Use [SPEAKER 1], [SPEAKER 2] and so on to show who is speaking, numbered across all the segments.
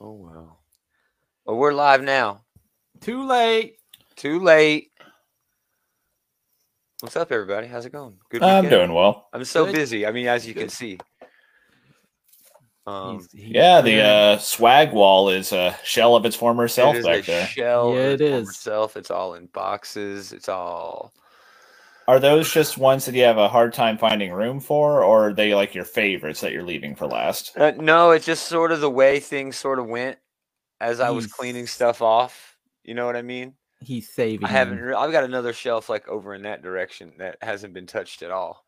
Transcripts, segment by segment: [SPEAKER 1] Oh wow. Well, we're live now.
[SPEAKER 2] Too late.
[SPEAKER 1] Too late. What's up, everybody? How's it going? Good.
[SPEAKER 3] I'm
[SPEAKER 1] weekend?
[SPEAKER 3] doing well.
[SPEAKER 1] I'm so
[SPEAKER 2] Good.
[SPEAKER 1] busy. I mean, as you can
[SPEAKER 2] Good.
[SPEAKER 1] see. Um,
[SPEAKER 2] He's- he-
[SPEAKER 3] Yeah, the uh, swag wall is a shell of its former self
[SPEAKER 1] it is
[SPEAKER 3] back
[SPEAKER 1] a
[SPEAKER 3] there.
[SPEAKER 1] shell.
[SPEAKER 2] Yeah,
[SPEAKER 1] of
[SPEAKER 2] it
[SPEAKER 1] its former
[SPEAKER 2] is.
[SPEAKER 1] Self. It's all in boxes. It's all.
[SPEAKER 3] Are those just ones that you have a hard time finding room for, or are they like your favorites that you're leaving for last?
[SPEAKER 1] Uh, no, it's just sort of the way things sort of went as I was
[SPEAKER 2] He's-
[SPEAKER 1] cleaning stuff off. You know what I mean?
[SPEAKER 2] he's saving.
[SPEAKER 1] I haven't.
[SPEAKER 2] them.
[SPEAKER 1] Re- I've got another shelf like over in that direction that hasn't been touched at all.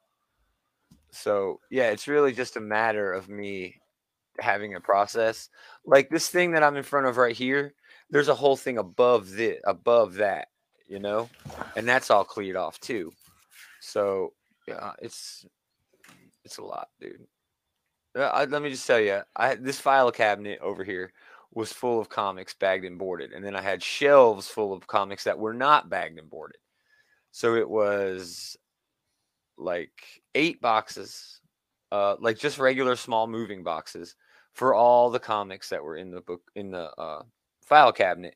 [SPEAKER 1] So yeah, it's really just a matter of me having a process. Like this thing that I'm in front of right here. There's a whole thing above this, above that, you know, and that's all cleared off too. So yeah, it's it's a lot, dude. Uh, I, let me just tell you, I this file cabinet over here was full of comics bagged and boarded. And then I had shelves full of comics that were not bagged and boarded. So it was like eight boxes, uh, like just regular small moving boxes for all the comics that were in the book in the uh, file cabinet.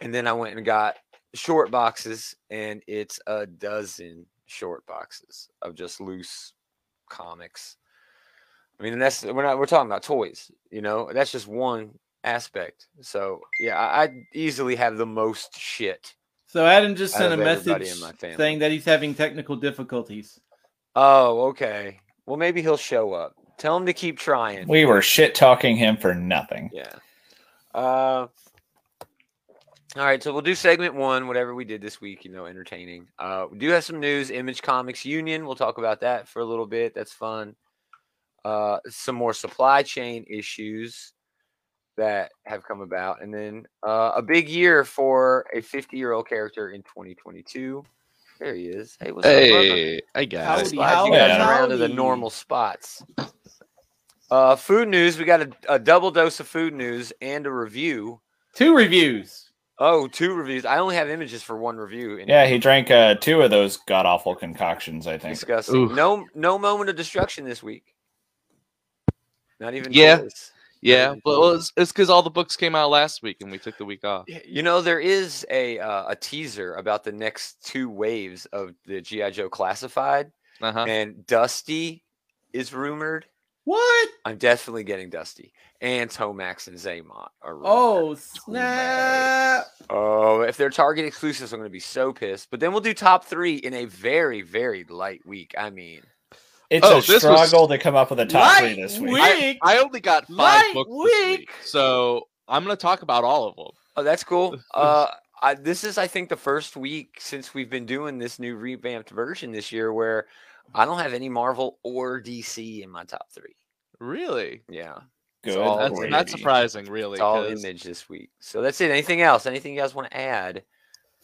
[SPEAKER 1] And then I went and got short boxes, and it's a dozen short boxes of just loose comics. I mean, and that's we're not we're talking about toys, you know. That's just one aspect. So yeah, I, I easily have the most shit.
[SPEAKER 4] So Adam just
[SPEAKER 1] Out
[SPEAKER 4] sent a
[SPEAKER 1] of everybody
[SPEAKER 4] message
[SPEAKER 1] in my family.
[SPEAKER 4] saying that he's having technical difficulties.
[SPEAKER 1] Oh, okay. Well, maybe he'll show up. Tell him to keep trying.
[SPEAKER 3] We were shit talking him for nothing.
[SPEAKER 1] Yeah. Uh, all right, so we'll do segment one, whatever we did this week, you know, entertaining. Uh, we do have some news. Image Comics Union, we'll talk about that for a little bit. That's fun. Uh, some more supply chain issues that have come about. And then uh, a big year for a 50 year old character in 2022. There he is. Hey, what's up, brother?
[SPEAKER 5] Hey, I
[SPEAKER 4] How
[SPEAKER 5] got
[SPEAKER 4] would
[SPEAKER 5] it.
[SPEAKER 4] he-
[SPEAKER 1] Glad you
[SPEAKER 3] howdy,
[SPEAKER 1] guys around to the
[SPEAKER 4] howdy.
[SPEAKER 1] normal spots. Uh, food news. We got a, a double dose of food news and a review.
[SPEAKER 4] Two reviews.
[SPEAKER 1] Oh, two reviews. I only have images for one review. in
[SPEAKER 3] Yeah, he drank uh, two of those god awful concoctions. I think.
[SPEAKER 1] disgusting.
[SPEAKER 5] Oof.
[SPEAKER 1] No, no moment of destruction this week. Not even.
[SPEAKER 5] Yeah.
[SPEAKER 1] toys.
[SPEAKER 5] Yeah, but well, it's because all the books came out last week and we took the week off.
[SPEAKER 1] Y- You know, there is a uh, a teaser about the next two waves of the GI Joe Classified,
[SPEAKER 5] Uh huh.
[SPEAKER 1] and Dusty is rumored.
[SPEAKER 4] What?
[SPEAKER 1] I'm definitely getting Dusty, and Tomax and Zaymot are. Rumored.
[SPEAKER 4] Oh snap!
[SPEAKER 1] Oh, if they're Target exclusives, I'm going to be so pissed. But then we'll do top three in a very, very light week. I mean,
[SPEAKER 3] It's
[SPEAKER 5] Oh,
[SPEAKER 3] a
[SPEAKER 5] this was-
[SPEAKER 3] struggle to come up with a top three this week.
[SPEAKER 5] I-
[SPEAKER 4] Week.
[SPEAKER 5] I only got five
[SPEAKER 4] Light
[SPEAKER 5] books this
[SPEAKER 4] week.
[SPEAKER 5] week, so I'm gonna talk about all of them.
[SPEAKER 1] oh, that's cool. Uh, I, this is, I think, the first week since we've been doing this new revamped version this year where I don't have any Marvel or DC in my top three.
[SPEAKER 5] Really?
[SPEAKER 1] Yeah,
[SPEAKER 3] Good.
[SPEAKER 1] all-
[SPEAKER 5] That's
[SPEAKER 1] Already.
[SPEAKER 5] not
[SPEAKER 3] gravy.
[SPEAKER 5] surprising, really.
[SPEAKER 1] it's all
[SPEAKER 5] 'cause-
[SPEAKER 1] image this week. So that's it. Anything else? Anything you guys want to add?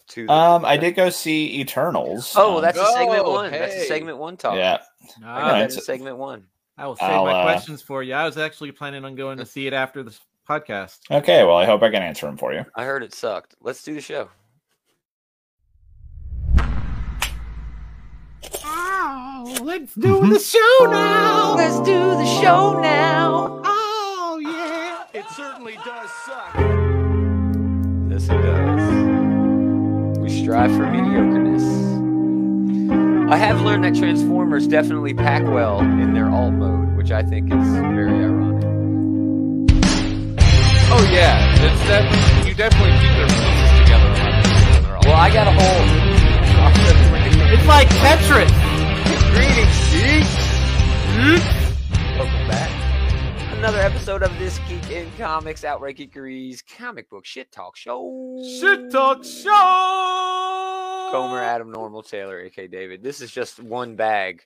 [SPEAKER 1] To the-
[SPEAKER 3] Um, I did go see Eternals.
[SPEAKER 1] Oh, well,
[SPEAKER 3] um,
[SPEAKER 1] that's a segment
[SPEAKER 5] Oh,
[SPEAKER 1] one. That's a
[SPEAKER 5] hey.
[SPEAKER 1] segment one talk. I
[SPEAKER 3] yeah.
[SPEAKER 1] got
[SPEAKER 3] Yeah,
[SPEAKER 1] that
[SPEAKER 4] Nah,
[SPEAKER 1] in
[SPEAKER 3] it's-
[SPEAKER 1] segment one.
[SPEAKER 4] I will save
[SPEAKER 3] I'll,
[SPEAKER 4] my
[SPEAKER 3] uh,
[SPEAKER 4] questions for you. I was actually planning on going to see it after this podcast.
[SPEAKER 3] Okay. Well, I hope I can answer them for you.
[SPEAKER 1] I heard it sucked. Let's do the show.
[SPEAKER 4] Oh, let's do the show now. Let's do the show now. Oh yeah.
[SPEAKER 1] Yes, it does. We strive for mediocreness. I have learned that Transformers definitely pack well in their alt mode, which I think is very ironic.
[SPEAKER 5] Oh yeah, it's def- you definitely keep their pieces together. a lot better when they're all-
[SPEAKER 1] Well, I got a whole.
[SPEAKER 4] It's like Tetris.
[SPEAKER 1] Greetings, Welcome back. Another episode of This Geek in Comics, Outright Geekery's comic book shit talk show.
[SPEAKER 4] Shit talk show.
[SPEAKER 1] Comer,
[SPEAKER 5] Ah.
[SPEAKER 1] Adam, Normal, Taylor, A.K. David. This is just one bag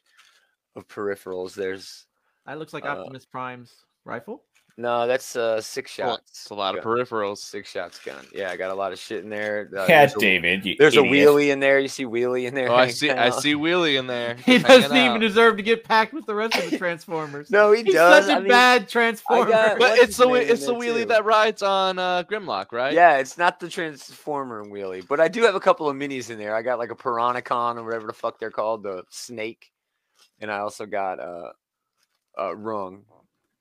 [SPEAKER 1] of peripherals. There's
[SPEAKER 4] That looks like
[SPEAKER 1] Uh,
[SPEAKER 4] Optimus Prime's rifle.
[SPEAKER 1] No, that's uh six
[SPEAKER 5] Well,
[SPEAKER 1] shots.
[SPEAKER 5] It's a lot of
[SPEAKER 1] gun.
[SPEAKER 5] peripherals.
[SPEAKER 1] six shots gun. Yeah, I got a lot of shit in there. Uh,
[SPEAKER 3] yeah,
[SPEAKER 1] there's a,
[SPEAKER 3] David. you
[SPEAKER 1] There's a
[SPEAKER 3] idiot.
[SPEAKER 1] wheelie in there. You see wheelie in there.
[SPEAKER 5] Oh, I
[SPEAKER 1] hanging
[SPEAKER 5] see. I
[SPEAKER 1] out.
[SPEAKER 5] see Wheelie in there.
[SPEAKER 4] He
[SPEAKER 5] just hanging
[SPEAKER 4] doesn't even
[SPEAKER 5] out.
[SPEAKER 4] deserve to get packed with the rest of the Transformers.
[SPEAKER 1] No, he
[SPEAKER 4] He's
[SPEAKER 1] does.
[SPEAKER 4] such a
[SPEAKER 1] I mean,
[SPEAKER 4] bad Transformer.
[SPEAKER 1] got-
[SPEAKER 5] But
[SPEAKER 1] What's
[SPEAKER 5] it's the
[SPEAKER 1] his
[SPEAKER 5] whe-
[SPEAKER 1] name in
[SPEAKER 5] it's the
[SPEAKER 1] there,
[SPEAKER 5] wheelie
[SPEAKER 1] too?
[SPEAKER 5] that rides on uh, Grimlock, right?
[SPEAKER 1] Yeah, it's not the transformer wheelie, but I do have a couple of minis in there. I got like a Piranacon or whatever the fuck they're called, the snake, and I also got uh, uh rung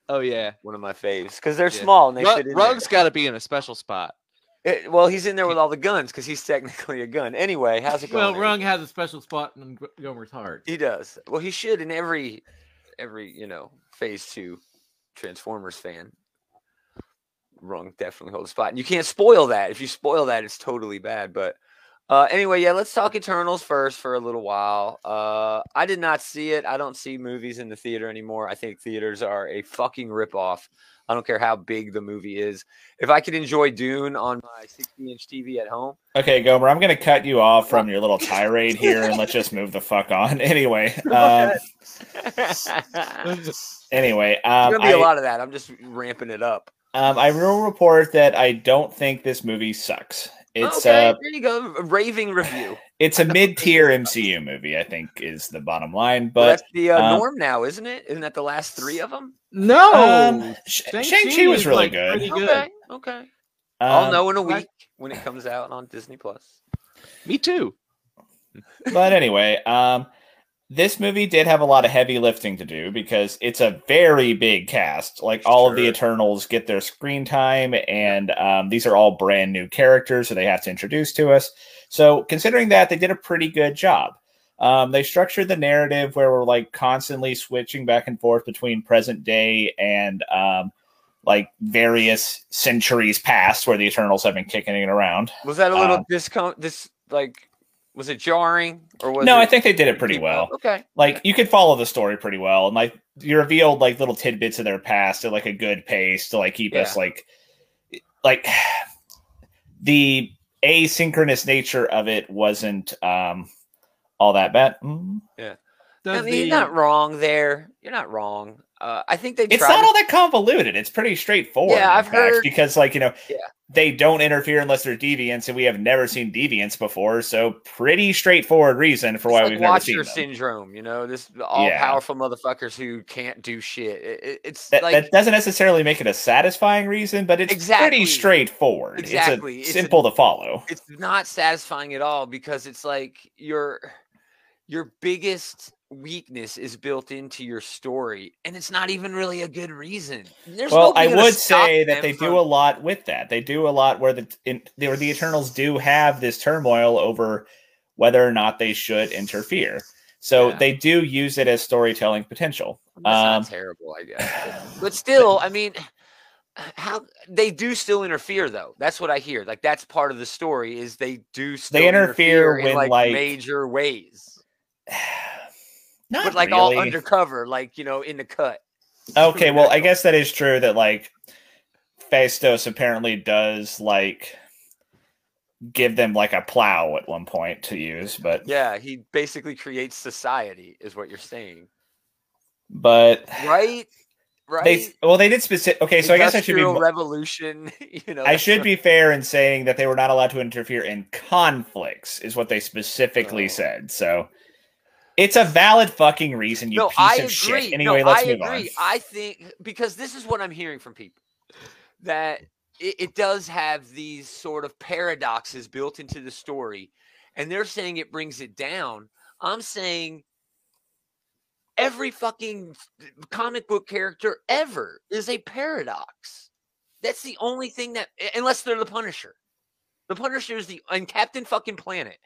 [SPEAKER 5] Oh yeah.
[SPEAKER 1] One of my faves because they're
[SPEAKER 5] Yeah.
[SPEAKER 1] small and they
[SPEAKER 5] Rug,
[SPEAKER 1] fit in there.
[SPEAKER 5] Rug's got to be in a special spot.
[SPEAKER 1] It- Eh, well, he's in there with all the guns because he's technically a gun. Anyway, how's it going?
[SPEAKER 2] Well,
[SPEAKER 1] Eric?
[SPEAKER 2] Rung has a special spot in Gr- Gomer's heart.
[SPEAKER 1] He does. Well, he should in every every you know phase two Transformers fan. Rung definitely holds a spot, and you can't spoil that. If you spoil that, it's totally bad. But uh, anyway, yeah, let's talk Eternals first for a little while. Uh, I did not see it. I don't see movies in the theater anymore. I think theaters are a fucking ripoff. I don't care how big the movie is. If I could enjoy Dune on my 60-inch TV at home,
[SPEAKER 3] Okay, Gomer, I'm going to cut you off from your little tirade here and let's just move the fuck on. Anyway, um, anyway,
[SPEAKER 1] there's
[SPEAKER 3] um,
[SPEAKER 1] gonna be a
[SPEAKER 3] I-
[SPEAKER 1] lot of that. I'm just ramping it up.
[SPEAKER 3] Um, I will report that I don't think this movie sucks. It's
[SPEAKER 1] okay,
[SPEAKER 3] uh,
[SPEAKER 1] there you go. A raving review.
[SPEAKER 3] it's a mid-tier MCU movie. I think is the bottom line.
[SPEAKER 1] Well,
[SPEAKER 3] But
[SPEAKER 1] that's the uh,
[SPEAKER 3] um,
[SPEAKER 1] norm now, isn't it? Isn't that the last three of them?
[SPEAKER 2] No,
[SPEAKER 3] um, Sh-
[SPEAKER 2] Oh, Shang-Chi
[SPEAKER 3] Shang-Chi was
[SPEAKER 2] is,
[SPEAKER 3] really
[SPEAKER 2] like,
[SPEAKER 3] good.
[SPEAKER 2] pretty- good.
[SPEAKER 1] Okay, okay.
[SPEAKER 3] Um,
[SPEAKER 1] I'll know in a
[SPEAKER 2] I-
[SPEAKER 1] week when it comes out on Disney Plus.
[SPEAKER 5] Me too.
[SPEAKER 3] but anyway, um, this movie did have a lot of heavy lifting to do because it's a very big cast. Like all of the
[SPEAKER 1] Sure.
[SPEAKER 3] Eternals get their screen time, and um, these are all brand new characters, so they have to introduce to us. So considering that, they did a pretty good job. Um, they structured the narrative where we're like constantly switching back and forth between present day and um, like various centuries past where the Eternals have been kicking it around.
[SPEAKER 1] Was that a little
[SPEAKER 3] Um,
[SPEAKER 1] discom This like, was it jarring or was
[SPEAKER 3] no,
[SPEAKER 1] It
[SPEAKER 3] I think they did it pretty
[SPEAKER 1] keep
[SPEAKER 3] well.
[SPEAKER 1] up? Okay,
[SPEAKER 3] like you could follow the story pretty well and like you revealed like little tidbits of their past at like a good pace to like keep us like like the asynchronous nature of it wasn't um all that bad Mm.
[SPEAKER 1] I
[SPEAKER 2] Does
[SPEAKER 1] mean,
[SPEAKER 2] the-
[SPEAKER 1] you're not wrong there. You're not wrong. Uh, I think they
[SPEAKER 3] it's
[SPEAKER 1] tried.
[SPEAKER 3] not
[SPEAKER 1] to-
[SPEAKER 3] all that convoluted it's pretty straightforward
[SPEAKER 1] Yeah,
[SPEAKER 3] in
[SPEAKER 1] I've
[SPEAKER 3] fact,
[SPEAKER 1] heard-
[SPEAKER 3] because like you know
[SPEAKER 1] Yeah.
[SPEAKER 3] they don't interfere unless they're deviants and we have never seen deviants before so pretty straightforward reason for
[SPEAKER 1] it's
[SPEAKER 3] why
[SPEAKER 1] like
[SPEAKER 3] we've never
[SPEAKER 1] Watcher
[SPEAKER 3] seen them.
[SPEAKER 1] syndrome, you know, this all powerful motherfuckers who can't do shit. It- it- it's
[SPEAKER 3] that,
[SPEAKER 1] like
[SPEAKER 3] that doesn't necessarily make it a satisfying reason, but it's
[SPEAKER 1] Exactly.
[SPEAKER 3] pretty straightforward.
[SPEAKER 1] Exactly. It's
[SPEAKER 3] It's
[SPEAKER 1] a-
[SPEAKER 3] a, simple to follow.
[SPEAKER 1] it's not satisfying at all because it's like your your biggest weakness is built into your story and it's not even really a good reason There's
[SPEAKER 3] Well,
[SPEAKER 1] nobody
[SPEAKER 3] I
[SPEAKER 1] gonna
[SPEAKER 3] would
[SPEAKER 1] stop
[SPEAKER 3] say that
[SPEAKER 1] them
[SPEAKER 3] they
[SPEAKER 1] from-
[SPEAKER 3] do a lot with that. They do a lot where the in, they, where the Eternals do have this turmoil over whether or not they should interfere. So
[SPEAKER 1] Yeah.
[SPEAKER 3] they do use it as storytelling potential.
[SPEAKER 1] That's not
[SPEAKER 3] um,
[SPEAKER 1] terrible i guess but still i mean how they do still interfere though that's what i hear like that's part of the story is they do still
[SPEAKER 3] interfere
[SPEAKER 1] in
[SPEAKER 3] when,
[SPEAKER 1] like,
[SPEAKER 3] like-
[SPEAKER 1] major ways
[SPEAKER 3] Not
[SPEAKER 1] but like all
[SPEAKER 3] really.
[SPEAKER 1] undercover like you know in the cut
[SPEAKER 3] Okay, well, I
[SPEAKER 1] Metal.
[SPEAKER 3] guess that is true that like Phaistos apparently does like give them like a plow at one point to use, but
[SPEAKER 1] yeah he basically creates society is what you're saying
[SPEAKER 3] but
[SPEAKER 1] right right
[SPEAKER 3] they well they did specific okay, so I guess I should be
[SPEAKER 1] Industrial
[SPEAKER 3] mo-
[SPEAKER 1] revolution you know
[SPEAKER 3] I
[SPEAKER 1] that's
[SPEAKER 3] should
[SPEAKER 1] what-
[SPEAKER 3] be fair in saying that they were not allowed to interfere in conflicts is what they specifically
[SPEAKER 1] Oh.
[SPEAKER 3] said. So it's a valid fucking reason, you
[SPEAKER 1] no
[SPEAKER 3] piece
[SPEAKER 1] i
[SPEAKER 3] of
[SPEAKER 1] agree
[SPEAKER 3] shit.
[SPEAKER 1] No,
[SPEAKER 3] Anyway, let's
[SPEAKER 1] I
[SPEAKER 3] move
[SPEAKER 1] agree.
[SPEAKER 3] on.
[SPEAKER 1] i think because this is what i'm hearing from people that it, it does have these sort of paradoxes built into the story and they're saying it brings it down i'm saying every fucking comic book character ever is a paradox that's the only thing that unless they're the punisher the punisher is the and captain fucking planet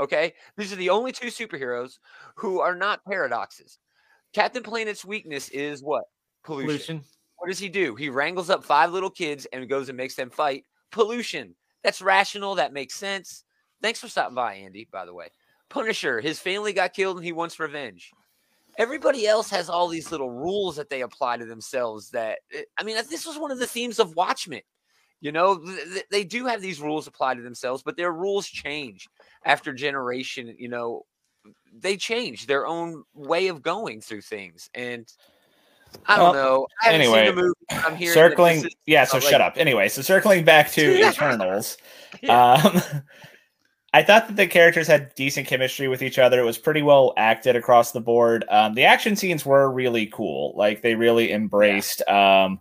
[SPEAKER 1] okay these are the only two superheroes who are not paradoxes captain planet's weakness is what pollution
[SPEAKER 2] pollution.
[SPEAKER 1] what does he do? He wrangles up five little kids and goes and makes them fight. Pollution. That's rational. That makes sense. Thanks for stopping by, Andy, by the way. Punisher. His family got killed and he wants revenge. Everybody else has all these little rules that they apply to themselves. That, eh, I mean, this was one of the themes of Watchmen. You know, th- th- they do have these rules applied to themselves, but their rules change after generation. You know, they change their own way of going through things. And I don't
[SPEAKER 3] Well,
[SPEAKER 1] know. I haven't seen the
[SPEAKER 3] anyway,
[SPEAKER 1] movie. I'm hearing that this
[SPEAKER 3] circling
[SPEAKER 1] is-
[SPEAKER 3] yeah so
[SPEAKER 1] like-
[SPEAKER 3] shut up anyway so circling back to eternals um i thought that the characters had decent chemistry with each other it was pretty well acted across the board um the action scenes were really cool like they really embraced um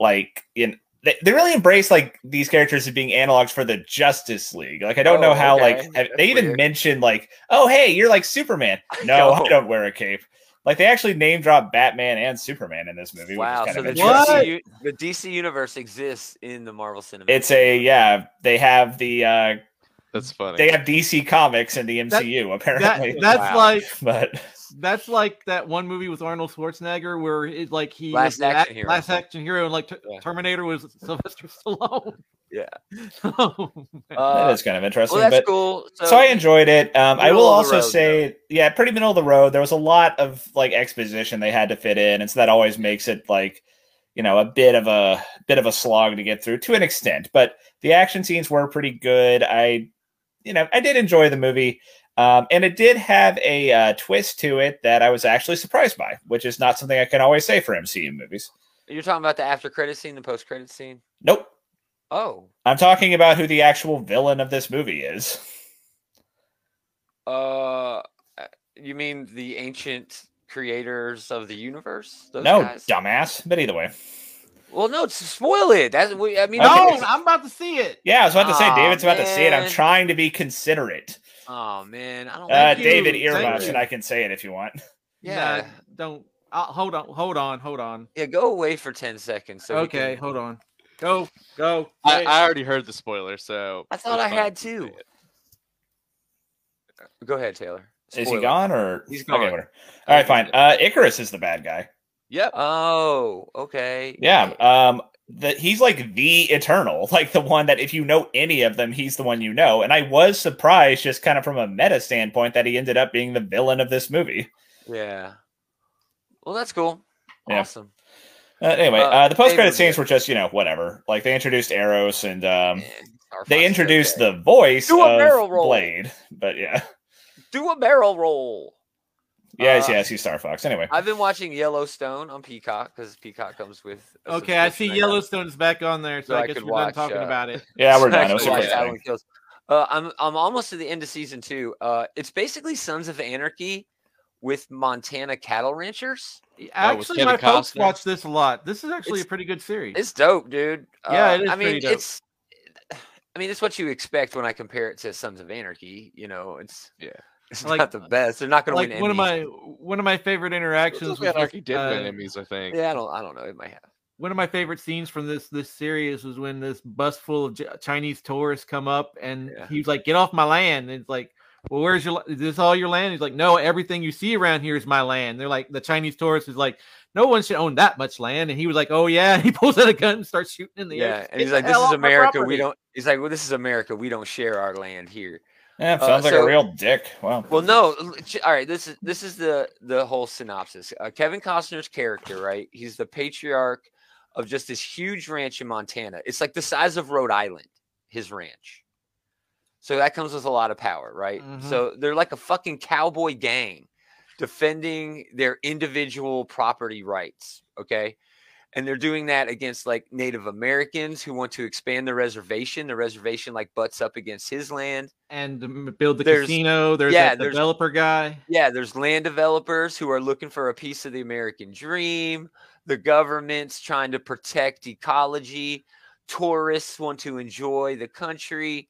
[SPEAKER 3] like in they, they really embraced like these characters as being analogs for the Justice League. Like I don't
[SPEAKER 1] Oh,
[SPEAKER 3] know how
[SPEAKER 1] okay.
[SPEAKER 3] like have,
[SPEAKER 1] That's
[SPEAKER 3] they even
[SPEAKER 1] weird.
[SPEAKER 3] mentioned like oh hey you're like Superman. No,
[SPEAKER 1] No.
[SPEAKER 3] I don't wear a cape. Like they actually name drop Batman and Superman in this movie.
[SPEAKER 1] Wow,
[SPEAKER 3] which is
[SPEAKER 1] so
[SPEAKER 3] kind
[SPEAKER 1] the
[SPEAKER 3] of interesting.
[SPEAKER 1] DC, u- the DC universe exists in the Marvel Cinematic.
[SPEAKER 3] It's a yeah. They have the uh,
[SPEAKER 5] That's funny.
[SPEAKER 3] they have DC comics in the
[SPEAKER 2] That-
[SPEAKER 3] MCU
[SPEAKER 2] That,
[SPEAKER 3] apparently.
[SPEAKER 2] that's
[SPEAKER 1] Wow.
[SPEAKER 2] like
[SPEAKER 3] but
[SPEAKER 2] that's like that one movie with Arnold Schwarzenegger where it like he
[SPEAKER 1] Last
[SPEAKER 2] was the
[SPEAKER 1] Action
[SPEAKER 2] ac-
[SPEAKER 1] Hero.
[SPEAKER 2] last action hero and like T-
[SPEAKER 1] Yeah.
[SPEAKER 2] Terminator was Sylvester Stallone.
[SPEAKER 1] Yeah.
[SPEAKER 2] Oh, man.
[SPEAKER 1] Uh,
[SPEAKER 3] that is kind of interesting.
[SPEAKER 1] well, that's
[SPEAKER 3] but
[SPEAKER 1] cool. So,
[SPEAKER 3] so I enjoyed it. Um, I
[SPEAKER 1] Middle
[SPEAKER 3] will
[SPEAKER 1] of the
[SPEAKER 3] also
[SPEAKER 1] road,
[SPEAKER 3] say, yeah, pretty middle of the road. There was a lot of like exposition they had to fit in, and so that always makes it like you know a bit of a bit of a slog to get through to an extent. But the action scenes were pretty good. I you know I did enjoy the movie. Um, and it did have a uh, twist to it that I was actually surprised by, which is not something I can always say for MCU movies.
[SPEAKER 1] you're talking about the after credit scene, the post credit scene.
[SPEAKER 3] Nope.
[SPEAKER 1] Oh,
[SPEAKER 3] I'm talking about who the actual villain of this movie is.
[SPEAKER 1] uh, you mean the ancient creators of the universe? Those
[SPEAKER 3] no,
[SPEAKER 1] guys?
[SPEAKER 3] dumbass. But either way.
[SPEAKER 1] Well, no, s- spoil it. That's we- I mean.
[SPEAKER 2] no,
[SPEAKER 1] it's-
[SPEAKER 2] I'm about to see it.
[SPEAKER 3] Yeah, I was about to say,
[SPEAKER 1] Aw,
[SPEAKER 3] David's about to see it. I'm
[SPEAKER 1] man.
[SPEAKER 3] trying to be considerate.
[SPEAKER 1] Oh man, I don't.
[SPEAKER 3] Uh,
[SPEAKER 1] like
[SPEAKER 2] you.
[SPEAKER 3] David
[SPEAKER 2] Thank
[SPEAKER 3] earmuffs,
[SPEAKER 2] you.
[SPEAKER 3] and I can say it if you want.
[SPEAKER 1] Yeah.
[SPEAKER 2] Nah, don't uh, hold on, hold on, hold on.
[SPEAKER 1] Yeah, go away for ten seconds. So we
[SPEAKER 2] okay,
[SPEAKER 1] can-
[SPEAKER 2] hold on. Go, go.
[SPEAKER 5] I,
[SPEAKER 2] Hey.
[SPEAKER 5] I already heard the spoiler, so
[SPEAKER 1] I thought
[SPEAKER 5] it's
[SPEAKER 1] I
[SPEAKER 5] fine.
[SPEAKER 1] had to. Go ahead, Taylor.
[SPEAKER 3] Is he
[SPEAKER 1] Spoiler.
[SPEAKER 3] gone or
[SPEAKER 1] He's gone.
[SPEAKER 3] whatever. All right, fine. Uh, Icarus is the bad guy.
[SPEAKER 5] Yep.
[SPEAKER 1] Oh, okay.
[SPEAKER 3] Yeah, um, the, he's like the eternal, like the one that if you know any of them, he's the one you know. And I was surprised, just kind of from a meta standpoint, that he ended up being the villain of this movie.
[SPEAKER 1] Yeah. Well, that's cool.
[SPEAKER 3] Yeah.
[SPEAKER 1] Awesome.
[SPEAKER 3] Uh, anyway,
[SPEAKER 1] Uh,
[SPEAKER 3] uh, the post credit
[SPEAKER 1] David's
[SPEAKER 3] scenes were just you know whatever. Like they introduced Eros and um,
[SPEAKER 1] Eh, our
[SPEAKER 3] they
[SPEAKER 1] Fox is
[SPEAKER 3] introduced
[SPEAKER 1] okay.
[SPEAKER 3] the voice
[SPEAKER 1] Do a barrel
[SPEAKER 3] of
[SPEAKER 1] roll. Uh,
[SPEAKER 3] Blade, but yeah,
[SPEAKER 1] do a barrel roll.
[SPEAKER 3] yes,
[SPEAKER 1] Uh,
[SPEAKER 3] yes, he's Star Fox. Anyway,
[SPEAKER 1] I've been watching Yellowstone on Peacock because Peacock comes with. a
[SPEAKER 2] Okay, I see
[SPEAKER 1] subscription got.
[SPEAKER 2] Yellowstone's back on there, so,
[SPEAKER 1] So I
[SPEAKER 2] I guess
[SPEAKER 1] could
[SPEAKER 2] we're
[SPEAKER 1] watch,
[SPEAKER 2] done talking
[SPEAKER 1] uh,
[SPEAKER 2] about it.
[SPEAKER 3] Yeah, we're
[SPEAKER 1] So I
[SPEAKER 3] done. It was
[SPEAKER 1] actually
[SPEAKER 3] the
[SPEAKER 1] watched
[SPEAKER 3] first
[SPEAKER 1] that
[SPEAKER 3] thing.
[SPEAKER 1] one kills. Uh, I'm I'm almost to the end of season two. Uh, it's basically Sons of Anarchy with Montana cattle ranchers.
[SPEAKER 2] Actually,
[SPEAKER 5] Kevin
[SPEAKER 2] my folks
[SPEAKER 5] Costner.
[SPEAKER 2] watch this a lot. This is actually
[SPEAKER 1] It's-
[SPEAKER 2] a pretty good series.
[SPEAKER 1] It's dope, dude.
[SPEAKER 2] Yeah,
[SPEAKER 1] Uh,
[SPEAKER 2] it is
[SPEAKER 1] I mean,
[SPEAKER 2] pretty dope.
[SPEAKER 1] it's. I mean, it's what you expect when I compare it to Sons of Anarchy. You know, it's
[SPEAKER 5] Yeah.
[SPEAKER 1] it's
[SPEAKER 2] Like-
[SPEAKER 1] not the best. They're not going
[SPEAKER 2] like
[SPEAKER 1] to win.
[SPEAKER 2] one of
[SPEAKER 1] Emmys.
[SPEAKER 2] my one of my favorite interactions.
[SPEAKER 5] Actions
[SPEAKER 2] Was with,
[SPEAKER 5] Anarchy did
[SPEAKER 2] uh,
[SPEAKER 5] win Emmys, I think.
[SPEAKER 1] Yeah, I don't. I don't know. It might have.
[SPEAKER 2] one of my favorite scenes from this this series was when this bus full of J- Chinese tourists come up and
[SPEAKER 1] Yeah.
[SPEAKER 2] he's like, "Get off my land!" And it's like, "Well, where's your? la- Is this all your land?" He's like, "No, everything you see around here is my land." They're like, the Chinese tourist is like, "No one should own that much land," and he was like, "Oh yeah," and he pulls out a gun and starts shooting in the air.
[SPEAKER 1] Yeah,
[SPEAKER 2] Get
[SPEAKER 1] and he's
[SPEAKER 2] the
[SPEAKER 1] like, "This
[SPEAKER 2] hell
[SPEAKER 1] is
[SPEAKER 2] off my
[SPEAKER 1] America. We
[SPEAKER 2] property."
[SPEAKER 1] don't." He's like, "Well, this is America. We don't share our land here."
[SPEAKER 3] Yeah,
[SPEAKER 1] Uh,
[SPEAKER 3] sounds like
[SPEAKER 1] so-
[SPEAKER 3] a real dick. Wow.
[SPEAKER 1] Well, no. l- ch- All right, this is this is the the whole synopsis. Uh, Kevin Costner's character, right? He's the patriarch of just this huge ranch in Montana. It's like the size of Rhode Island, his ranch. So that comes with a lot of power, right?
[SPEAKER 2] Mhm.
[SPEAKER 1] So they're like a fucking cowboy gang defending their individual property rights, okay? And they're doing that against like Native Americans who want to expand the reservation. The reservation like butts up against his land.
[SPEAKER 2] and um, build the
[SPEAKER 1] There's-
[SPEAKER 2] casino. There's
[SPEAKER 1] yeah,
[SPEAKER 2] that
[SPEAKER 1] there's-
[SPEAKER 2] developer guy.
[SPEAKER 1] Yeah, there's land developers who are looking for a piece of the American dream. The government's trying to protect ecology. Tourists want to enjoy the country.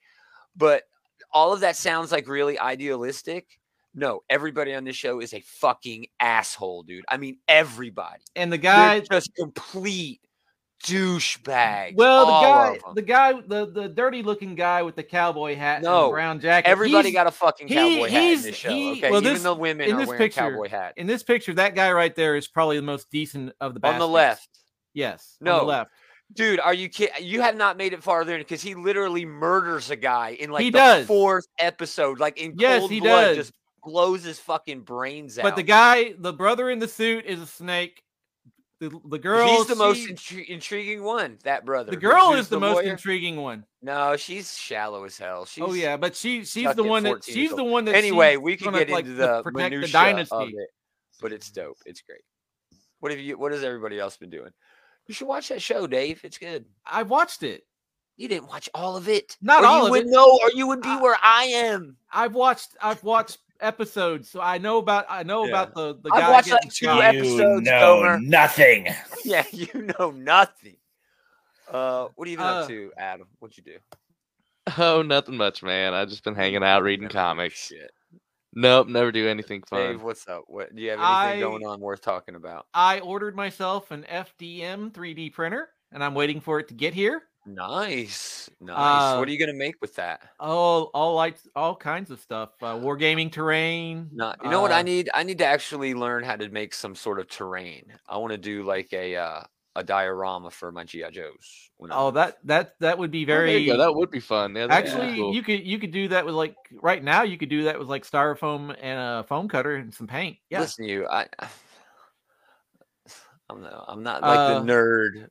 [SPEAKER 1] But all of that sounds like really idealistic. No, everybody on this show is a fucking asshole, dude. I mean, everybody.
[SPEAKER 2] And the
[SPEAKER 1] They're
[SPEAKER 2] guy
[SPEAKER 1] just complete douchebags.
[SPEAKER 2] Well, the
[SPEAKER 1] all
[SPEAKER 2] guy,
[SPEAKER 1] of 'em.
[SPEAKER 2] the guy, the the dirty looking guy with the cowboy hat and
[SPEAKER 1] No,
[SPEAKER 2] the brown jacket.
[SPEAKER 1] everybody
[SPEAKER 2] he's-
[SPEAKER 1] got a fucking
[SPEAKER 2] he-
[SPEAKER 1] cowboy hat in
[SPEAKER 2] he's-
[SPEAKER 1] this show.
[SPEAKER 2] he-
[SPEAKER 1] okay,
[SPEAKER 2] well,
[SPEAKER 1] even
[SPEAKER 2] this-
[SPEAKER 1] the women
[SPEAKER 2] in
[SPEAKER 1] are
[SPEAKER 2] this
[SPEAKER 1] wearing
[SPEAKER 2] picture-
[SPEAKER 1] cowboy hats.
[SPEAKER 2] in this picture. That guy right there is probably the most decent of the.
[SPEAKER 1] On the
[SPEAKER 2] bastards.
[SPEAKER 1] left,
[SPEAKER 2] yes. on
[SPEAKER 1] No.
[SPEAKER 2] the left.
[SPEAKER 1] Dude, are you kidding? You have not made it farther in because he literally murders a guy in like
[SPEAKER 2] He
[SPEAKER 1] the
[SPEAKER 2] does.
[SPEAKER 1] fourth episode, like in
[SPEAKER 2] Yes,
[SPEAKER 1] cold
[SPEAKER 2] he
[SPEAKER 1] blood,
[SPEAKER 2] does.
[SPEAKER 1] just blows his fucking brains out.
[SPEAKER 2] But the guy, the brother in the suit, is a snake. The, the girl,
[SPEAKER 1] he's the most
[SPEAKER 2] she-
[SPEAKER 1] intri- intriguing one. That brother,
[SPEAKER 2] the
[SPEAKER 1] who
[SPEAKER 2] girl
[SPEAKER 1] shoots
[SPEAKER 2] is the, most
[SPEAKER 1] lawyer.
[SPEAKER 2] intriguing one.
[SPEAKER 1] no, she's shallow as hell. She's,
[SPEAKER 2] oh yeah, but she she's
[SPEAKER 1] stuck
[SPEAKER 2] the
[SPEAKER 1] at
[SPEAKER 2] one that
[SPEAKER 1] 14
[SPEAKER 2] she's
[SPEAKER 1] years
[SPEAKER 2] the one that
[SPEAKER 1] Anyway,
[SPEAKER 2] she's
[SPEAKER 1] we can
[SPEAKER 2] gonna,
[SPEAKER 1] get
[SPEAKER 2] like,
[SPEAKER 1] into the
[SPEAKER 2] protect
[SPEAKER 1] minutia
[SPEAKER 2] the
[SPEAKER 1] of
[SPEAKER 2] dynasty.
[SPEAKER 1] it, but it's dope. It's great. What have you? What has everybody else been doing? You should watch that show, Dave. It's good.
[SPEAKER 2] I watched it.
[SPEAKER 1] You didn't watch all of it.
[SPEAKER 2] Not
[SPEAKER 1] or
[SPEAKER 2] all
[SPEAKER 1] you
[SPEAKER 2] of
[SPEAKER 1] would
[SPEAKER 2] it.
[SPEAKER 1] know, or you would be
[SPEAKER 2] I-
[SPEAKER 1] where I am.
[SPEAKER 2] I've watched I've watched episodes, so I know about I know
[SPEAKER 1] Yeah.
[SPEAKER 2] about the the
[SPEAKER 1] I've
[SPEAKER 2] guy
[SPEAKER 1] watched,
[SPEAKER 2] getting
[SPEAKER 1] like, two
[SPEAKER 2] shot.
[SPEAKER 1] ep- episodes, Homer.
[SPEAKER 3] nothing.
[SPEAKER 1] yeah, you know nothing. Uh, what have you been
[SPEAKER 2] Uh,
[SPEAKER 1] up to, Adam? What'd you do?
[SPEAKER 5] Oh, nothing much, man. I've just been hanging out reading comics.
[SPEAKER 1] Shit.
[SPEAKER 5] Nope, never do anything fun. Oh,
[SPEAKER 1] Dave, what's up? What do you have
[SPEAKER 2] I-
[SPEAKER 1] anything going on worth talking about?
[SPEAKER 2] I ordered myself an FDM 3D printer, and I'm waiting for it to get here.
[SPEAKER 1] Nice, nice. what
[SPEAKER 2] Uh,
[SPEAKER 1] are you gonna make with that?
[SPEAKER 2] Oh, all lights, all kinds of stuff. Uh, wargaming terrain.
[SPEAKER 1] Not, you know what I
[SPEAKER 2] uh,
[SPEAKER 1] need? I need to actually learn how to make some sort of terrain. I want to do like a uh, a diorama for my GI Joes. when I'm-
[SPEAKER 2] Oh, that that that would be
[SPEAKER 5] Oh, there
[SPEAKER 2] very.
[SPEAKER 5] you go. That would be fun. Yeah, that'd be
[SPEAKER 2] Actually,
[SPEAKER 5] cool.
[SPEAKER 2] you could you could do that with like right now. You could do that with like styrofoam and a foam cutter and some paint. Yeah,
[SPEAKER 1] listen to you. I, I'm not, I'm not like
[SPEAKER 2] Uh,
[SPEAKER 1] the nerd.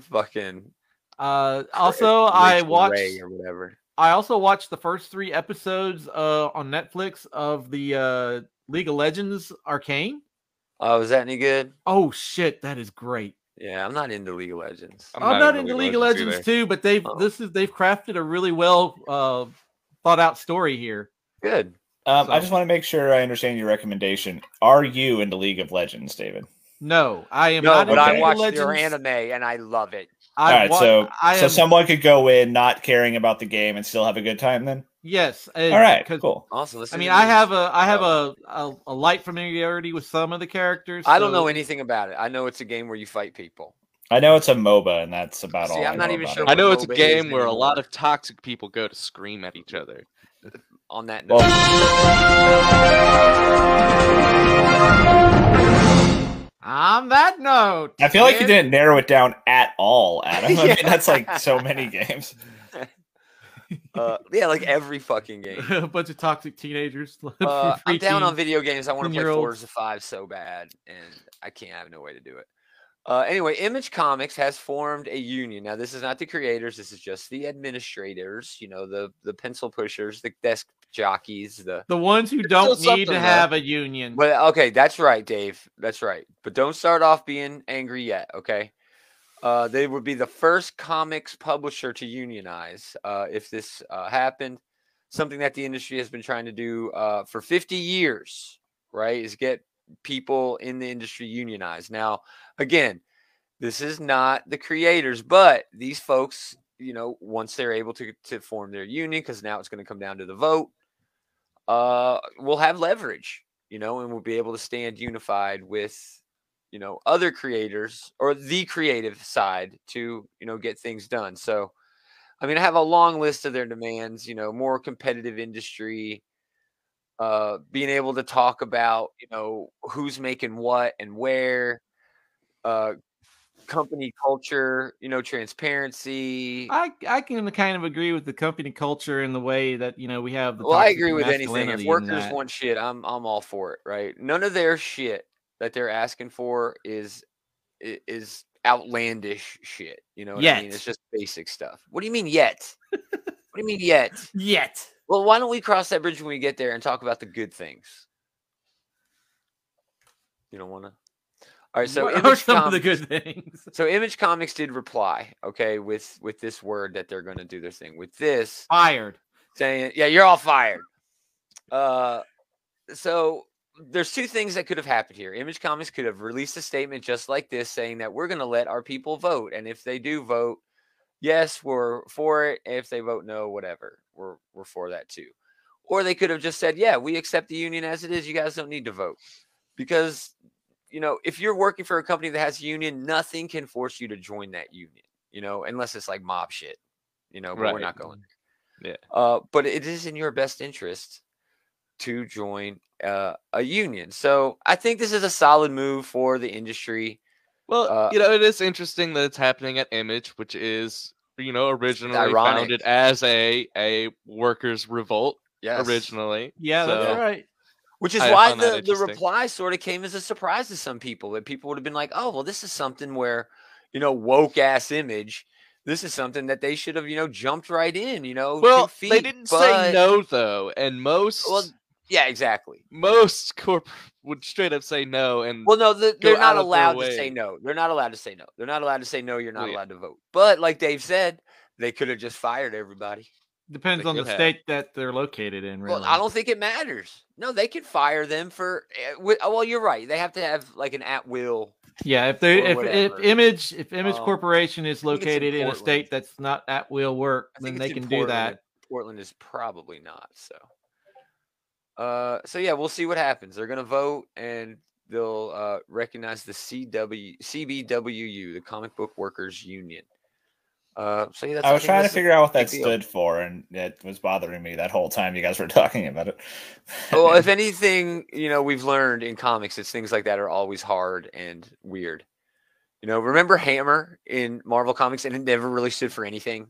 [SPEAKER 1] Fucking
[SPEAKER 2] Uh,
[SPEAKER 1] cra-
[SPEAKER 2] also, I
[SPEAKER 1] Rachel
[SPEAKER 2] watched.
[SPEAKER 1] Ray or whatever.
[SPEAKER 2] I also watched the first three episodes uh, on Netflix of the uh, League of Legends Arcane.
[SPEAKER 1] Oh, is that any good?
[SPEAKER 2] Oh shit, that is great.
[SPEAKER 1] Yeah, I'm not into League of Legends.
[SPEAKER 5] I'm
[SPEAKER 2] I'm, not, into League of Legends,
[SPEAKER 5] either.
[SPEAKER 2] too, but they've
[SPEAKER 1] Oh.
[SPEAKER 2] this is they've crafted a really well uh, thought out story here.
[SPEAKER 1] Good.
[SPEAKER 3] Um, I
[SPEAKER 2] So-
[SPEAKER 3] just want to make sure I understand your recommendation. Are you into League of Legends, David?
[SPEAKER 2] No, I am
[SPEAKER 1] No,
[SPEAKER 2] not
[SPEAKER 1] but
[SPEAKER 2] into
[SPEAKER 1] I
[SPEAKER 2] League of
[SPEAKER 1] watched
[SPEAKER 2] Legends.
[SPEAKER 1] your anime and I love it.
[SPEAKER 2] I
[SPEAKER 3] All right,
[SPEAKER 2] wa-
[SPEAKER 3] so
[SPEAKER 2] I
[SPEAKER 3] so
[SPEAKER 2] am-
[SPEAKER 3] someone could go in not caring about the game and still have a good time. Then
[SPEAKER 2] yes,
[SPEAKER 3] all right,
[SPEAKER 2] because
[SPEAKER 3] cool.
[SPEAKER 1] Awesome. let's
[SPEAKER 2] I
[SPEAKER 1] do
[SPEAKER 2] mean,
[SPEAKER 1] the
[SPEAKER 2] I
[SPEAKER 1] news.
[SPEAKER 2] have a I have a, a a light familiarity with some of the characters.
[SPEAKER 1] I don't
[SPEAKER 2] so-
[SPEAKER 1] know anything about it. I know it's a game where you fight people.
[SPEAKER 3] I know it's a MOBA, and that's about
[SPEAKER 1] See,
[SPEAKER 3] all.
[SPEAKER 1] I'm
[SPEAKER 3] I
[SPEAKER 1] not
[SPEAKER 3] know
[SPEAKER 1] even
[SPEAKER 3] about
[SPEAKER 1] sure
[SPEAKER 3] it.
[SPEAKER 5] I know it's a
[SPEAKER 1] Mobile is
[SPEAKER 5] game where a lot
[SPEAKER 1] anymore.
[SPEAKER 5] of toxic people go to scream at each other.
[SPEAKER 1] On that note,
[SPEAKER 3] Well-
[SPEAKER 2] On that note,
[SPEAKER 3] I feel like you
[SPEAKER 2] man,
[SPEAKER 3] didn't narrow it down at all, Adam. I mean,
[SPEAKER 1] Yeah.
[SPEAKER 3] that's like so many games.
[SPEAKER 1] uh, yeah, like every fucking game.
[SPEAKER 2] a bunch of toxic teenagers.
[SPEAKER 1] Uh, I'm down on
[SPEAKER 2] freaking-
[SPEAKER 1] video games. I want to play
[SPEAKER 2] 10-year-olds.
[SPEAKER 1] Forza 5 so bad, and I can't I have no way to do it. Uh, anyway, Image Comics has formed a union. Now, this is not the creators. This is just the administrators. You know, the the pencil pushers, the desk jockeys, the.
[SPEAKER 2] the ones who
[SPEAKER 5] It's
[SPEAKER 2] don't
[SPEAKER 5] still
[SPEAKER 2] need to
[SPEAKER 5] something, though.
[SPEAKER 2] have a union.
[SPEAKER 1] Well, okay, that's right, Dave. That's right. But don't start off being angry yet, okay? Uh, they would be the first comics publisher to unionize uh, if this uh, happened. Something that the industry has been trying to do uh, for 50 years, right? Is get people in the industry unionized. Now, again, this is not the creators, but these folks, you know, once they're able to, to form their union, because now it's going to come down to the vote, uh, we'll have leverage, you know, and we'll be able to stand unified with, you know, other creators or the creative side to, you know, get things done. So, I mean, I have a long list of their demands, you know, more competitive industry, uh, being able to talk about, you know, who's making what and where, uh, company culture, you know, transparency.
[SPEAKER 2] I I can kind of agree with the company culture and the way that you know we have. The
[SPEAKER 1] well, I
[SPEAKER 2] toxic
[SPEAKER 1] agree with anything.
[SPEAKER 2] masculinity
[SPEAKER 1] If
[SPEAKER 2] in
[SPEAKER 1] workers
[SPEAKER 2] that.
[SPEAKER 1] want shit, I'm I'm all for it, right? None of their shit that they're asking for is i- is outlandish shit. You know what I mean?
[SPEAKER 2] Yet.
[SPEAKER 1] It's just basic stuff. What do you mean yet? what do you mean yet?
[SPEAKER 2] yet,
[SPEAKER 1] Well, why don't we cross that bridge when we get there and talk about the good things? You don't want to. All right, so
[SPEAKER 2] What are
[SPEAKER 1] Image
[SPEAKER 2] some of
[SPEAKER 1] Com-
[SPEAKER 2] the good things?
[SPEAKER 1] so Image Comics did reply, okay, with with this word that they're going to do their thing with this
[SPEAKER 2] Fired.
[SPEAKER 1] saying, "Yeah, you're all fired." Uh, so there's two things that could have happened here. Image Comics could have released a statement just like this, saying that we're going to let our people vote, and if they do vote yes, we're for it. If they vote no, whatever, we're we're for that too. Or they could have just said, "Yeah, we accept the union as it is. You guys don't need to vote," because you know if you're working for a company that has a union, nothing can force you to join that union. You know, unless it's like mob shit. You know, but we're
[SPEAKER 5] Right.
[SPEAKER 1] not going.
[SPEAKER 5] Yeah.
[SPEAKER 1] Uh, but it is in your best interest to join uh, a union. So I think this is a solid move for the industry.
[SPEAKER 5] Well,
[SPEAKER 1] Uh,
[SPEAKER 5] you know, it is interesting that it's happening at Image, which is, you know, originally
[SPEAKER 1] ironic.
[SPEAKER 5] founded as a a workers' revolt originally.
[SPEAKER 2] Yeah,
[SPEAKER 5] So-
[SPEAKER 2] that's right.
[SPEAKER 1] Which is
[SPEAKER 5] I
[SPEAKER 1] why
[SPEAKER 5] found that
[SPEAKER 1] the, the
[SPEAKER 5] interesting.
[SPEAKER 1] reply sort of came as a surprise to some people that people would have been like, oh, well, this is something where, you know, woke ass image. This is something that they should have, you know, jumped right in, you know. two
[SPEAKER 5] Well, they
[SPEAKER 1] feet,
[SPEAKER 5] didn't
[SPEAKER 1] but-
[SPEAKER 5] say no though, and most
[SPEAKER 1] Well, yeah, exactly.
[SPEAKER 5] most corp would straight up say no, and
[SPEAKER 1] Well, no, the,
[SPEAKER 5] Mm. go
[SPEAKER 1] they're
[SPEAKER 5] out
[SPEAKER 1] not
[SPEAKER 5] of their
[SPEAKER 1] allowed to
[SPEAKER 5] way.
[SPEAKER 1] say no. They're not allowed to say no. They're not allowed to say no. You're not
[SPEAKER 5] Well, yeah.
[SPEAKER 1] allowed to vote. But like Dave said, they could have just fired everybody.
[SPEAKER 2] Depends
[SPEAKER 5] They
[SPEAKER 2] on the
[SPEAKER 5] could have.
[SPEAKER 2] state that they're located in. Really,
[SPEAKER 1] Well, I don't think it matters. No, they can fire them for. eh, wi- oh, Well, you're right. They have to have like an at will.
[SPEAKER 2] Yeah, if they
[SPEAKER 1] or
[SPEAKER 2] if,
[SPEAKER 1] whatever.
[SPEAKER 2] if image if image
[SPEAKER 1] Um,
[SPEAKER 2] corporation
[SPEAKER 1] think
[SPEAKER 2] is
[SPEAKER 1] it's in
[SPEAKER 2] located in a
[SPEAKER 1] Portland.
[SPEAKER 2] state that's not at will work,
[SPEAKER 1] I
[SPEAKER 2] then
[SPEAKER 1] think
[SPEAKER 2] they
[SPEAKER 1] it's in
[SPEAKER 2] can do
[SPEAKER 1] Portland,
[SPEAKER 2] that.
[SPEAKER 1] and Portland is probably not. So, Uh, so yeah, we'll see what happens. They're gonna vote, and they'll uh, recognize the CW CBWU, the Comic Book Workers Union. Uh, so yeah, that's
[SPEAKER 3] I was
[SPEAKER 1] think
[SPEAKER 3] trying to
[SPEAKER 1] that's a
[SPEAKER 3] figure out what that
[SPEAKER 1] big deal.
[SPEAKER 3] stood for, and it was bothering me that whole time you guys were talking about it.
[SPEAKER 1] Well, if anything, you know, we've learned in comics, it's things like that are always hard and weird. You know, remember Hammer in Marvel comics, and it never really stood for anything.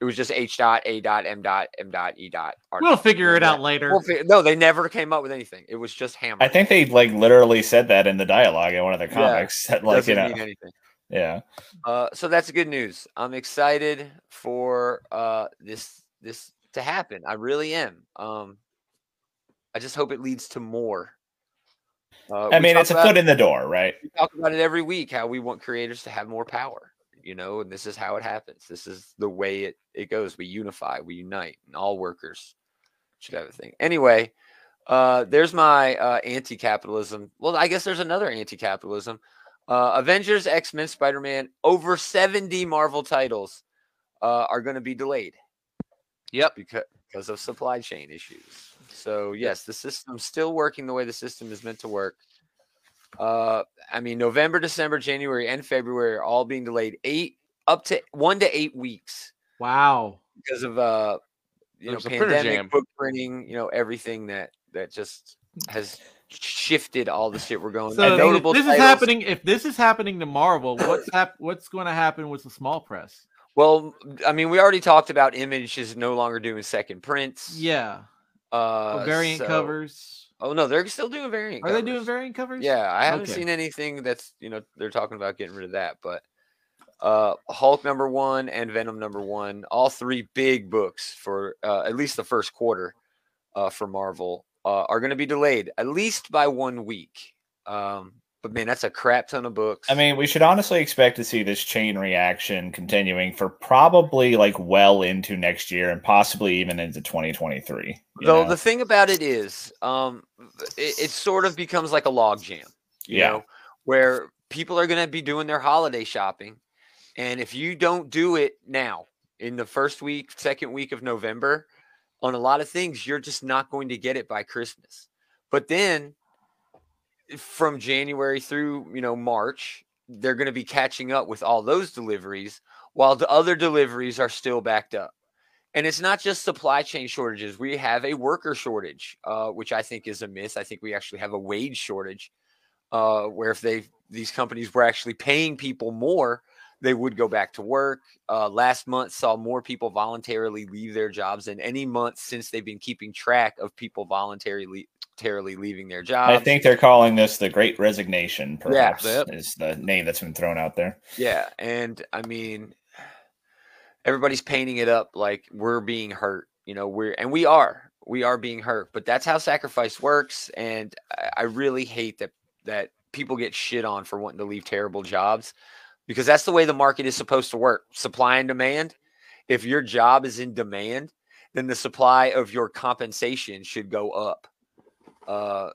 [SPEAKER 1] It was just H dot A dot M dot M dot E dot. R
[SPEAKER 2] We'll
[SPEAKER 1] dot.
[SPEAKER 2] figure it
[SPEAKER 1] Yeah.
[SPEAKER 2] out later.
[SPEAKER 1] We'll fi- no, they never came up with anything. It was just Hammer.
[SPEAKER 3] I think they like literally said that in the dialogue in one of their
[SPEAKER 1] Yeah,
[SPEAKER 3] comics. that,
[SPEAKER 1] It
[SPEAKER 3] like you
[SPEAKER 1] doesn't
[SPEAKER 3] know,
[SPEAKER 1] mean anything.
[SPEAKER 3] yeah.
[SPEAKER 1] Uh, so that's good news. I'm excited for uh, this this to happen. I really am. Um, I just hope it leads to more. Uh,
[SPEAKER 3] I
[SPEAKER 1] we
[SPEAKER 3] mean,
[SPEAKER 1] talk
[SPEAKER 3] it's a
[SPEAKER 1] about-
[SPEAKER 3] foot in the door, right?
[SPEAKER 1] we talk about it every week how we want creators to have more power you know and this is how it happens this is the way it, it goes we unify we unite and all workers should have a thing anyway uh there's my uh anti-capitalism well i guess there's another anti-capitalism uh avengers x-men spider-man over 70 marvel titles uh are going to be delayed
[SPEAKER 5] Yep.
[SPEAKER 1] because because of supply chain issues so yes the system's still working the way the system is meant to work uh I mean, November, December, January, and February are all being delayed eight up to one to eight weeks
[SPEAKER 2] Wow.
[SPEAKER 1] because of uh, you know,
[SPEAKER 5] There's a printer jam.
[SPEAKER 1] pandemic, book printing, you know, everything that that just has shifted all the shit we're going.
[SPEAKER 2] So
[SPEAKER 1] and
[SPEAKER 2] if
[SPEAKER 1] notable
[SPEAKER 2] this is
[SPEAKER 1] titles-
[SPEAKER 2] happening. If this is happening to Marvel, what's hap- what's going to happen with the small press?
[SPEAKER 1] Well, I mean, we already talked about Image is no longer doing second prints.
[SPEAKER 2] Yeah,
[SPEAKER 1] uh,
[SPEAKER 2] variant
[SPEAKER 1] so-
[SPEAKER 2] covers.
[SPEAKER 1] Oh no, they're still doing variant.
[SPEAKER 2] Are they doing
[SPEAKER 1] covers.
[SPEAKER 2] variant covers?
[SPEAKER 1] Yeah, I haven't
[SPEAKER 2] Okay.
[SPEAKER 1] seen anything that's you know they're talking about getting rid of that, but uh Hulk number one and Venom number one, all three big books for uh, at least the first quarter uh, for Marvel uh, are going to be delayed at least by one week. Um, but man, that's a crap ton of books.
[SPEAKER 3] I mean, we should honestly expect to see this chain reaction continuing for probably like well into next year and possibly even into 2023. you
[SPEAKER 1] though
[SPEAKER 3] know?
[SPEAKER 1] the thing about it is, um, it, it sort of becomes like a log jam. you
[SPEAKER 3] yeah.
[SPEAKER 1] know, where people are going to be doing their holiday shopping. And if you don't do it now in the first week, second week of November, on a lot of things, you're just not going to get it by Christmas. But then from January through, you know, March, they're going to be catching up with all those deliveries while the other deliveries are still backed up. And it's not just supply chain shortages. We have a worker shortage, uh, which I think is a myth. I think we actually have a wage shortage uh, where if they these companies were actually paying people more, they would go back to work. Uh, last month saw more people voluntarily leave their jobs than any month since they've been keeping track of people voluntarily voluntarily leaving their jobs.
[SPEAKER 3] I think they're calling this the Great Resignation,
[SPEAKER 1] um, Yeah.
[SPEAKER 3] perhaps, is the name that's been thrown out there.
[SPEAKER 1] Yeah, and I mean, everybody's painting it up like we're being hurt. You know, we're and we are, we are being hurt. But that's how sacrifice works. And I, I really hate that that people get shit on for wanting to leave terrible jobs because that's the way the market is supposed to work: supply and demand. If your job is in demand, then the supply of your compensation should go up. Uh,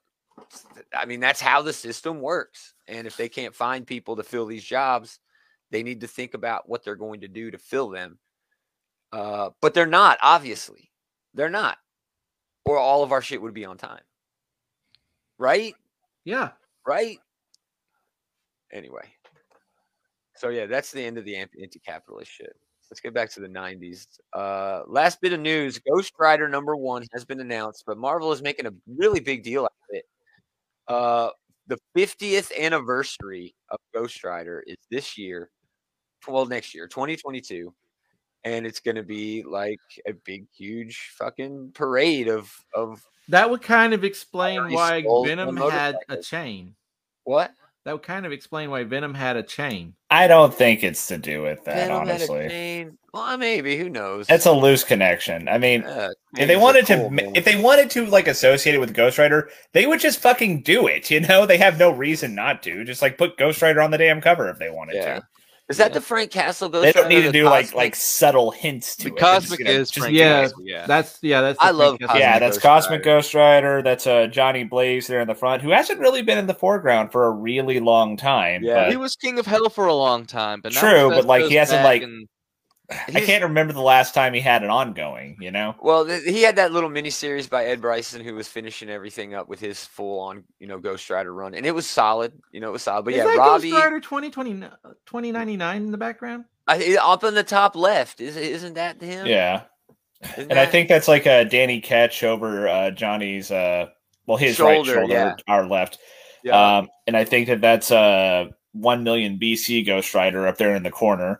[SPEAKER 1] s- th- I mean, that's how the system works. And if they can't find people to fill these jobs, they need to think about what they're going to do to fill them. Uh, but they're not, obviously. They're not. Or all of our shit would be on time. Right?
[SPEAKER 2] yeah.
[SPEAKER 1] Right? Anyway. So, yeah, that's the end of the anti capitalist shit. Let's get back to the 90s. Uh, last bit of news Ghost Rider number one has been announced, but Marvel is making a really big deal out of it. Uh, the 50th anniversary of Ghost Rider is this year, well, next year, 2022. And it's going to be like a big, huge fucking parade of, of
[SPEAKER 2] That would kind of explain
[SPEAKER 1] Already
[SPEAKER 2] why
[SPEAKER 1] sold the
[SPEAKER 2] Venom had a
[SPEAKER 1] motorcycles.
[SPEAKER 2] chain.
[SPEAKER 1] what?
[SPEAKER 2] That would kind of explain why Venom had a chain.
[SPEAKER 3] I don't think it's to do with that,
[SPEAKER 1] Venom had a
[SPEAKER 3] honestly.
[SPEAKER 1] chain. Well, maybe. Who knows?
[SPEAKER 3] It's a loose connection. I mean,
[SPEAKER 1] Yeah,
[SPEAKER 3] if they
[SPEAKER 1] chains Uh, are
[SPEAKER 3] wanted to,
[SPEAKER 1] cool,
[SPEAKER 3] ma-
[SPEAKER 1] man.
[SPEAKER 3] if they wanted to, like associate it with Ghost Rider, they would just fucking do it. You know, they have no reason not to. Just like put Ghost Rider on the damn cover if they wanted
[SPEAKER 1] Yeah.
[SPEAKER 3] to.
[SPEAKER 1] Is that the Frank Castle Ghost?
[SPEAKER 3] They don't
[SPEAKER 1] Rider,
[SPEAKER 3] need to
[SPEAKER 1] the
[SPEAKER 3] do like
[SPEAKER 1] cosmic-
[SPEAKER 3] like subtle hints to
[SPEAKER 5] The
[SPEAKER 3] it. They're just
[SPEAKER 5] cosmic
[SPEAKER 3] gonna-
[SPEAKER 5] is
[SPEAKER 2] just-
[SPEAKER 5] Frank
[SPEAKER 2] yeah.
[SPEAKER 5] Castle, yeah.
[SPEAKER 2] That's yeah. That's.
[SPEAKER 1] I
[SPEAKER 2] the
[SPEAKER 1] love
[SPEAKER 2] Frank Castle.
[SPEAKER 1] Cosmic
[SPEAKER 3] yeah, that's
[SPEAKER 1] Ghost
[SPEAKER 3] Cosmic
[SPEAKER 1] Rider.
[SPEAKER 3] Ghost Rider. That's uh, Johnny Blaze there in the front, who hasn't really been in the foreground for a really long time.
[SPEAKER 1] Yeah.
[SPEAKER 3] but-
[SPEAKER 5] He was king of hell for a long time, but now
[SPEAKER 3] True,
[SPEAKER 5] Bethesda
[SPEAKER 3] but, like, he
[SPEAKER 5] goes
[SPEAKER 3] hasn't,
[SPEAKER 5] back
[SPEAKER 3] like-
[SPEAKER 5] and
[SPEAKER 3] I can't remember the last time he had an ongoing. You know,
[SPEAKER 1] Well, th- he had that little mini series by Ed Bryson, who was finishing everything up with his full on, you know, Ghost Rider run, and it was solid. You know, it was solid. But
[SPEAKER 2] Is
[SPEAKER 1] yeah,
[SPEAKER 2] that
[SPEAKER 1] Robbie,
[SPEAKER 2] Ghost Rider 20, 2099 in the background?
[SPEAKER 1] I, up in the top left, is, isn't that him?
[SPEAKER 3] yeah.
[SPEAKER 1] Isn't
[SPEAKER 3] And I
[SPEAKER 1] that-
[SPEAKER 3] think that's like a Danny catch over uh, Johnny's, uh, well, his right
[SPEAKER 1] Shoulder,
[SPEAKER 3] shoulder,
[SPEAKER 1] yeah.
[SPEAKER 3] our left.
[SPEAKER 1] yeah.
[SPEAKER 3] Um, and I think that that's uh, 1 million BC Ghost Rider up there in the corner.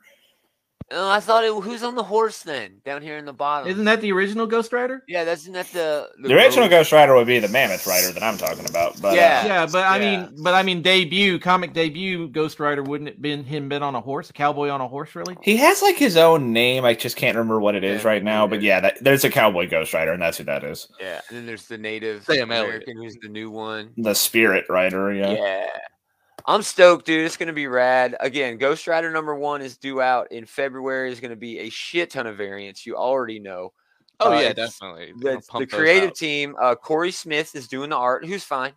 [SPEAKER 1] Oh, I thought it. Who's on the horse then? Down here in the bottom.
[SPEAKER 2] Isn't that the original Ghost Rider?
[SPEAKER 1] yeah, that's isn't that the
[SPEAKER 3] The original Ghost Rider would be the Mammoth Rider that I'm talking about. But uh,
[SPEAKER 1] Yeah.
[SPEAKER 2] Yeah, but I
[SPEAKER 1] Yeah.
[SPEAKER 2] mean, but I mean, debut comic debut Ghost Rider wouldn't it been him been on a horse, a cowboy on a horse, really?
[SPEAKER 3] uh, he has like his own name. I just can't remember what it is
[SPEAKER 1] Yeah,
[SPEAKER 3] right now.
[SPEAKER 1] yeah.
[SPEAKER 3] But yeah, that, there's a Cowboy Ghost Rider, and that's who that is.
[SPEAKER 1] Yeah, and then there's the native
[SPEAKER 5] Sam Elliott.
[SPEAKER 1] American, who's the new one.
[SPEAKER 3] The Spirit Rider. Yeah.
[SPEAKER 1] Yeah. I'm stoked, dude. It's gonna be rad. Again, Ghost Rider number one is due out in February. Is gonna be a shit ton of variants. You already know.
[SPEAKER 5] Oh
[SPEAKER 1] Uh,
[SPEAKER 5] yeah,
[SPEAKER 1] it's-
[SPEAKER 5] definitely. They're
[SPEAKER 1] The,
[SPEAKER 5] gonna
[SPEAKER 1] the
[SPEAKER 5] pump those
[SPEAKER 1] creative
[SPEAKER 5] out.
[SPEAKER 1] team, uh, Corey Smith is doing the art, who's fine.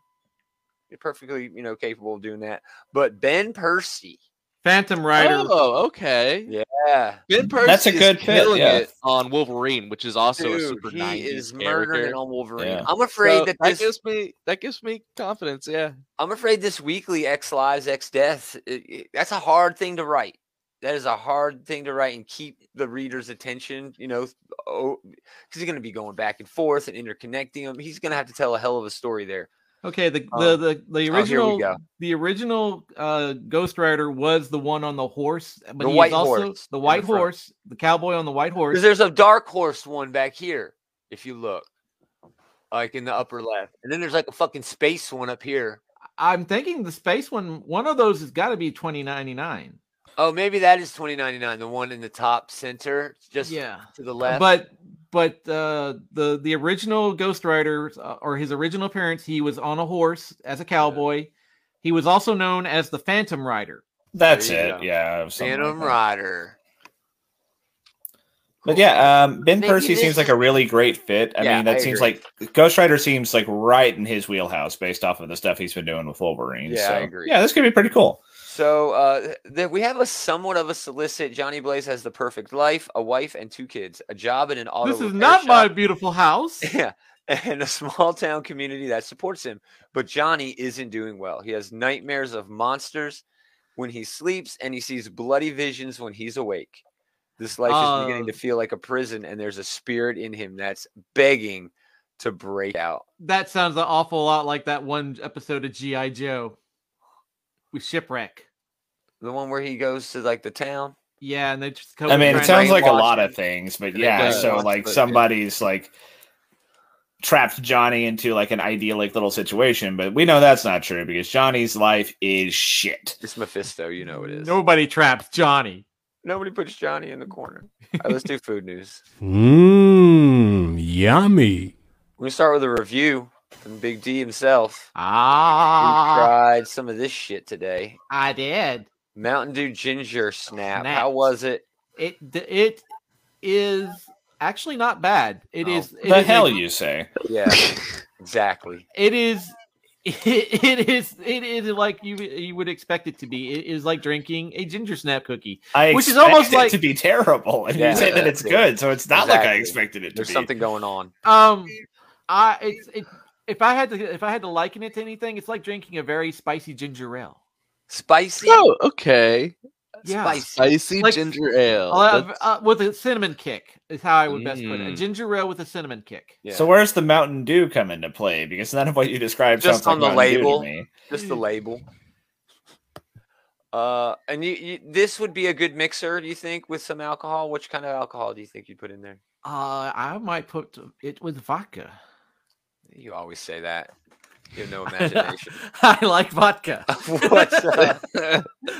[SPEAKER 1] You're perfectly, you know, capable of doing that. But Ben Percy,
[SPEAKER 2] Phantom Rider.
[SPEAKER 5] Oh, okay.
[SPEAKER 1] yeah,
[SPEAKER 5] Ben Percy
[SPEAKER 3] That's a good
[SPEAKER 5] is
[SPEAKER 3] fit,
[SPEAKER 5] killing
[SPEAKER 3] yeah.
[SPEAKER 5] it on Wolverine, which is also a
[SPEAKER 1] dude,
[SPEAKER 5] super
[SPEAKER 1] he
[SPEAKER 5] 90s
[SPEAKER 1] is murdering
[SPEAKER 5] character.
[SPEAKER 1] it on Wolverine.
[SPEAKER 3] Yeah.
[SPEAKER 1] I'm afraid
[SPEAKER 5] So
[SPEAKER 1] that
[SPEAKER 5] that
[SPEAKER 1] this
[SPEAKER 5] gives me that gives me confidence. Yeah,
[SPEAKER 1] I'm afraid this weekly X Lives X Death. i- i- that's a hard thing to write. That is a hard thing to write and keep the reader's attention. You know, because he's going to be going back and forth and interconnecting them. He's going to have to tell a hell of a story there.
[SPEAKER 2] Okay, the the
[SPEAKER 1] Um,
[SPEAKER 2] the, the
[SPEAKER 1] oh, here we
[SPEAKER 2] original
[SPEAKER 1] go.
[SPEAKER 2] the original uh, Ghost Rider was the one on the horse, but
[SPEAKER 1] The
[SPEAKER 2] he
[SPEAKER 1] white
[SPEAKER 2] was also
[SPEAKER 1] horse
[SPEAKER 2] the
[SPEAKER 1] in the
[SPEAKER 2] white
[SPEAKER 1] front.
[SPEAKER 2] horse, the cowboy on the white horse.
[SPEAKER 1] Because there's a dark horse one back here, if you look, like in the upper left, and then there's like a fucking space one up here.
[SPEAKER 2] I'm thinking the space one one of those has got to be 2099.
[SPEAKER 1] Oh, maybe that is 2099, the one in the top center, just
[SPEAKER 2] yeah.
[SPEAKER 1] to the left.
[SPEAKER 2] But but uh, the the original Ghost Rider uh, or his original appearance, he was on a horse as a cowboy. He was also known as the Phantom Rider.
[SPEAKER 3] That's
[SPEAKER 1] There you
[SPEAKER 3] it.
[SPEAKER 1] go.
[SPEAKER 3] Yeah. something like
[SPEAKER 1] Phantom
[SPEAKER 3] that.
[SPEAKER 1] Rider.
[SPEAKER 3] But yeah, um, Ben
[SPEAKER 1] Maybe
[SPEAKER 3] Percy
[SPEAKER 1] this
[SPEAKER 3] seems like a really great fit. I
[SPEAKER 1] Yeah,
[SPEAKER 3] mean, that
[SPEAKER 1] I
[SPEAKER 3] seems
[SPEAKER 1] agree.
[SPEAKER 3] like Ghost Rider seems like right in his wheelhouse based off of the stuff he's been doing with Wolverine.
[SPEAKER 1] Yeah, I
[SPEAKER 3] so,
[SPEAKER 1] agree.
[SPEAKER 3] Yeah, this could be pretty cool.
[SPEAKER 1] So uh, th- we have a somewhat of a solicit. Johnny Blaze has the perfect life, a wife and two kids, a job in an auto.
[SPEAKER 2] this is
[SPEAKER 1] repair
[SPEAKER 2] not my
[SPEAKER 1] shop-
[SPEAKER 2] beautiful house.
[SPEAKER 1] Yeah, and a small town community that supports him. But Johnny isn't doing well. He has nightmares of monsters when he sleeps, and he sees bloody visions when he's awake. This life is beginning to
[SPEAKER 2] Uh,
[SPEAKER 1] feel like a prison, and there's a spirit in him that's begging to break out.
[SPEAKER 2] That sounds an awful lot like that one episode of GI Joe with shipwreck.
[SPEAKER 1] The one where he goes to like the town.
[SPEAKER 2] Yeah, and they just come
[SPEAKER 3] I mean, it
[SPEAKER 1] Brain-
[SPEAKER 3] sounds like a lot
[SPEAKER 1] brainwashing.
[SPEAKER 3] of things, but
[SPEAKER 1] It
[SPEAKER 3] yeah,
[SPEAKER 5] does.
[SPEAKER 3] so like
[SPEAKER 1] But it-
[SPEAKER 3] somebody's like trapped Johnny into like an idyllic little situation, but we know that's not true because Johnny's life is shit.
[SPEAKER 1] It's Mephisto, you know it is.
[SPEAKER 2] Nobody traps Johnny.
[SPEAKER 1] Nobody puts Johnny in the corner. All right, let's do food news.
[SPEAKER 6] Mmm, yummy.
[SPEAKER 1] We're gonna start with a review from Big D himself. We
[SPEAKER 2] Ah,
[SPEAKER 1] tried some of this shit today.
[SPEAKER 2] I did.
[SPEAKER 1] Mountain Dew Ginger Snap. How
[SPEAKER 2] Snaps.
[SPEAKER 1] was it?
[SPEAKER 2] It d- it is actually not bad. It
[SPEAKER 1] Oh.
[SPEAKER 2] is it
[SPEAKER 3] the
[SPEAKER 2] is a-
[SPEAKER 3] hell you say?
[SPEAKER 1] Yeah, exactly.
[SPEAKER 2] it is it, it is it is like you you would expect it to be. It is like drinking a ginger snap cookie.
[SPEAKER 3] I
[SPEAKER 2] Which is almost
[SPEAKER 3] expect it
[SPEAKER 2] like-
[SPEAKER 3] to be terrible, and
[SPEAKER 1] Yeah,
[SPEAKER 3] you say that
[SPEAKER 1] that's
[SPEAKER 3] it's
[SPEAKER 1] it.
[SPEAKER 3] good, so it's not like I
[SPEAKER 1] Exactly.
[SPEAKER 3] expected it to
[SPEAKER 1] There's
[SPEAKER 3] be.
[SPEAKER 1] something going on.
[SPEAKER 2] Um, I it's it, if I had to if I had to liken it to anything, it's like drinking a very spicy ginger ale.
[SPEAKER 1] Spicy.
[SPEAKER 5] Oh, okay.
[SPEAKER 2] Yeah.
[SPEAKER 1] Spicy.
[SPEAKER 5] Spicy
[SPEAKER 2] Like-
[SPEAKER 5] ginger ale.
[SPEAKER 2] Uh,
[SPEAKER 5] That's-
[SPEAKER 2] uh, with a cinnamon kick is how I would best put it. A
[SPEAKER 5] Mm.
[SPEAKER 2] ginger ale with a cinnamon kick.
[SPEAKER 1] Yeah.
[SPEAKER 3] So where's the Mountain Dew come into play? Because none of what you described
[SPEAKER 1] Just
[SPEAKER 3] sounds like
[SPEAKER 1] on the
[SPEAKER 3] Mountain Dew to
[SPEAKER 1] label.
[SPEAKER 3] me.
[SPEAKER 1] just the label. Uh, and you, you, this would be a good mixer, do you think, with some alcohol? Which kind of alcohol do you think you'd put in there?
[SPEAKER 2] Uh, I might put it with vodka.
[SPEAKER 1] You always say that. You have no imagination.
[SPEAKER 2] I like vodka.
[SPEAKER 1] What's up?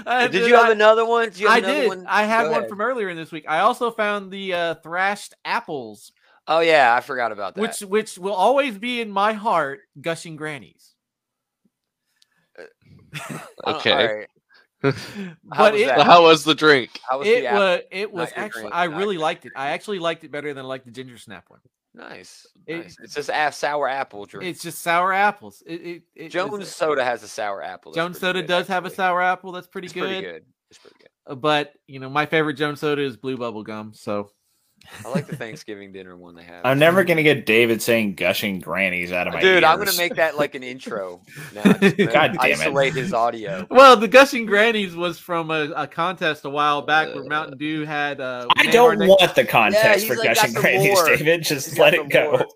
[SPEAKER 2] I
[SPEAKER 1] Did you have
[SPEAKER 2] I-
[SPEAKER 1] another one? Do you have
[SPEAKER 2] I
[SPEAKER 1] another
[SPEAKER 2] did.
[SPEAKER 1] one?
[SPEAKER 2] I had
[SPEAKER 1] Go
[SPEAKER 2] one
[SPEAKER 1] ahead.
[SPEAKER 2] from earlier in this week. I also found the uh, thrashed apples,
[SPEAKER 1] Oh yeah, I forgot about that.
[SPEAKER 2] which which will always be in my heart, gushing grannies.
[SPEAKER 1] Uh,
[SPEAKER 5] okay.
[SPEAKER 1] all right. How
[SPEAKER 2] But
[SPEAKER 1] was
[SPEAKER 2] it
[SPEAKER 5] So how was the drink?
[SPEAKER 1] How was
[SPEAKER 2] it
[SPEAKER 1] the apple?
[SPEAKER 2] was it was
[SPEAKER 1] Not your
[SPEAKER 2] actually
[SPEAKER 1] granny,
[SPEAKER 2] I
[SPEAKER 1] not
[SPEAKER 2] really
[SPEAKER 1] your
[SPEAKER 2] liked it. I actually liked it better than I liked the ginger snap one.
[SPEAKER 1] Nice.
[SPEAKER 2] It-
[SPEAKER 1] nice. It's just a sour apple drink.
[SPEAKER 2] It's just sour apples. It, it, it is-
[SPEAKER 1] Jones soda has a sour apple. that's
[SPEAKER 2] Jones
[SPEAKER 1] pretty
[SPEAKER 2] soda
[SPEAKER 1] good,
[SPEAKER 2] does have a
[SPEAKER 1] actually.
[SPEAKER 2] sour apple. That's pretty
[SPEAKER 1] It's
[SPEAKER 2] good.
[SPEAKER 1] pretty good. It's pretty good.
[SPEAKER 2] Uh, But you know, my favorite Jones soda is blue bubble gum. So
[SPEAKER 1] I like the Thanksgiving dinner one they have.
[SPEAKER 3] I'm never gonna get David saying gushing grannies out of my
[SPEAKER 1] Dude, I'm
[SPEAKER 3] ears.
[SPEAKER 1] gonna make that like an intro. Now. Just gonna
[SPEAKER 3] God damn it.
[SPEAKER 1] isolate his audio.
[SPEAKER 2] well, the gushing grannies was from a, a contest a while back where Mountain Dew had. Uh,
[SPEAKER 3] I
[SPEAKER 2] Nan
[SPEAKER 3] don't
[SPEAKER 2] Arnett-
[SPEAKER 3] want the
[SPEAKER 1] Yeah,
[SPEAKER 3] context
[SPEAKER 1] he's
[SPEAKER 3] for
[SPEAKER 1] like,
[SPEAKER 3] gushing
[SPEAKER 1] that's the
[SPEAKER 3] grannies,
[SPEAKER 1] lore.
[SPEAKER 3] David. Just
[SPEAKER 1] He's
[SPEAKER 3] let
[SPEAKER 1] got
[SPEAKER 3] it
[SPEAKER 1] the
[SPEAKER 3] go.
[SPEAKER 1] lore.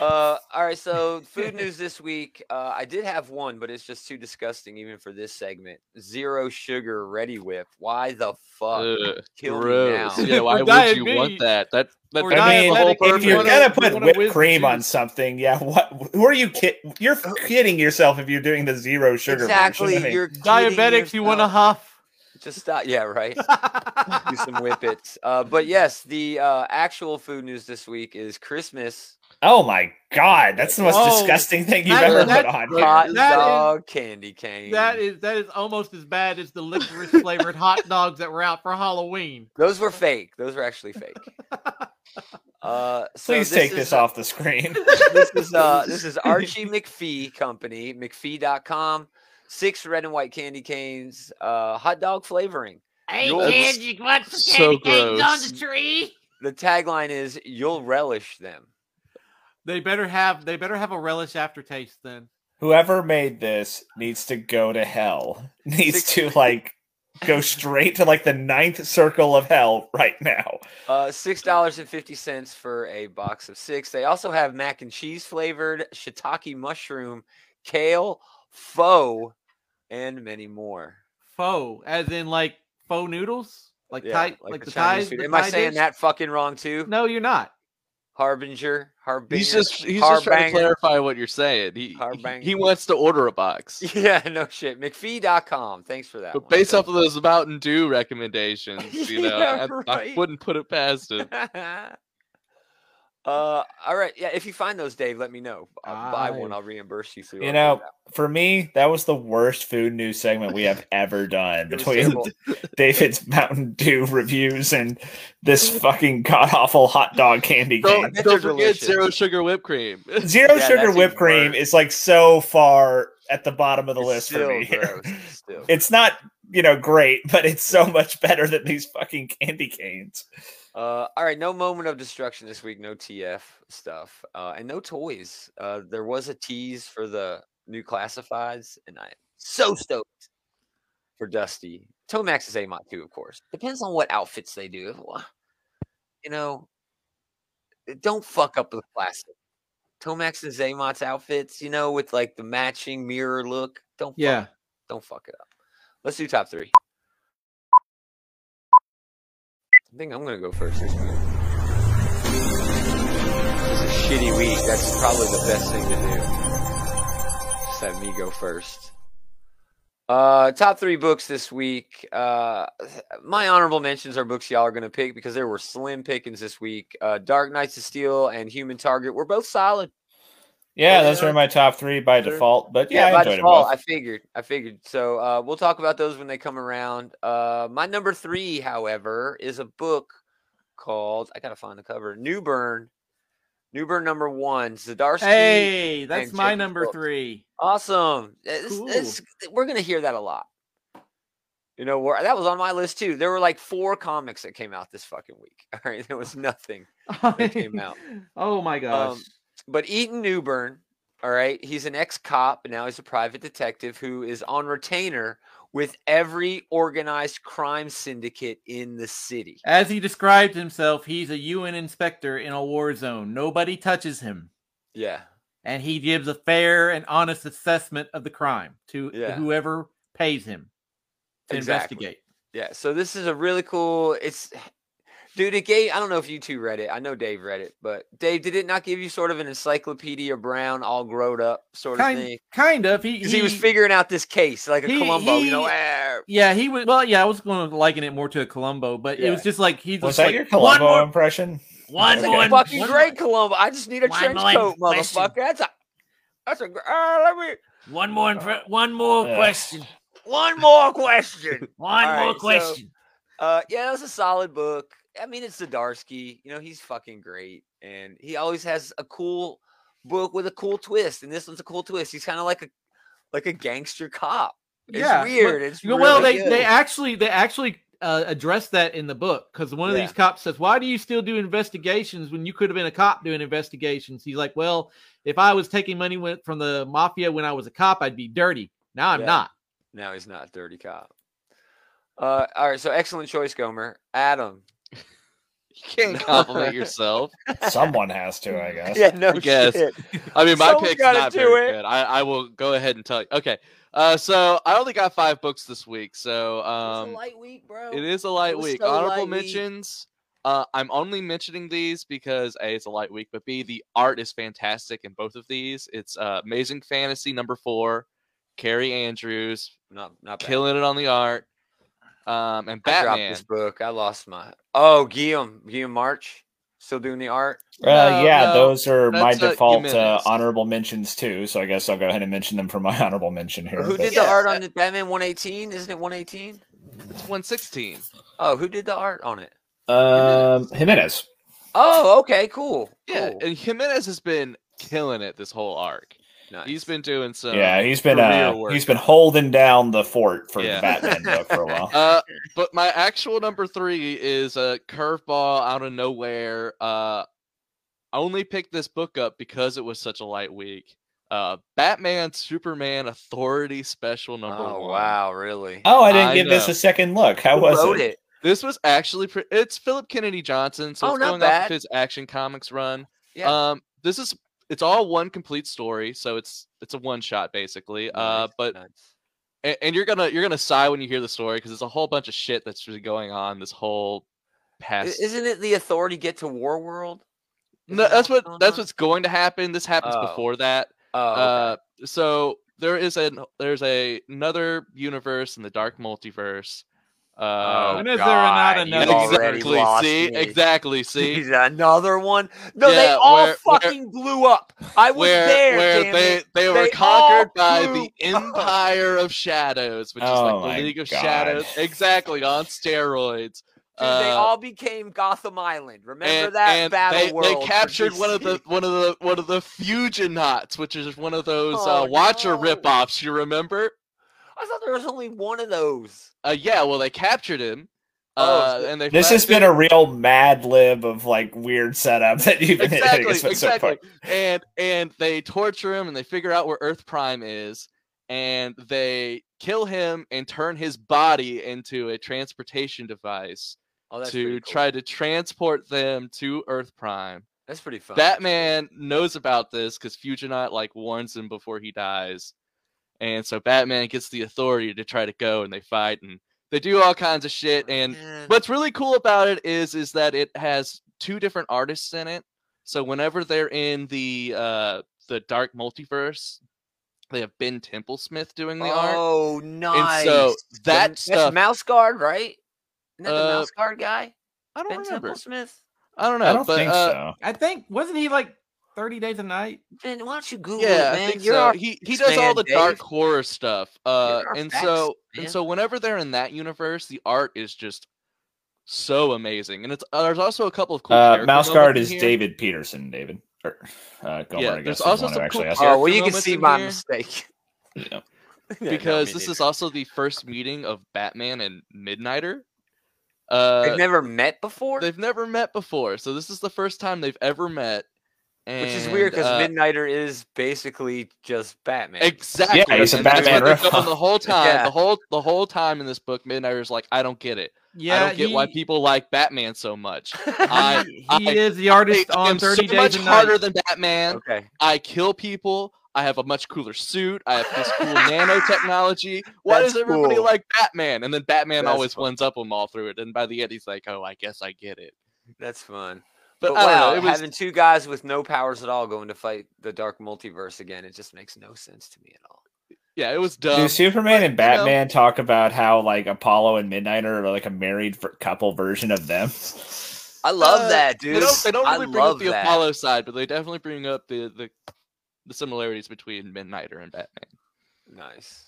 [SPEAKER 1] Uh, all right, so food news this week. Uh, I did have one, but it's just too disgusting even for this segment. Zero sugar ready whip. Why the fuck?
[SPEAKER 5] Ugh,
[SPEAKER 1] Oh, Kill
[SPEAKER 5] gross.
[SPEAKER 1] me now.
[SPEAKER 5] Yeah, why
[SPEAKER 2] For
[SPEAKER 5] would you
[SPEAKER 2] diabetes.
[SPEAKER 5] want that? That that
[SPEAKER 2] For
[SPEAKER 5] defeats
[SPEAKER 3] I mean,
[SPEAKER 5] the whole
[SPEAKER 2] diabetic,
[SPEAKER 5] purpose.
[SPEAKER 3] If you're
[SPEAKER 2] wanna-
[SPEAKER 3] gonna
[SPEAKER 2] you
[SPEAKER 3] put
[SPEAKER 2] wanna
[SPEAKER 3] whipped
[SPEAKER 2] whiz
[SPEAKER 3] cream
[SPEAKER 2] the
[SPEAKER 3] on
[SPEAKER 2] juice.
[SPEAKER 3] something, yeah, what? Who are you kidding? You're kidding yourself if you're doing the zero sugar
[SPEAKER 1] exactly.
[SPEAKER 3] version. I mean,
[SPEAKER 1] You're
[SPEAKER 2] diabetics. You want to huff?
[SPEAKER 1] to just stop? Yeah, right. Do some whippets. Uh, but yes, the uh, actual food news this week is Christmas
[SPEAKER 3] oh my god, that's the most
[SPEAKER 2] Oh,
[SPEAKER 3] disgusting thing you've
[SPEAKER 2] that-
[SPEAKER 3] ever
[SPEAKER 2] that-
[SPEAKER 3] put on. here.
[SPEAKER 1] hot
[SPEAKER 2] That is-
[SPEAKER 1] dog candy cane.
[SPEAKER 2] that is that is almost as bad as the licorice flavored hot dogs that were out for Halloween.
[SPEAKER 1] Those were fake. Those were actually fake. Uh, so
[SPEAKER 3] Please take
[SPEAKER 1] is,
[SPEAKER 3] this off the screen.
[SPEAKER 1] This is uh, this is Archie McPhee Company, McPhee.com. Six red and white candy canes, uh, hot dog flavoring.
[SPEAKER 4] Hey,
[SPEAKER 1] Yours.
[SPEAKER 4] kid, you want some
[SPEAKER 5] So
[SPEAKER 4] candy canes on
[SPEAKER 5] gross.
[SPEAKER 4] the tree?
[SPEAKER 1] The tagline is "You'll relish them."
[SPEAKER 2] They better have they better have a relish aftertaste then.
[SPEAKER 3] Whoever made this needs to go to hell. Needs
[SPEAKER 1] Six-
[SPEAKER 3] to like go straight to like the ninth circle of hell right now.
[SPEAKER 1] Uh, six dollars and fifty cents for a box of six. They also have mac and cheese flavored, shiitake mushroom, kale, pho, and many more.
[SPEAKER 2] Faux, as in like faux noodles, like
[SPEAKER 1] Yeah,
[SPEAKER 2] Thai, like, the, Thai.
[SPEAKER 1] Chinese
[SPEAKER 2] the
[SPEAKER 1] food. Am I
[SPEAKER 2] Thai
[SPEAKER 1] saying
[SPEAKER 2] dish?
[SPEAKER 1] that fucking wrong too?
[SPEAKER 2] No, you're not.
[SPEAKER 1] Harbinger, harbinger.
[SPEAKER 5] He's just he's just trying to
[SPEAKER 1] Harbanger.
[SPEAKER 5] clarify what you're saying. He he,
[SPEAKER 1] Harbanger.
[SPEAKER 5] he wants to order a box.
[SPEAKER 1] Yeah, no shit. McPhee.com. Thanks for that.
[SPEAKER 5] But
[SPEAKER 1] one.
[SPEAKER 5] based off of those Mountain Dew recommendations, you know,
[SPEAKER 1] Yeah,
[SPEAKER 5] I, I
[SPEAKER 1] right.
[SPEAKER 5] wouldn't put it past him.
[SPEAKER 1] uh, all right. Yeah, if you find those, Dave, let me know. I'll buy one.
[SPEAKER 2] Aye.
[SPEAKER 1] I'll reimburse you. So
[SPEAKER 3] You know, for me, that was the worst food news segment we have ever done between David's Mountain Dew reviews and this fucking god awful hot dog candy
[SPEAKER 5] Don't,
[SPEAKER 3] game.
[SPEAKER 1] bet they're
[SPEAKER 5] don't forget
[SPEAKER 1] delicious.
[SPEAKER 5] zero sugar whipped cream.
[SPEAKER 3] Zero
[SPEAKER 1] Yeah,
[SPEAKER 3] sugar
[SPEAKER 1] that's
[SPEAKER 3] whipped
[SPEAKER 1] even
[SPEAKER 3] cream
[SPEAKER 1] worse.
[SPEAKER 3] is like so far at the bottom of the list for
[SPEAKER 1] still
[SPEAKER 3] me.
[SPEAKER 1] gross,
[SPEAKER 3] Here.
[SPEAKER 1] it's Still.
[SPEAKER 3] It's not, you know, great, but it's so much better than these fucking candy canes.
[SPEAKER 1] Uh, all right, no moment of destruction this week. No TF stuff, uh, and no toys. Uh, there was a tease for the new classifieds, and I'm so stoked for Dusty. Tomax is AMOT too, of course. Depends on what outfits they do. Wha- You know, uh, don't fuck up the classic. Tomax and Zaymot's outfits, you know, with like the matching mirror look. Don't fuck,
[SPEAKER 2] Yeah.
[SPEAKER 1] don't fuck it up. Let's do top three. I think I'm gonna go first this time. It's a shitty week. That's probably the best thing to do. Just have me go first. Uh, top three books this week. Uh, my honorable mentions are books y'all are gonna pick because there were slim pickings this week. Uh, Dark Knights of Steel and Human Target were both solid.
[SPEAKER 3] Yeah,
[SPEAKER 1] Yeah,
[SPEAKER 3] those were my top three by
[SPEAKER 1] sure.
[SPEAKER 3] default, but yeah, I
[SPEAKER 1] by
[SPEAKER 3] enjoyed
[SPEAKER 1] default, I
[SPEAKER 3] them
[SPEAKER 1] figured. I figured. So uh, we'll talk about those when they come around. Uh, my number three, however, is a book called I gotta find the cover. New Burn. New Burn number one. Zadarsky.
[SPEAKER 2] Hey, that's
[SPEAKER 1] and
[SPEAKER 2] my
[SPEAKER 1] Jacob
[SPEAKER 2] number
[SPEAKER 1] Phillips.
[SPEAKER 2] three.
[SPEAKER 1] Awesome. Yeah, this- this- we're gonna hear that a lot. You know, where that was on my list too. There were like four comics that came out this fucking week. All right, there was nothing. They came out. Um,
[SPEAKER 2] oh my gosh.
[SPEAKER 1] But Eaton Newburn, all right, he's an ex cop, and now he's a private detective who is on retainer with every organized crime syndicate in the city.
[SPEAKER 2] As he described himself, he's a UN inspector in a war zone. Nobody touches him.
[SPEAKER 1] Yeah.
[SPEAKER 2] And he gives a fair and honest assessment of the crime to
[SPEAKER 1] Yeah.
[SPEAKER 2] whoever pays him to
[SPEAKER 1] Exactly.
[SPEAKER 2] investigate.
[SPEAKER 1] Yeah, so this is a really cool. It's, dude. It gave. I don't know if you two read it. I know Dave read it, but Dave, did it not give you sort of an encyclopedia Brown, all grown up sort of
[SPEAKER 2] Kind,
[SPEAKER 1] thing?
[SPEAKER 2] kind of. He,
[SPEAKER 1] Because he, was
[SPEAKER 2] he-
[SPEAKER 1] figuring out this case like a
[SPEAKER 2] he-
[SPEAKER 1] Columbo, you know.
[SPEAKER 2] he-
[SPEAKER 1] "Ah,
[SPEAKER 2] Yeah, he was. Well, yeah, I was going to liken it more to a Columbo, but it was just like he's
[SPEAKER 3] as well. Was
[SPEAKER 2] just
[SPEAKER 3] that
[SPEAKER 2] like,
[SPEAKER 3] your
[SPEAKER 2] one
[SPEAKER 3] Columbo
[SPEAKER 2] more-
[SPEAKER 3] impression?
[SPEAKER 4] One
[SPEAKER 1] That's
[SPEAKER 3] Okay.
[SPEAKER 1] a
[SPEAKER 4] more.
[SPEAKER 1] fucking
[SPEAKER 4] one,
[SPEAKER 1] great Columbo. I just need a
[SPEAKER 4] one
[SPEAKER 1] trench
[SPEAKER 4] more
[SPEAKER 1] coat,
[SPEAKER 4] question.
[SPEAKER 1] motherfucker. That's a that's a gr- ah, let me
[SPEAKER 4] One more. impre- One more
[SPEAKER 3] Ugh.
[SPEAKER 4] question.
[SPEAKER 1] one more question.
[SPEAKER 4] One
[SPEAKER 1] All
[SPEAKER 4] more
[SPEAKER 1] right, so-
[SPEAKER 4] question.
[SPEAKER 1] Uh, yeah, that was a solid book. I mean, it's Zdarsky. You know, he's fucking great, and he always has a cool book with a cool twist. And this one's a cool twist. He's kind of like a like a gangster cop. It's
[SPEAKER 2] yeah,
[SPEAKER 1] weird. It's
[SPEAKER 2] Well, well,
[SPEAKER 1] really
[SPEAKER 2] they
[SPEAKER 1] good.
[SPEAKER 2] they actually they actually uh, address that in the book because one of
[SPEAKER 1] Yeah.
[SPEAKER 2] these cops says, "Why do you still do investigations when you could have been a cop doing investigations?" He's like, "Well, if I was taking money when, from the mafia when I was a cop, I'd be dirty. Now I'm
[SPEAKER 1] Yeah.
[SPEAKER 2] not."
[SPEAKER 1] Now he's not a dirty cop. Uh, all right, so excellent choice, Gomer. Adam.
[SPEAKER 5] You can't compliment yourself.
[SPEAKER 3] Someone has to, I guess.
[SPEAKER 1] Yeah, no
[SPEAKER 5] I guess.
[SPEAKER 1] shit.
[SPEAKER 5] I mean, my
[SPEAKER 1] Someone's
[SPEAKER 5] pick's
[SPEAKER 1] gotta
[SPEAKER 5] not
[SPEAKER 1] do
[SPEAKER 5] very
[SPEAKER 1] it.
[SPEAKER 5] good. I, I will go ahead and tell you. Okay, uh, so I only got five books this week, so um,
[SPEAKER 1] light week, bro.
[SPEAKER 5] It is a light
[SPEAKER 1] was
[SPEAKER 5] week.
[SPEAKER 1] so
[SPEAKER 5] Honorable
[SPEAKER 1] light week.
[SPEAKER 5] mentions. Uh, I'm only mentioning these because a it's a light week, but b the art is fantastic in both of these. It's uh, amazing fantasy number four, Carrie Andrews
[SPEAKER 1] Not not bad.
[SPEAKER 5] killing it on the art, um, and
[SPEAKER 1] I dropped
[SPEAKER 5] Batman.
[SPEAKER 1] this book. I lost my. Oh, Guillaume, Guillaume March, still doing the art.
[SPEAKER 3] Uh,
[SPEAKER 5] No,
[SPEAKER 3] yeah,
[SPEAKER 5] no,
[SPEAKER 3] those are my
[SPEAKER 5] that's, uh, you
[SPEAKER 3] default uh,
[SPEAKER 5] missed.
[SPEAKER 3] honorable mentions too. So I guess I'll go ahead and mention them for my honorable mention here.
[SPEAKER 1] Who
[SPEAKER 3] but-
[SPEAKER 1] did
[SPEAKER 5] Yeah,
[SPEAKER 1] the art
[SPEAKER 5] uh,
[SPEAKER 1] on the Batman 118? Isn't it 118?
[SPEAKER 5] It's 116.
[SPEAKER 1] Oh, who did the art on it?
[SPEAKER 3] Um, Jimenez.
[SPEAKER 1] Oh, okay, cool.
[SPEAKER 5] Yeah,
[SPEAKER 1] cool.
[SPEAKER 5] and Jimenez has been killing it this whole arc.
[SPEAKER 1] Nice.
[SPEAKER 5] He's been doing some.
[SPEAKER 3] yeah, he's been
[SPEAKER 5] career
[SPEAKER 3] uh,
[SPEAKER 5] work.
[SPEAKER 3] he's been holding down the fort for
[SPEAKER 5] Yeah.
[SPEAKER 3] the Batman book for a while.
[SPEAKER 5] Uh, but my actual number three is a curveball out of nowhere. Uh, I only picked this book up because it was such a light week. Uh, Batman Superman Authority Special number
[SPEAKER 1] Oh
[SPEAKER 5] one.
[SPEAKER 1] wow, really?
[SPEAKER 3] Oh, I didn't
[SPEAKER 5] I
[SPEAKER 3] give this
[SPEAKER 5] know.
[SPEAKER 3] a second look. How
[SPEAKER 1] Who
[SPEAKER 3] was
[SPEAKER 1] wrote
[SPEAKER 3] it?
[SPEAKER 1] it?
[SPEAKER 5] This was actually pre- it's Philip Kennedy Johnson, so
[SPEAKER 1] Oh,
[SPEAKER 5] it's
[SPEAKER 1] not
[SPEAKER 5] going off
[SPEAKER 1] bad.
[SPEAKER 5] of his Action Comics run.
[SPEAKER 1] Yeah.
[SPEAKER 5] Um, this is it's all one complete story, so it's it's a one shot basically. Uh,
[SPEAKER 1] Nice,
[SPEAKER 5] but
[SPEAKER 1] nice.
[SPEAKER 5] and, and you're gonna you're gonna sigh when you hear the story because it's a whole bunch of shit that's really going on this whole
[SPEAKER 1] I-
[SPEAKER 5] past
[SPEAKER 1] isn't it the Authority get to War World? Isn't
[SPEAKER 5] No,
[SPEAKER 1] that
[SPEAKER 5] that's what
[SPEAKER 1] going
[SPEAKER 5] that's
[SPEAKER 1] on?
[SPEAKER 5] what's going to happen. This happens
[SPEAKER 1] Uh-huh. Oh.
[SPEAKER 5] before that.
[SPEAKER 1] Oh, okay.
[SPEAKER 5] Uh, so there is an there's a another universe in the dark multiverse. Uh,
[SPEAKER 2] And is there not
[SPEAKER 1] God, Oh, you
[SPEAKER 2] another-
[SPEAKER 1] already
[SPEAKER 5] exactly.
[SPEAKER 1] lost
[SPEAKER 5] See,
[SPEAKER 1] me.
[SPEAKER 5] exactly. See,
[SPEAKER 1] He's another one. No, they
[SPEAKER 5] Yeah,
[SPEAKER 1] all
[SPEAKER 5] where- where-
[SPEAKER 1] fucking blew up. I was
[SPEAKER 5] where
[SPEAKER 1] there.
[SPEAKER 5] where
[SPEAKER 1] damn
[SPEAKER 5] they
[SPEAKER 1] it.
[SPEAKER 5] they were
[SPEAKER 1] They
[SPEAKER 5] conquered
[SPEAKER 1] all
[SPEAKER 5] by
[SPEAKER 1] blew
[SPEAKER 5] the Empire of Shadows, which
[SPEAKER 3] Oh
[SPEAKER 5] is like
[SPEAKER 3] my
[SPEAKER 5] the League of
[SPEAKER 3] God.
[SPEAKER 5] Shadows, exactly on steroids.
[SPEAKER 1] Dude, they
[SPEAKER 5] Uh,
[SPEAKER 1] all became Gotham Island. Remember
[SPEAKER 5] and,
[SPEAKER 1] that
[SPEAKER 5] and
[SPEAKER 1] battle
[SPEAKER 5] they,
[SPEAKER 1] world?
[SPEAKER 5] They
[SPEAKER 1] for
[SPEAKER 5] captured one of the
[SPEAKER 1] DC?
[SPEAKER 5] one of the one of the Fuginauts, which is one of those
[SPEAKER 1] Oh,
[SPEAKER 5] uh, Watcher
[SPEAKER 1] no.
[SPEAKER 5] ripoffs. You remember?
[SPEAKER 1] I thought there was only one of those.
[SPEAKER 5] Uh, yeah. Well, they captured him.
[SPEAKER 1] Oh,
[SPEAKER 5] Uh,
[SPEAKER 1] so-
[SPEAKER 5] and they
[SPEAKER 3] This has
[SPEAKER 5] flattened
[SPEAKER 3] been a real mad lib of like weird setup that you've been hitting. It's
[SPEAKER 5] exactly
[SPEAKER 3] been so
[SPEAKER 5] exactly.
[SPEAKER 3] fun.
[SPEAKER 5] and and they torture him, and they figure out where Earth Prime is, and they kill him and turn his body into a transportation device
[SPEAKER 1] Oh, that's
[SPEAKER 5] to
[SPEAKER 1] pretty cool.
[SPEAKER 5] try to transport them to Earth Prime.
[SPEAKER 1] That's pretty fun.
[SPEAKER 5] Batman knows about this because Fuginaut like warns him before he dies, and so Batman gets the authority to try to go, and they fight, and they do all kinds of shit. And
[SPEAKER 1] Eh,
[SPEAKER 5] what's really cool about it is is that it has two different artists in it. So whenever they're in the uh the dark multiverse, they have Ben Temple Smith doing the art.
[SPEAKER 1] oh, nice.
[SPEAKER 5] And so
[SPEAKER 1] The-
[SPEAKER 5] that
[SPEAKER 1] that's
[SPEAKER 5] stuff
[SPEAKER 1] Mouse Guard, right? Isn't that the
[SPEAKER 5] Uh,
[SPEAKER 1] Mouse Guard guy?
[SPEAKER 5] I don't
[SPEAKER 1] Ben
[SPEAKER 5] remember.
[SPEAKER 1] Temple Smith.
[SPEAKER 5] I don't know.
[SPEAKER 3] I don't
[SPEAKER 5] but
[SPEAKER 3] think
[SPEAKER 5] uh,
[SPEAKER 3] so.
[SPEAKER 2] I think wasn't he like thirty days a night?
[SPEAKER 1] Ben, why don't you Google it,
[SPEAKER 5] yeah, I
[SPEAKER 1] man?
[SPEAKER 5] think
[SPEAKER 1] You're
[SPEAKER 5] so.
[SPEAKER 1] our
[SPEAKER 5] he he
[SPEAKER 1] facts
[SPEAKER 5] does all
[SPEAKER 1] man,
[SPEAKER 5] the
[SPEAKER 1] Dave.
[SPEAKER 5] dark horror stuff. Uh,
[SPEAKER 1] our
[SPEAKER 5] and
[SPEAKER 1] facts
[SPEAKER 5] so
[SPEAKER 1] man.
[SPEAKER 5] and so whenever they're in that universe, the art is just so amazing. And it's uh, there's also a couple of cool.
[SPEAKER 3] Uh,
[SPEAKER 5] character
[SPEAKER 3] Mouse
[SPEAKER 5] moments
[SPEAKER 3] guard
[SPEAKER 5] in
[SPEAKER 3] is
[SPEAKER 5] here.
[SPEAKER 3] David Peterson. David. Or, uh, Gomer,
[SPEAKER 5] Yeah,
[SPEAKER 3] I guess
[SPEAKER 5] there's
[SPEAKER 3] is the
[SPEAKER 5] also
[SPEAKER 3] one who
[SPEAKER 5] some cool
[SPEAKER 3] actually asked.
[SPEAKER 5] character
[SPEAKER 1] Oh, well, you can
[SPEAKER 5] moments
[SPEAKER 1] see
[SPEAKER 5] in
[SPEAKER 1] my
[SPEAKER 5] here.
[SPEAKER 1] mistake.
[SPEAKER 3] Yeah.
[SPEAKER 1] Yeah, no,
[SPEAKER 5] because
[SPEAKER 1] me
[SPEAKER 5] this is
[SPEAKER 1] neither.
[SPEAKER 5] also the first meeting of Batman and Midnighter. Uh,
[SPEAKER 1] They've never met before,
[SPEAKER 5] they've never met before, so this is the first time they've ever met. And,
[SPEAKER 1] which is weird because
[SPEAKER 5] uh,
[SPEAKER 1] Midnighter is basically just Batman.
[SPEAKER 5] Exactly.
[SPEAKER 3] he's a
[SPEAKER 5] and that's what
[SPEAKER 3] Batman
[SPEAKER 5] they've done
[SPEAKER 3] ripoff.
[SPEAKER 5] the whole time,
[SPEAKER 1] Yeah.
[SPEAKER 5] the whole the whole time in this book, Midnighter's like, I don't get it.
[SPEAKER 2] Yeah,
[SPEAKER 5] I don't get why
[SPEAKER 2] he-
[SPEAKER 5] people like Batman so much. I-
[SPEAKER 2] He,
[SPEAKER 5] I-
[SPEAKER 2] he is the artist
[SPEAKER 5] I
[SPEAKER 2] on
[SPEAKER 5] am so
[SPEAKER 2] Thirty
[SPEAKER 5] much
[SPEAKER 2] Days a
[SPEAKER 5] harder
[SPEAKER 2] Night.
[SPEAKER 5] than Batman.
[SPEAKER 1] okay.
[SPEAKER 5] I kill people. I have a much cooler suit. I have this cool nanotechnology. Why
[SPEAKER 1] That's
[SPEAKER 5] does everybody
[SPEAKER 1] cool.
[SPEAKER 5] like Batman? And then Batman
[SPEAKER 1] That's
[SPEAKER 5] always
[SPEAKER 1] fun.
[SPEAKER 5] wins up them all through it. And by the end, he's like, "Oh, I guess I get it."
[SPEAKER 1] That's fun.
[SPEAKER 5] But,
[SPEAKER 1] But
[SPEAKER 5] I don't
[SPEAKER 1] wow,
[SPEAKER 5] know. It was
[SPEAKER 1] having two guys with no powers at all going to fight the dark multiverse again, it just makes no sense to me at all.
[SPEAKER 5] yeah, it was
[SPEAKER 3] Do
[SPEAKER 5] dumb.
[SPEAKER 3] Superman and
[SPEAKER 5] you know-
[SPEAKER 3] Batman talk about how like Apollo and Midnighter are like a married ver- couple version of them?
[SPEAKER 1] I love
[SPEAKER 5] Uh,
[SPEAKER 1] that, dude.
[SPEAKER 5] They don't, they don't
[SPEAKER 1] I
[SPEAKER 5] really bring up
[SPEAKER 1] love
[SPEAKER 5] the
[SPEAKER 1] that.
[SPEAKER 5] Apollo side, but they definitely bring up the the, the similarities between Midnighter and Batman.
[SPEAKER 1] Nice.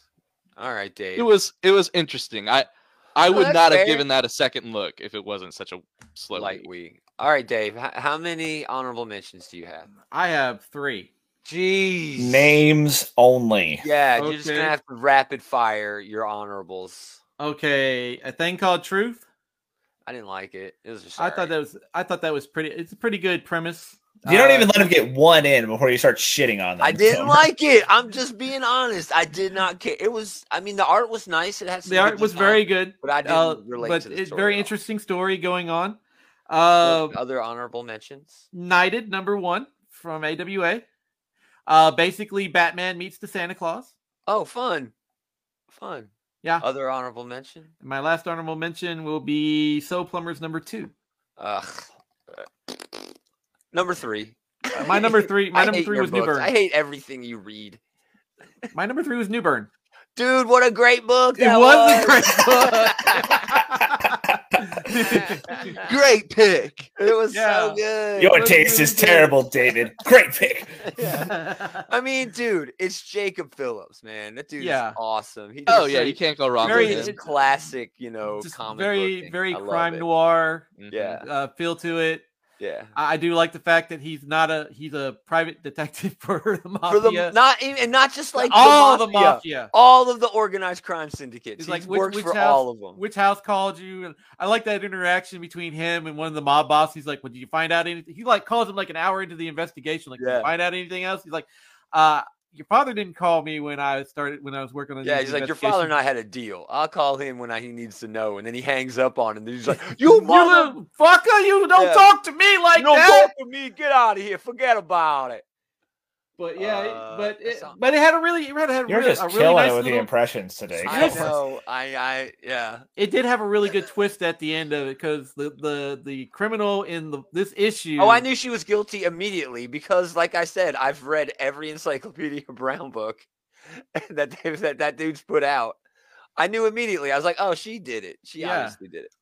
[SPEAKER 1] All right, Dave.
[SPEAKER 5] It was it was interesting. I I
[SPEAKER 1] No,
[SPEAKER 5] would
[SPEAKER 1] that's
[SPEAKER 5] not
[SPEAKER 1] fair.
[SPEAKER 5] have given that a second look if it wasn't such a slow
[SPEAKER 1] light
[SPEAKER 5] week.
[SPEAKER 1] week. All right, Dave. H- how many honorable mentions do you have?
[SPEAKER 2] I have three.
[SPEAKER 1] Jeez.
[SPEAKER 3] Names only.
[SPEAKER 1] Yeah, you're just gonna
[SPEAKER 2] Okay.
[SPEAKER 1] have to rapid fire your honorables.
[SPEAKER 2] Okay, a thing called Truth,
[SPEAKER 1] I didn't like it. It was just.
[SPEAKER 2] I thought that was I thought that was pretty. It's a pretty good premise.
[SPEAKER 3] You don't
[SPEAKER 2] Uh,
[SPEAKER 3] even let him get one in before you start shitting on them.
[SPEAKER 1] I didn't
[SPEAKER 3] so.
[SPEAKER 1] like it. I'm just being honest. I did not care. It was. I mean, the art was nice. It had some
[SPEAKER 2] The
[SPEAKER 1] good
[SPEAKER 2] art was
[SPEAKER 1] design,
[SPEAKER 2] very good.
[SPEAKER 1] but I didn't
[SPEAKER 2] Uh,
[SPEAKER 1] relate
[SPEAKER 2] but
[SPEAKER 1] to the
[SPEAKER 2] it's
[SPEAKER 1] story
[SPEAKER 2] very
[SPEAKER 1] at all.
[SPEAKER 2] interesting story going on.
[SPEAKER 1] Well,
[SPEAKER 2] Uh,
[SPEAKER 1] other honorable mentions.
[SPEAKER 2] knighted number one from AWA. Uh, basically, Batman meets the Santa Claus.
[SPEAKER 1] Oh, fun, fun.
[SPEAKER 2] Yeah.
[SPEAKER 1] Other honorable mention.
[SPEAKER 2] My last honorable mention will be Soul Plumbers number two.
[SPEAKER 1] Ugh. Number three.
[SPEAKER 2] My number three, my
[SPEAKER 1] I
[SPEAKER 2] number
[SPEAKER 1] hate
[SPEAKER 2] three
[SPEAKER 1] your
[SPEAKER 2] was
[SPEAKER 1] books. I
[SPEAKER 2] Newburn.
[SPEAKER 1] hate everything you read,
[SPEAKER 2] My number three was Newburn.
[SPEAKER 1] dude. What a great book!
[SPEAKER 2] It
[SPEAKER 1] that
[SPEAKER 2] was a
[SPEAKER 1] was.
[SPEAKER 2] great book.
[SPEAKER 5] Great pick.
[SPEAKER 1] It was
[SPEAKER 2] Yeah.
[SPEAKER 1] so good.
[SPEAKER 3] Your
[SPEAKER 1] It was
[SPEAKER 3] taste is
[SPEAKER 1] really good.
[SPEAKER 3] terrible, David. Great pick.
[SPEAKER 1] Yeah. I mean, dude, it's Jacob Phillips, man. That dude's
[SPEAKER 2] Yeah.
[SPEAKER 1] awesome. He
[SPEAKER 5] Oh
[SPEAKER 1] does
[SPEAKER 5] yeah,
[SPEAKER 1] such
[SPEAKER 5] you can't go wrong
[SPEAKER 2] Very-
[SPEAKER 5] with
[SPEAKER 1] It's
[SPEAKER 5] him.
[SPEAKER 1] classic, you know,
[SPEAKER 2] Just
[SPEAKER 1] Oh, comic book
[SPEAKER 2] very,
[SPEAKER 1] thing.
[SPEAKER 2] very
[SPEAKER 1] I love
[SPEAKER 2] crime
[SPEAKER 1] it.
[SPEAKER 2] noir Mm-hmm.
[SPEAKER 5] Mhm.
[SPEAKER 1] Yeah,
[SPEAKER 2] uh, feel to it.
[SPEAKER 1] yeah.
[SPEAKER 2] I I do like the fact that he's not a he's a private detective for the mafia.
[SPEAKER 1] For the not even and not just like
[SPEAKER 2] all
[SPEAKER 1] the
[SPEAKER 2] the
[SPEAKER 1] mafia,
[SPEAKER 2] mafia.
[SPEAKER 1] all of the organized crime syndicates.
[SPEAKER 2] He's
[SPEAKER 1] He's
[SPEAKER 2] like, which-
[SPEAKER 1] worked
[SPEAKER 2] which
[SPEAKER 1] for
[SPEAKER 2] house-
[SPEAKER 1] all of them.
[SPEAKER 2] Which house called you? And I like that interaction between him and one of the mob bosses. He's like, "Well, did you find out anything?" He like calls him like an hour into the investigation. Like, "Did you
[SPEAKER 1] Yeah.
[SPEAKER 2] find out anything else? He's like, "Uh, your father didn't call me when I started when I was working on."
[SPEAKER 1] yeah,
[SPEAKER 2] this
[SPEAKER 1] he's like, your father and I
[SPEAKER 2] investigation."
[SPEAKER 1] had a deal. I'll call him when I, he needs to know, and then he hangs up on him. And he's like,
[SPEAKER 2] You
[SPEAKER 1] you mother,
[SPEAKER 2] motherfucker! You don't
[SPEAKER 1] Yeah.
[SPEAKER 2] talk to me like
[SPEAKER 1] you don't
[SPEAKER 2] that.
[SPEAKER 1] talk to me. Get out of here. Forget about it.
[SPEAKER 2] But yeah, it-
[SPEAKER 1] Uh,
[SPEAKER 2] but
[SPEAKER 1] that's
[SPEAKER 2] it,
[SPEAKER 1] not-
[SPEAKER 2] but it had a really, it had a
[SPEAKER 3] You're
[SPEAKER 2] really,
[SPEAKER 3] just
[SPEAKER 2] a really
[SPEAKER 3] killing
[SPEAKER 2] nice
[SPEAKER 3] it with the
[SPEAKER 2] little-
[SPEAKER 3] impressions today.
[SPEAKER 1] I
[SPEAKER 2] I
[SPEAKER 3] Go for it.
[SPEAKER 1] know. I, I, yeah.
[SPEAKER 2] It did have a really good twist at the end of it because the the the criminal in the this issue.
[SPEAKER 1] Oh, I knew she was guilty immediately because, like I said, I've read every Encyclopedia Brown book that they, that that dude's put out. I knew immediately. I was like, "Oh, she did it. She
[SPEAKER 2] Yeah.
[SPEAKER 1] obviously did it."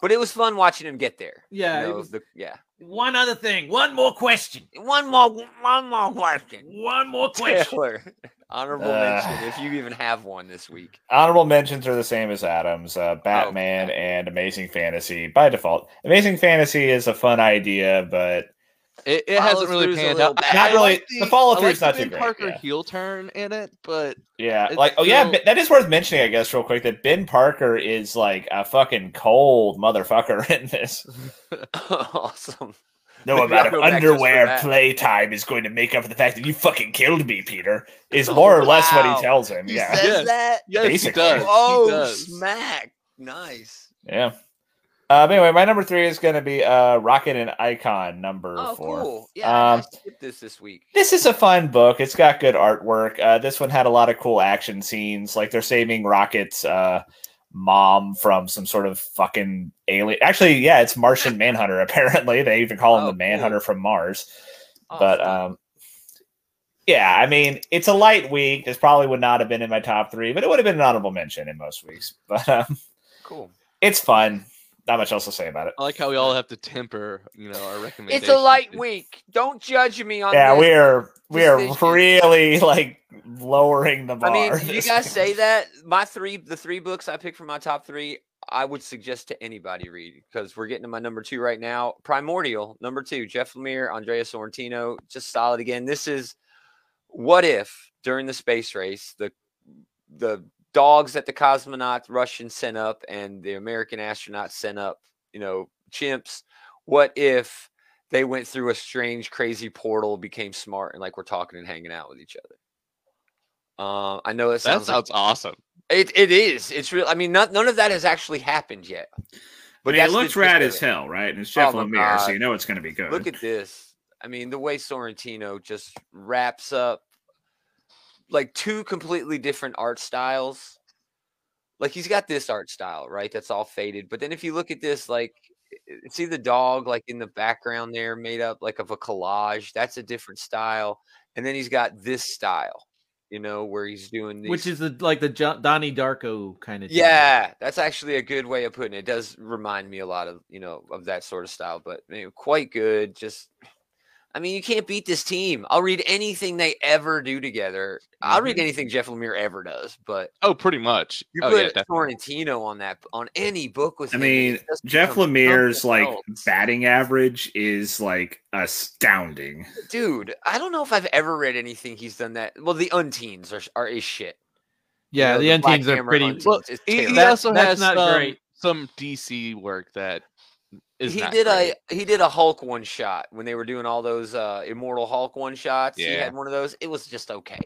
[SPEAKER 1] But it was fun watching him get there. you
[SPEAKER 2] Yeah, it
[SPEAKER 1] know,
[SPEAKER 2] was-
[SPEAKER 1] the- yeah.
[SPEAKER 2] One other thing, one more question.
[SPEAKER 1] One more, one more question.
[SPEAKER 2] One more
[SPEAKER 1] Taylor, honorable
[SPEAKER 3] Uh.
[SPEAKER 1] mention, if you even have one this week.
[SPEAKER 3] Honorable mentions are the same as Adams, uh,
[SPEAKER 1] Oh,
[SPEAKER 3] Batman and Amazing Fantasy by default. Amazing Fantasy is a fun idea, but
[SPEAKER 5] It, it hasn't
[SPEAKER 1] Follows
[SPEAKER 5] really
[SPEAKER 1] through's a
[SPEAKER 5] panned
[SPEAKER 1] little
[SPEAKER 5] out.
[SPEAKER 1] bad.
[SPEAKER 3] Not really- the follow
[SPEAKER 5] I
[SPEAKER 3] through's
[SPEAKER 5] like
[SPEAKER 3] not
[SPEAKER 5] the
[SPEAKER 3] too
[SPEAKER 5] Ben
[SPEAKER 3] great,
[SPEAKER 5] Parker
[SPEAKER 3] yeah.
[SPEAKER 5] heel turn in it, but
[SPEAKER 3] yeah,
[SPEAKER 5] It's
[SPEAKER 3] like oh yeah,
[SPEAKER 5] still-
[SPEAKER 3] Ben- that is worth mentioning, I guess, real quick. That Ben Parker is like a fucking cold motherfucker in this.
[SPEAKER 1] awesome.
[SPEAKER 3] No
[SPEAKER 1] Maybe
[SPEAKER 3] amount
[SPEAKER 1] I'll
[SPEAKER 3] of
[SPEAKER 1] go back just for
[SPEAKER 3] underwear
[SPEAKER 1] that.
[SPEAKER 3] playtime is going to make up for the fact that you fucking killed me, Peter. Is more or less what
[SPEAKER 1] Wow.
[SPEAKER 3] he tells him. yeah,
[SPEAKER 5] Yes.
[SPEAKER 1] that.
[SPEAKER 5] yes,
[SPEAKER 3] Basically.
[SPEAKER 5] he does. he
[SPEAKER 1] Oh,
[SPEAKER 5] does.
[SPEAKER 1] smack! Nice.
[SPEAKER 3] yeah. Uh, but anyway, my number three is going to be uh, Rocket and Icon number
[SPEAKER 1] Oh,
[SPEAKER 3] four.
[SPEAKER 1] cool. Yeah, I-
[SPEAKER 3] Um,
[SPEAKER 1] I skipped this this week.
[SPEAKER 3] this is a fun book. It's got good artwork. Uh, this one had a lot of cool action scenes. Like they're saving Rocket's uh, mom from some sort of fucking alien. Actually, yeah, it's Martian Manhunter. Apparently, they even call him
[SPEAKER 1] Oh,
[SPEAKER 3] the Manhunter from Mars. But
[SPEAKER 1] Awesome.
[SPEAKER 3] um, yeah, I mean, it's a light week. This probably would not have been in my top three, but it would have been an honorable mention in most weeks. But um,
[SPEAKER 1] cool.
[SPEAKER 3] it's fun. Not much else to say
[SPEAKER 1] Uh,
[SPEAKER 3] about it.
[SPEAKER 5] I like how we all have to temper, you know, our recommendations.
[SPEAKER 1] It's a light week. Don't judge me on
[SPEAKER 3] Yeah,
[SPEAKER 1] this.
[SPEAKER 3] we are we are
[SPEAKER 1] Decisions.
[SPEAKER 3] really like lowering the bar.
[SPEAKER 1] I mean, you
[SPEAKER 3] this
[SPEAKER 1] guys
[SPEAKER 3] week.
[SPEAKER 1] say that my three, the three books I picked for my top three, I would suggest to anybody read because we're getting to my number two right now. Primordial, number two, Jeff Lemire, Andrea Sorrentino, just solid again. This is what if during the space race the the dogs that the cosmonaut Russian sent up and the American astronauts sent up, you know, chimps. What if they went through a strange, crazy portal, became smart, and like we're talking and hanging out with each other? Um, I know it
[SPEAKER 5] That
[SPEAKER 1] sounds, like-
[SPEAKER 5] sounds awesome.
[SPEAKER 1] it, it is. It's real. I mean, not, none of that has actually happened yet.
[SPEAKER 7] But
[SPEAKER 1] that's
[SPEAKER 7] it
[SPEAKER 1] the
[SPEAKER 7] looks rad
[SPEAKER 1] gist
[SPEAKER 7] as
[SPEAKER 1] of it.
[SPEAKER 7] hell, right? And it's Jeff
[SPEAKER 1] Oh my
[SPEAKER 7] Lemire,
[SPEAKER 1] God.
[SPEAKER 7] so you know it's going to be good.
[SPEAKER 1] Look at this. I mean, the way Sorrentino just wraps up like two completely different art styles. Like he's got this art style, right? That's all faded. But then if you look at this, like i- see the dog like in the background there made up like of a collage. That's a different style. And then he's got this style, you know, where he's doing these
[SPEAKER 2] which is the, like the jo- Donnie Darko kind of.
[SPEAKER 1] Yeah, that's actually a good way of putting it. It does remind me a lot of you know of that sort of style, but you know, quite good. Just, I mean, you can't beat this team. I'll read anything they ever do together. I'll read anything Jeff Lemire ever does, but
[SPEAKER 5] Oh, pretty much.
[SPEAKER 1] you
[SPEAKER 5] oh,
[SPEAKER 1] put
[SPEAKER 5] yeah, definitely.
[SPEAKER 1] Sorrentino on that on any book with.
[SPEAKER 7] I
[SPEAKER 1] him, and it
[SPEAKER 7] mean,
[SPEAKER 1] just
[SPEAKER 7] Jeff
[SPEAKER 1] becomes
[SPEAKER 7] Lemire's
[SPEAKER 1] something
[SPEAKER 7] like
[SPEAKER 1] else.
[SPEAKER 7] batting average is like astounding.
[SPEAKER 1] dude. I don't know if I've ever read anything he's done that. Well, the Unteens are are is shit. You
[SPEAKER 2] yeah.
[SPEAKER 1] know,
[SPEAKER 2] the
[SPEAKER 1] Black
[SPEAKER 2] Unteens are
[SPEAKER 1] Hammer
[SPEAKER 2] pretty.
[SPEAKER 1] Unteens
[SPEAKER 5] Well,
[SPEAKER 1] is
[SPEAKER 5] He, he
[SPEAKER 1] terrible.
[SPEAKER 2] That-
[SPEAKER 5] also
[SPEAKER 2] that's
[SPEAKER 5] has
[SPEAKER 2] not
[SPEAKER 5] some,
[SPEAKER 2] great.
[SPEAKER 5] some DC work that is
[SPEAKER 1] he
[SPEAKER 5] not
[SPEAKER 1] did
[SPEAKER 5] great.
[SPEAKER 1] a he did a Hulk one shot when they were doing all those uh Immortal Hulk one shots. He
[SPEAKER 5] Yeah.
[SPEAKER 1] had one of those. It was just okay,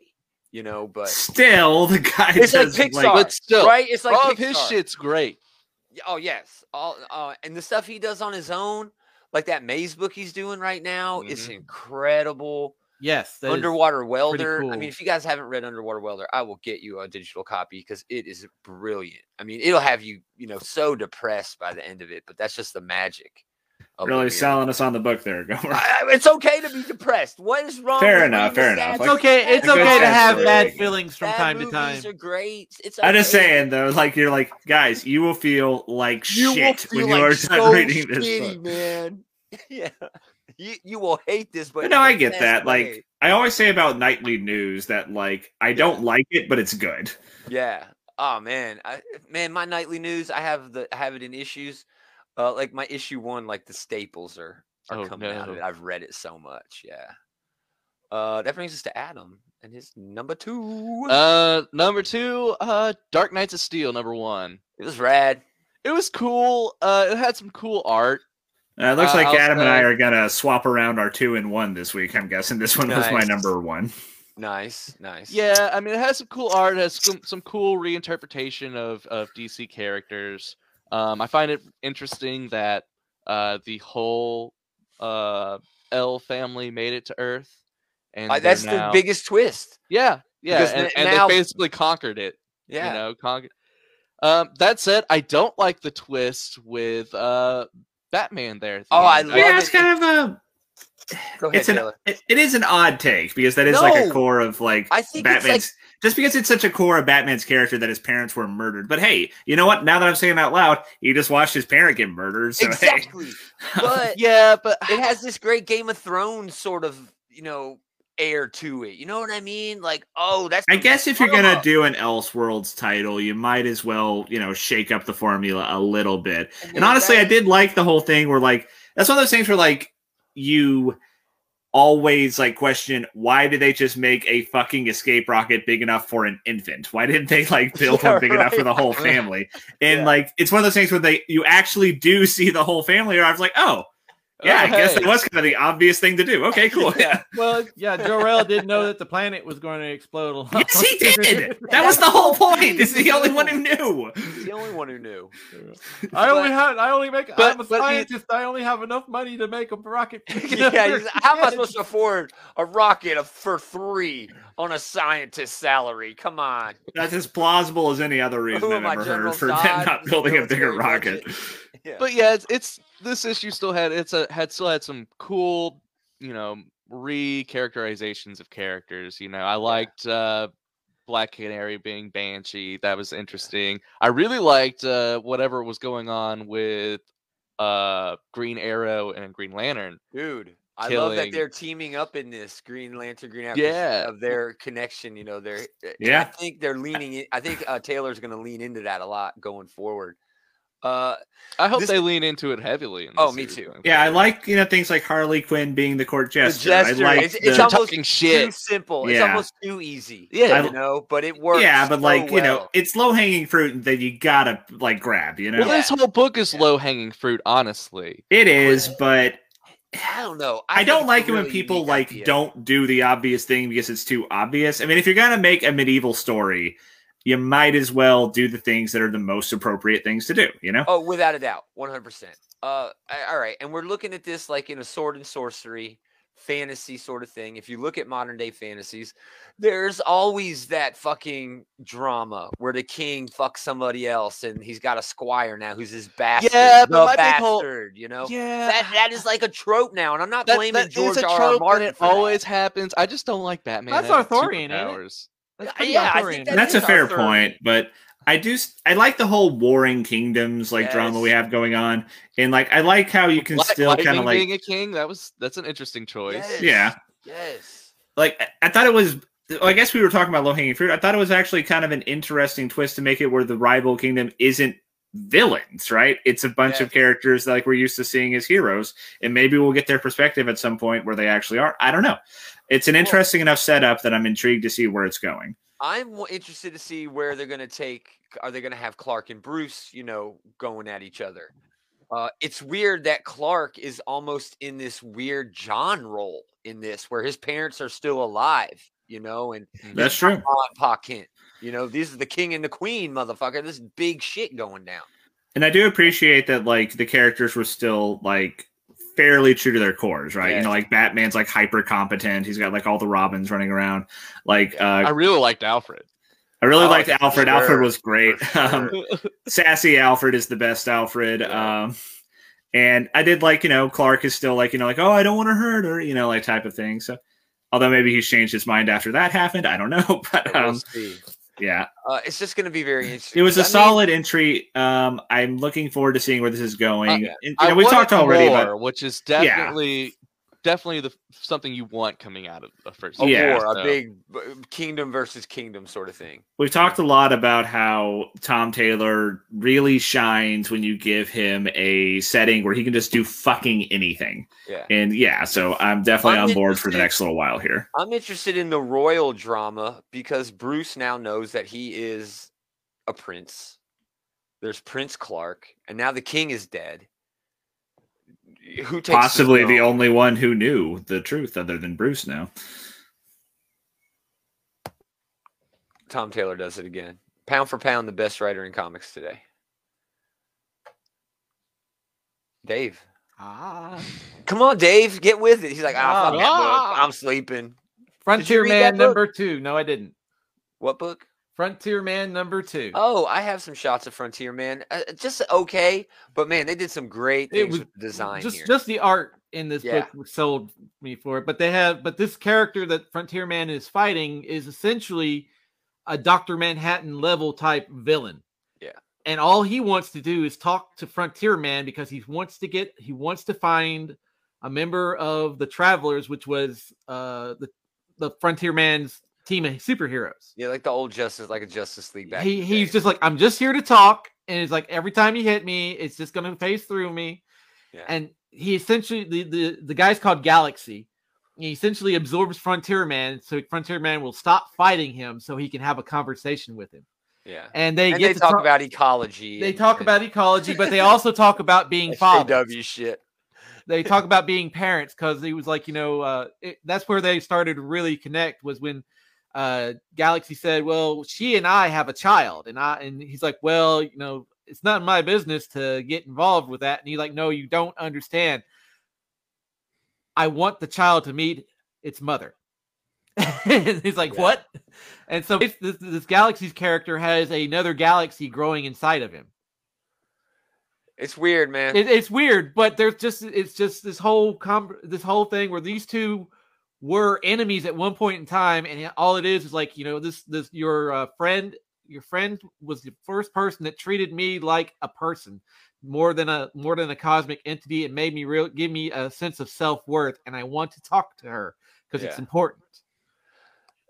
[SPEAKER 1] you know. But
[SPEAKER 3] Still, the guy
[SPEAKER 1] It's like
[SPEAKER 3] does
[SPEAKER 1] Pixar.
[SPEAKER 5] but still
[SPEAKER 1] right, it's like
[SPEAKER 5] all of Oh, his
[SPEAKER 1] Pixar.
[SPEAKER 5] shit's great.
[SPEAKER 1] Y- Oh yes, all uh, and the stuff he does on his own, like that maze book he's doing right now, is
[SPEAKER 5] Mhm.
[SPEAKER 1] incredible.
[SPEAKER 2] Yes, that is-
[SPEAKER 1] Underwater Welder. I
[SPEAKER 2] cool.
[SPEAKER 1] mean, if you guys haven't read Underwater Welder, I will get you a digital copy because it is brilliant. I mean, it'll have you, you know, so depressed by the end of it, but that's just the magic. Of the
[SPEAKER 3] really
[SPEAKER 1] weird.
[SPEAKER 3] selling us on the book there, Gomer.
[SPEAKER 1] I- I- it's okay to be depressed. What is wrong?
[SPEAKER 3] Fair
[SPEAKER 1] with
[SPEAKER 3] enough,
[SPEAKER 1] being
[SPEAKER 3] fair
[SPEAKER 1] a sad
[SPEAKER 3] enough.
[SPEAKER 2] it's
[SPEAKER 3] Like,
[SPEAKER 2] okay. It's
[SPEAKER 3] I
[SPEAKER 2] okay
[SPEAKER 3] guess
[SPEAKER 2] to
[SPEAKER 3] that's
[SPEAKER 2] have
[SPEAKER 3] the
[SPEAKER 2] bad
[SPEAKER 3] thing.
[SPEAKER 2] feelings from
[SPEAKER 1] Bad
[SPEAKER 2] time to
[SPEAKER 1] movies
[SPEAKER 2] time.
[SPEAKER 1] are great. It's
[SPEAKER 3] I'm just
[SPEAKER 1] okay.
[SPEAKER 3] saying though, like you're like, guys, you will feel like
[SPEAKER 1] You will
[SPEAKER 3] shit
[SPEAKER 1] feel
[SPEAKER 3] when you
[SPEAKER 1] like
[SPEAKER 3] are
[SPEAKER 1] so
[SPEAKER 3] done reading this
[SPEAKER 1] shitty,
[SPEAKER 3] book.
[SPEAKER 1] man. yeah, you, you will hate this, but
[SPEAKER 3] But
[SPEAKER 1] in
[SPEAKER 3] no,
[SPEAKER 1] the
[SPEAKER 3] I get
[SPEAKER 1] best
[SPEAKER 3] that.
[SPEAKER 1] way.
[SPEAKER 3] Like I always say about nightly news that like I don't like it, but it's good.
[SPEAKER 1] yeah. Oh man, I, man, my nightly news. I have the I have it in issues. Uh, like my issue one, like the staples are are
[SPEAKER 5] Oh,
[SPEAKER 1] coming out of
[SPEAKER 5] no.
[SPEAKER 1] it. I've read it so much. Yeah. Uh, that brings us to Adam and his number two.
[SPEAKER 5] Uh, number two, uh, Dark Knights of Steel. Number one,
[SPEAKER 1] it was rad.
[SPEAKER 5] it was cool. Uh, it had some cool art.
[SPEAKER 3] Uh, it looks
[SPEAKER 5] Uh,
[SPEAKER 3] like
[SPEAKER 5] I'll
[SPEAKER 3] Adam and
[SPEAKER 5] say-
[SPEAKER 3] I are gonna swap around our two and one this week. I'm guessing this one was my
[SPEAKER 1] Nice.
[SPEAKER 3] number one.
[SPEAKER 1] Nice, nice.
[SPEAKER 5] Yeah, I mean, it has some cool art. It has some, some cool reinterpretation of of DC characters. Um, I find it interesting that uh, the whole uh, L family made it to Earth, and
[SPEAKER 1] Uh,
[SPEAKER 5] they're
[SPEAKER 1] that's
[SPEAKER 5] now-
[SPEAKER 1] the biggest twist.
[SPEAKER 5] Yeah, yeah,
[SPEAKER 1] because
[SPEAKER 5] and,
[SPEAKER 1] n-
[SPEAKER 5] and
[SPEAKER 1] now-
[SPEAKER 5] they basically conquered it.
[SPEAKER 1] Yeah.
[SPEAKER 5] you know Cong- um that said i don't like the twist with uh batman there at the
[SPEAKER 1] Oh, I
[SPEAKER 5] end.
[SPEAKER 1] love
[SPEAKER 3] yeah,
[SPEAKER 1] it.
[SPEAKER 3] it's kind of a
[SPEAKER 1] Go ahead,
[SPEAKER 3] it's an
[SPEAKER 1] Taylor.
[SPEAKER 3] it, it is an odd take because that is like a
[SPEAKER 1] No.
[SPEAKER 3] core of like
[SPEAKER 1] I think it's like-
[SPEAKER 3] Batman's just because it's such a core of Batman's character that his parents were murdered. But hey, you know what? Now that I'm saying it out loud, you just watched his parent get murdered. So hey.
[SPEAKER 1] exactly. But
[SPEAKER 5] yeah but
[SPEAKER 1] it has this great Game of Thrones sort of, you know, air to it. You know what I mean? Like, oh, that's.
[SPEAKER 3] I
[SPEAKER 1] the
[SPEAKER 3] guess if you're
[SPEAKER 1] drama.
[SPEAKER 3] gonna do an Elseworlds title, you might as well, you know, shake up the formula a little bit.
[SPEAKER 1] then
[SPEAKER 3] And honestly, I
[SPEAKER 1] that-
[SPEAKER 3] did like the whole thing where like that's one of those things where like you always like question why did they just make a fucking escape rocket big enough for an infant? Why didn't they like build
[SPEAKER 1] Yeah,
[SPEAKER 3] one big enough for the whole
[SPEAKER 1] right.
[SPEAKER 3] family? And
[SPEAKER 1] Yeah.
[SPEAKER 3] like it's one of those things where they you actually do see the whole family. Or I was like, oh yeah,
[SPEAKER 5] oh,
[SPEAKER 3] I guess that
[SPEAKER 5] hey,
[SPEAKER 3] was kind of the obvious thing to do. Okay, cool. Yeah.
[SPEAKER 2] Well, yeah, Jorel didn't know that the planet was going to explode.
[SPEAKER 3] Yes, he did. That was the whole point. This is the only one who knew.
[SPEAKER 1] He's the only one who knew.
[SPEAKER 2] I only
[SPEAKER 5] But-
[SPEAKER 2] had. I only make.
[SPEAKER 5] but-
[SPEAKER 2] I'm a
[SPEAKER 5] but he-
[SPEAKER 2] scientist. I only have enough money to make a rocket.
[SPEAKER 1] yeah, he's like, how am I supposed to afford a rocket of- for three on a scientist's salary? Come on.
[SPEAKER 3] That's as plausible as any other reason
[SPEAKER 1] Who
[SPEAKER 3] I've
[SPEAKER 1] am I,
[SPEAKER 3] ever
[SPEAKER 1] Oh, General
[SPEAKER 3] heard for
[SPEAKER 1] Zod?
[SPEAKER 3] them not
[SPEAKER 1] Is it
[SPEAKER 3] building a
[SPEAKER 1] military
[SPEAKER 3] bigger rocket.
[SPEAKER 1] Yeah.
[SPEAKER 5] but yeah it's, it's this issue still had it's a had still had some cool you know re-characterizations of characters you know i liked uh black canary being banshee that was interesting i really liked uh whatever was going on with uh green arrow and green lantern
[SPEAKER 1] Dude, I love that
[SPEAKER 5] Killing.
[SPEAKER 1] they're teaming up in this Green Lantern, Green Arrow, 'cause
[SPEAKER 5] Yeah.
[SPEAKER 1] of their connection. You know, they're eh, I- I
[SPEAKER 3] Yeah.
[SPEAKER 1] think they're leaning. In, I think uh, Taylor's going to lean into that a lot going forward. Uh,
[SPEAKER 5] I hope
[SPEAKER 1] This-
[SPEAKER 5] they lean into it heavily. In
[SPEAKER 1] Oh,
[SPEAKER 5] this
[SPEAKER 1] me
[SPEAKER 5] series
[SPEAKER 1] too.
[SPEAKER 5] going
[SPEAKER 3] Yeah, I
[SPEAKER 5] forward.
[SPEAKER 3] like you know things like Harley Quinn being the court jester.
[SPEAKER 1] jester,
[SPEAKER 3] I like
[SPEAKER 1] it's- it's
[SPEAKER 3] the-
[SPEAKER 5] They're
[SPEAKER 1] almost
[SPEAKER 5] talking
[SPEAKER 1] too
[SPEAKER 5] shit.
[SPEAKER 1] simple. It's
[SPEAKER 3] Yeah.
[SPEAKER 1] almost too easy.
[SPEAKER 5] Yeah.
[SPEAKER 1] you know, but it works.
[SPEAKER 3] yeah, but
[SPEAKER 1] so
[SPEAKER 3] like you know,
[SPEAKER 1] well.
[SPEAKER 3] it's low hanging fruit that you gotta like grab. You know,
[SPEAKER 5] Well, this
[SPEAKER 1] Yeah.
[SPEAKER 5] whole book is
[SPEAKER 1] Yeah.
[SPEAKER 5] low hanging fruit, honestly.
[SPEAKER 3] it is, but
[SPEAKER 1] I don't know.
[SPEAKER 3] I
[SPEAKER 1] think it's
[SPEAKER 3] don't
[SPEAKER 1] a
[SPEAKER 3] like it when
[SPEAKER 1] really
[SPEAKER 3] people
[SPEAKER 1] unique
[SPEAKER 3] like
[SPEAKER 1] idea.
[SPEAKER 3] don't do the obvious thing because it's too obvious. I mean, if you're gonna make a medieval story, you might as well do the things that are the most appropriate things to do. You know,
[SPEAKER 1] Oh, without a doubt, one hundred percent. Uh, a- all right, and we're looking at this like in a sword and sorcery fantasy sort of thing. If you look at modern day fantasies, there's always that fucking drama where the king fucks somebody else, and he's got a squire now who's his bastard.
[SPEAKER 5] Yeah, but
[SPEAKER 1] the
[SPEAKER 5] my big
[SPEAKER 1] bastard,
[SPEAKER 5] whole-
[SPEAKER 1] you know.
[SPEAKER 5] Yeah,
[SPEAKER 1] That, that is like a trope now, and I'm not
[SPEAKER 5] that-
[SPEAKER 1] blaming
[SPEAKER 5] that is
[SPEAKER 1] George
[SPEAKER 5] a
[SPEAKER 1] R. R.
[SPEAKER 5] trope, and
[SPEAKER 1] Martin.
[SPEAKER 5] it
[SPEAKER 1] for that.
[SPEAKER 5] always happens. I just don't like Batman.
[SPEAKER 2] That's
[SPEAKER 5] having
[SPEAKER 2] Arthurian, ain't it?
[SPEAKER 5] superpowers.
[SPEAKER 2] That's pretty
[SPEAKER 1] Yeah, I think
[SPEAKER 2] authoritarian.
[SPEAKER 1] that
[SPEAKER 3] that's
[SPEAKER 1] is
[SPEAKER 3] a fair
[SPEAKER 1] our third.
[SPEAKER 3] point, but I do s- I like the whole warring kingdoms like drama
[SPEAKER 1] Yes.
[SPEAKER 3] we have going on, and like I like how you can
[SPEAKER 5] Black
[SPEAKER 3] still kind
[SPEAKER 5] Lightning
[SPEAKER 3] of like
[SPEAKER 5] being a king. That was that's an interesting choice.
[SPEAKER 1] Yes.
[SPEAKER 3] yeah,
[SPEAKER 1] Yes.
[SPEAKER 3] like I- I thought it was. well, I guess we were talking about low hanging fruit. I thought it was actually kind of an interesting twist to make it where the rival kingdom isn't villains, right? It's a bunch of
[SPEAKER 1] Yes.
[SPEAKER 3] characters that, like we're used to seeing as heroes, and maybe we'll get their perspective at some point where they actually are. I don't know. It's an interesting enough setup that I'm intrigued to see where it's going.
[SPEAKER 1] I'm w- interested to see where they're going to take. Are they going to have Clark and Bruce, you know, going at each other? Uh, it's weird that Clark is almost in this weird John role in this, where his parents are still alive, you know, and
[SPEAKER 3] That's true.
[SPEAKER 1] Pa and Pa Kent. You know, these are the king and the queen, motherfucker. This is big shit going down.
[SPEAKER 3] And I do appreciate that like the characters were still like fairly true to their cores, right? You
[SPEAKER 1] Yeah.
[SPEAKER 3] know, like Batman's like hyper competent. He's got like all the Robins running around. Like
[SPEAKER 5] I
[SPEAKER 3] uh,
[SPEAKER 5] really liked Alfred.
[SPEAKER 3] I really
[SPEAKER 1] Oh,
[SPEAKER 3] liked
[SPEAKER 1] for
[SPEAKER 3] Alfred.
[SPEAKER 1] sure.
[SPEAKER 3] Alfred was great.
[SPEAKER 1] For
[SPEAKER 3] Um,
[SPEAKER 1] sure.
[SPEAKER 3] sassy Alfred is the best Alfred.
[SPEAKER 1] Yeah.
[SPEAKER 3] Um, and I did like, you know, Clark is still like, you know, like, oh, I don't want to hurt her, you know, like type of thing. So, although maybe he's changed his mind after that happened, I don't know. But
[SPEAKER 1] We'll
[SPEAKER 3] um,
[SPEAKER 1] see.
[SPEAKER 3] yeah,
[SPEAKER 1] Uh, it's just going to be very interesting.
[SPEAKER 3] it was a
[SPEAKER 1] a
[SPEAKER 3] solid entry. Um, I'm looking forward to seeing where this is going.
[SPEAKER 5] I-
[SPEAKER 3] And, you
[SPEAKER 5] I
[SPEAKER 3] know, we
[SPEAKER 5] wanted
[SPEAKER 3] talked already
[SPEAKER 5] more,
[SPEAKER 3] about
[SPEAKER 5] which is
[SPEAKER 3] Yeah.
[SPEAKER 5] definitely definitely the something you want coming out of the first.
[SPEAKER 1] a
[SPEAKER 3] Yeah,
[SPEAKER 1] war,
[SPEAKER 5] so-
[SPEAKER 1] a big b- kingdom versus kingdom sort of thing.
[SPEAKER 3] we've talked a lot about how Tom Taylor really shines when you give him a setting where he can just do fucking anything.
[SPEAKER 1] Yeah.
[SPEAKER 3] And yeah, so I'm definitely
[SPEAKER 1] I'm
[SPEAKER 3] on board for the
[SPEAKER 1] interested-
[SPEAKER 3] next little while here.
[SPEAKER 1] I'm interested in the royal drama because Bruce now knows that he is a prince. There's Prince Clark, and now the king is dead. Who takes
[SPEAKER 3] possibly the
[SPEAKER 1] throne?
[SPEAKER 3] only one who knew the truth other than Bruce now.
[SPEAKER 1] Tom Taylor does it again. Pound for pound, the best writer in comics today. Dave.
[SPEAKER 2] Ah.
[SPEAKER 1] Come on, Dave, get with it. He's like, ah, fuck that book.
[SPEAKER 5] Ah.
[SPEAKER 1] I'm sleeping.
[SPEAKER 2] Frontier
[SPEAKER 1] read that
[SPEAKER 2] Man
[SPEAKER 1] book?
[SPEAKER 2] number two. No, I didn't.
[SPEAKER 1] What book?
[SPEAKER 2] Frontier Man number two.
[SPEAKER 1] Oh, I have some shots of Frontier Man. Uh, just okay, but man, they did some great
[SPEAKER 2] It
[SPEAKER 1] things
[SPEAKER 2] was-
[SPEAKER 1] with the design
[SPEAKER 2] just
[SPEAKER 1] here.
[SPEAKER 2] just the art in this
[SPEAKER 1] Yeah.
[SPEAKER 2] book sold me for it. But they have but this character that Frontier Man is fighting is essentially a Dr. Manhattan level type villain.
[SPEAKER 1] Yeah.
[SPEAKER 2] And all he wants to do is talk to Frontier Man because he wants to get he wants to find a member of the Travelers, which was uh the the Frontier Man's team of superheroes.
[SPEAKER 1] yeah, like the old Justice, like a Justice League back. in
[SPEAKER 2] he
[SPEAKER 1] the
[SPEAKER 2] he's
[SPEAKER 1] day.
[SPEAKER 2] just like I'm just here to talk, and it's like every time you hit me, it's just gonna phase through me.
[SPEAKER 1] Yeah.
[SPEAKER 2] And he essentially the, the the guy's called Galaxy. He essentially absorbs Frontier Man, so Frontier Man will stop fighting him, so he can have a conversation with him.
[SPEAKER 1] yeah.
[SPEAKER 2] And they
[SPEAKER 1] And
[SPEAKER 2] get
[SPEAKER 1] they
[SPEAKER 2] to
[SPEAKER 1] talk
[SPEAKER 2] talk-
[SPEAKER 1] about ecology.
[SPEAKER 2] they
[SPEAKER 1] and-
[SPEAKER 2] talk
[SPEAKER 1] and
[SPEAKER 2] about ecology, but they also talk about being fathers
[SPEAKER 1] SJW shit.
[SPEAKER 2] they talk about being parents because he was like, you know, uh, it, that's where they started to really connect was when uh, Galaxy said, "Well, she and I have a child," and I and he's like, "Well, you know, it's not my business to get involved with that." And he's like, "No, you don't understand. I want the child to meet its mother." and he's like,
[SPEAKER 1] Yeah.
[SPEAKER 2] "What?" And so this, this, this Galaxy's character has another galaxy growing inside of him
[SPEAKER 1] It's weird, man.
[SPEAKER 2] it, it's weird, but there's just it's just this whole com- this whole thing where these two were enemies at one point in time, and it- all it is is like you know this this your uh, friend your friend was the first person that treated me like a person more than a more than a cosmic entity. It made me real give me a sense of self worth, and I want to talk to her because it's
[SPEAKER 1] Yeah.
[SPEAKER 2] important.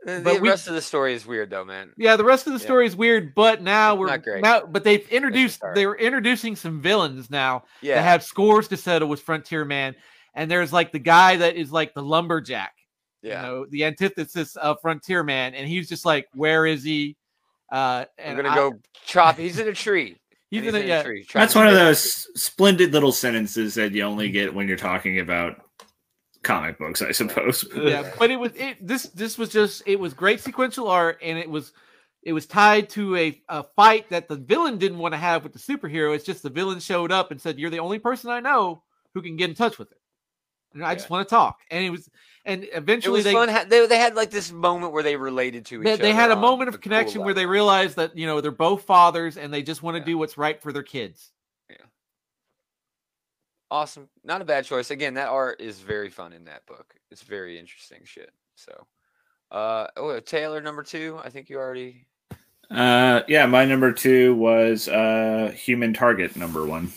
[SPEAKER 1] Uh, the
[SPEAKER 2] but we-
[SPEAKER 1] rest of the story is weird, though, man.
[SPEAKER 2] Yeah, the rest of the
[SPEAKER 1] Yeah.
[SPEAKER 2] story is weird, but now
[SPEAKER 1] It's
[SPEAKER 2] we're
[SPEAKER 1] not great.
[SPEAKER 2] now but they've introduced
[SPEAKER 1] start.
[SPEAKER 2] they were introducing some villains now
[SPEAKER 1] Yeah.
[SPEAKER 2] that have scores to settle with Frontier Man. And there's like the guy that is like the lumberjack,
[SPEAKER 1] yeah.
[SPEAKER 2] you know, the antithesis of Frontier Man. And he's just like, where is he? Uh,
[SPEAKER 1] I'm
[SPEAKER 2] and
[SPEAKER 1] gonna
[SPEAKER 2] I-
[SPEAKER 1] go chop. He's in a tree.
[SPEAKER 2] He's
[SPEAKER 1] and
[SPEAKER 2] in a, yeah,
[SPEAKER 1] tree. trying
[SPEAKER 3] That's
[SPEAKER 1] to
[SPEAKER 3] one of
[SPEAKER 1] figure-
[SPEAKER 3] those splendid little sentences that you only get when you're talking about comic books, I suppose.
[SPEAKER 2] yeah. But it was it, this this was just it was great sequential art, and it was it was tied to a, a fight that the villain didn't want to have with the superhero. It's just the villain showed up and said, "You're the only person I know who can get in touch with her, and I just want to talk." And it was, and
[SPEAKER 1] It
[SPEAKER 2] eventually
[SPEAKER 1] was
[SPEAKER 2] they
[SPEAKER 1] fun. ha- They, they had like this moment where they related to each
[SPEAKER 2] they,
[SPEAKER 1] other.
[SPEAKER 2] they had a
[SPEAKER 1] on
[SPEAKER 2] moment
[SPEAKER 1] a
[SPEAKER 2] of
[SPEAKER 1] cool
[SPEAKER 2] connection where they
[SPEAKER 1] level.
[SPEAKER 2] realized that you know they're both fathers and they just want to
[SPEAKER 1] Yeah.
[SPEAKER 2] do what's right for their kids.
[SPEAKER 1] awesome. Not a bad choice. Again, that art is very fun in that book. It's very interesting shit. So, uh, oh, Taylor number two. I think you already.
[SPEAKER 3] Uh, yeah, my number two was uh, Human Target number one.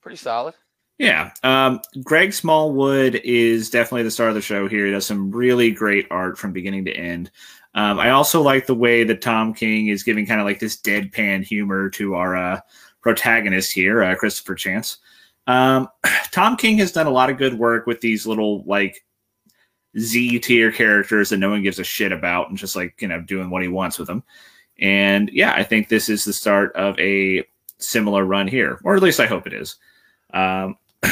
[SPEAKER 1] Pretty solid.
[SPEAKER 3] Yeah. Um, Greg Smallwood is definitely the star of the show here. He does some really great art from beginning to end. Um, I also like the way that Tom King is giving kind of like this deadpan humor to our uh, protagonist here, uh, Christopher Chance. Um, Tom King has done a lot of good work with these little like Z tier characters that no one gives a shit about and just like, you know, doing what he wants with them. And yeah, I think this is the start of a similar run here, or at least I hope it is. Um,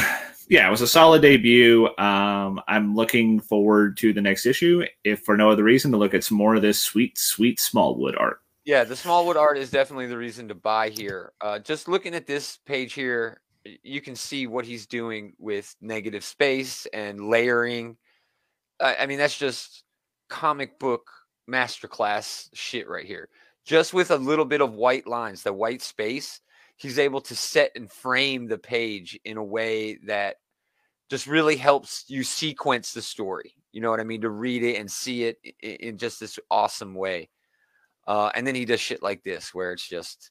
[SPEAKER 3] yeah, it was a solid debut. Um, I'm looking forward to the next issue, if for no other reason, to look at some more of this sweet, sweet Smallwood art.
[SPEAKER 1] Yeah, the Smallwood art is definitely the reason to buy here. Uh, just looking at this page here, y- you can see what he's doing with negative space and layering. I, I mean, that's just comic book masterclass shit right here. Just with a little bit of white lines, the white space, he's able to set and frame the page in a way that just really helps you sequence the story. You know what I mean? To read it and see it i- i- in just this awesome way. Uh, and then he does shit like this, where it's just,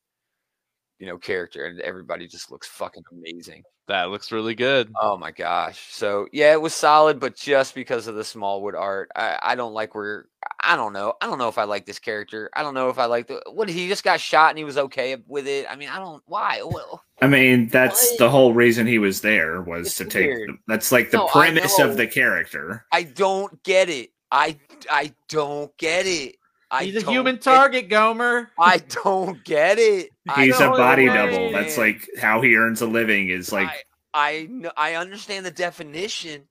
[SPEAKER 1] you know, character and everybody just looks fucking amazing.
[SPEAKER 5] That looks really good.
[SPEAKER 1] Oh my gosh. So yeah, it was solid, but just because of the Smallwood art, I, I don't like where I don't know. I don't know if I like this character. I don't know if I like the what he just got shot and he was okay with it. I mean, I don't why. Well,
[SPEAKER 3] I mean, that's
[SPEAKER 1] What?
[SPEAKER 3] the whole reason he was there was
[SPEAKER 1] It's
[SPEAKER 3] to take.
[SPEAKER 1] weird.
[SPEAKER 3] the- That's like the
[SPEAKER 1] No, I
[SPEAKER 3] premise
[SPEAKER 1] know.
[SPEAKER 3] of the character.
[SPEAKER 1] I don't get it. I I don't get it. I
[SPEAKER 2] He's a
[SPEAKER 1] don't
[SPEAKER 2] human
[SPEAKER 1] get-
[SPEAKER 2] target, Gomer.
[SPEAKER 1] I don't get it. I
[SPEAKER 3] He's a
[SPEAKER 1] don't
[SPEAKER 3] body
[SPEAKER 1] get
[SPEAKER 3] double. That's
[SPEAKER 1] it.
[SPEAKER 3] like how he earns a living. Is like
[SPEAKER 1] I, I know I understand the definition.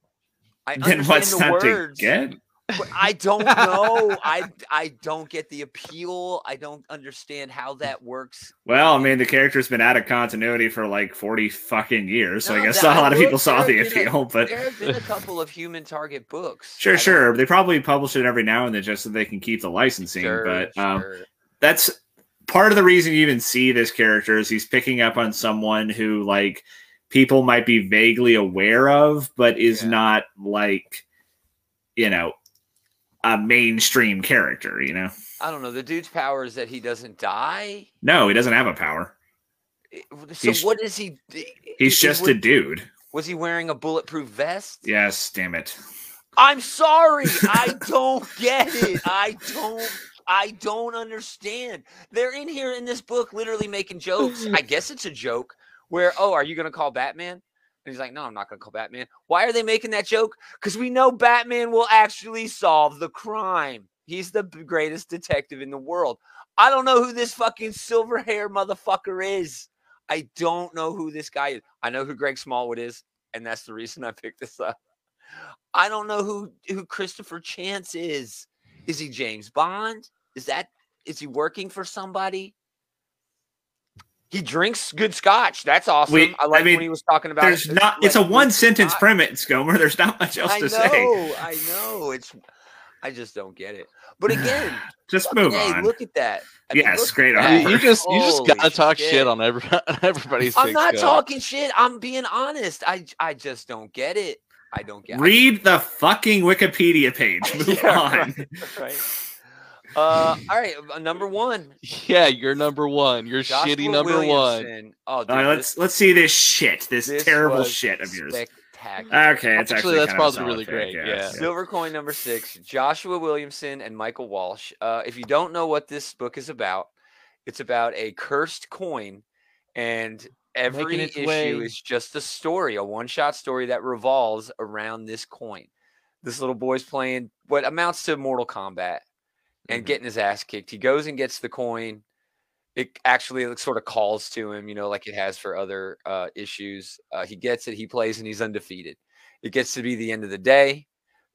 [SPEAKER 1] I
[SPEAKER 3] then
[SPEAKER 1] understand
[SPEAKER 3] what's
[SPEAKER 1] the
[SPEAKER 3] not
[SPEAKER 1] words.
[SPEAKER 3] to get?
[SPEAKER 1] but I don't know. I I don't get the appeal. I don't understand how that works.
[SPEAKER 3] Well, I mean, the character's been out of continuity for like forty fucking years, so I
[SPEAKER 1] No,
[SPEAKER 3] guess
[SPEAKER 1] that-
[SPEAKER 3] not a lot of
[SPEAKER 1] look,
[SPEAKER 3] people saw the
[SPEAKER 1] there have been a-
[SPEAKER 3] appeal. But
[SPEAKER 1] There have been a couple of human target books. I
[SPEAKER 3] sure,
[SPEAKER 1] don't-
[SPEAKER 3] sure, they probably publish it every now and then just so they can keep the licensing.
[SPEAKER 1] sure,
[SPEAKER 3] but um,
[SPEAKER 1] sure.
[SPEAKER 3] that's part of the reason you even see this character is he's picking up on someone who like people might be vaguely aware of but is
[SPEAKER 1] Yeah.
[SPEAKER 3] not like you know a mainstream character you know
[SPEAKER 1] I don't know. The dude's power is that he doesn't die.
[SPEAKER 3] no he doesn't have a power
[SPEAKER 1] It- So
[SPEAKER 3] He's-
[SPEAKER 1] what is he?
[SPEAKER 3] he's
[SPEAKER 1] he
[SPEAKER 3] just
[SPEAKER 1] was,
[SPEAKER 3] a dude
[SPEAKER 1] Was he wearing a bulletproof vest?
[SPEAKER 3] yes damn it
[SPEAKER 1] I'm sorry. I don't get it. I don't. I don't understand. They're in here in this book, literally making jokes. I guess it's a joke. Where oh, are you gonna call Batman? And he's like, no, I'm not gonna call Batman. Why are they making that joke? Because we know Batman will actually solve the crime. He's the b- greatest detective in the world. I don't know who this fucking silver hair motherfucker is. I don't know who this guy is. I know who Greg Smallwood is, and that's the reason I picked this up. I don't know who who Christopher Chance is. Is he James Bond? Is that is he working for somebody? He drinks good scotch. That's awesome.
[SPEAKER 3] We-
[SPEAKER 1] I
[SPEAKER 3] I
[SPEAKER 1] like
[SPEAKER 3] mean,
[SPEAKER 1] when he was talking about.
[SPEAKER 3] there's
[SPEAKER 1] it.
[SPEAKER 3] not it's a
[SPEAKER 1] Like,
[SPEAKER 3] one sentence
[SPEAKER 1] I-
[SPEAKER 3] premise gomer there's not much else
[SPEAKER 1] I know.
[SPEAKER 3] to say
[SPEAKER 1] I know. It's. I just don't get it. But again,
[SPEAKER 3] just
[SPEAKER 1] fucking
[SPEAKER 3] move
[SPEAKER 1] hey,
[SPEAKER 3] on
[SPEAKER 1] look at that. I mean,
[SPEAKER 3] Yes,
[SPEAKER 1] look at
[SPEAKER 3] great
[SPEAKER 1] that.
[SPEAKER 3] Yeah.
[SPEAKER 5] You, you just you just
[SPEAKER 1] Holy
[SPEAKER 5] gotta talk shit,
[SPEAKER 1] shit.
[SPEAKER 5] on every on everybody's.
[SPEAKER 1] I'm
[SPEAKER 5] things
[SPEAKER 1] not
[SPEAKER 5] going.
[SPEAKER 1] talking shit. I'm being honest. I I just don't get it. I don't get. it.
[SPEAKER 3] read the fucking wikipedia page move
[SPEAKER 1] Yeah,
[SPEAKER 3] on
[SPEAKER 1] right. right. Uh, all right. uh, Number one.
[SPEAKER 5] Yeah, you're number one. You're
[SPEAKER 1] Joshua
[SPEAKER 5] shitty number one.
[SPEAKER 1] Williamson. Oh, dude,
[SPEAKER 3] All right,
[SPEAKER 1] this-
[SPEAKER 3] let's let's see this shit, this,
[SPEAKER 1] this
[SPEAKER 3] terrible
[SPEAKER 1] was
[SPEAKER 3] shit of yours.
[SPEAKER 1] Spectacular.
[SPEAKER 3] Okay, it's
[SPEAKER 5] Actually,
[SPEAKER 3] actually
[SPEAKER 5] that's
[SPEAKER 3] kind of a
[SPEAKER 5] probably
[SPEAKER 3] solid
[SPEAKER 5] really
[SPEAKER 3] pick,
[SPEAKER 5] great, yeah.
[SPEAKER 1] Silver coin number six, Joshua Williamson and Michael Walsh. Uh, if you don't know what this book is about, it's about a cursed coin, and every
[SPEAKER 2] its
[SPEAKER 1] issue
[SPEAKER 2] way.
[SPEAKER 1] is just a story, a one shot story that revolves around this coin. This little boy's playing what amounts to Mortal Kombat and
[SPEAKER 2] Mm-hmm.
[SPEAKER 5] Mhm.
[SPEAKER 1] getting his ass kicked. He goes and gets the coin. It actually like, sort of calls to him, you know, like it has for other uh, issues. Uh, he gets it, he plays, and he's undefeated. It gets to be the end of the day.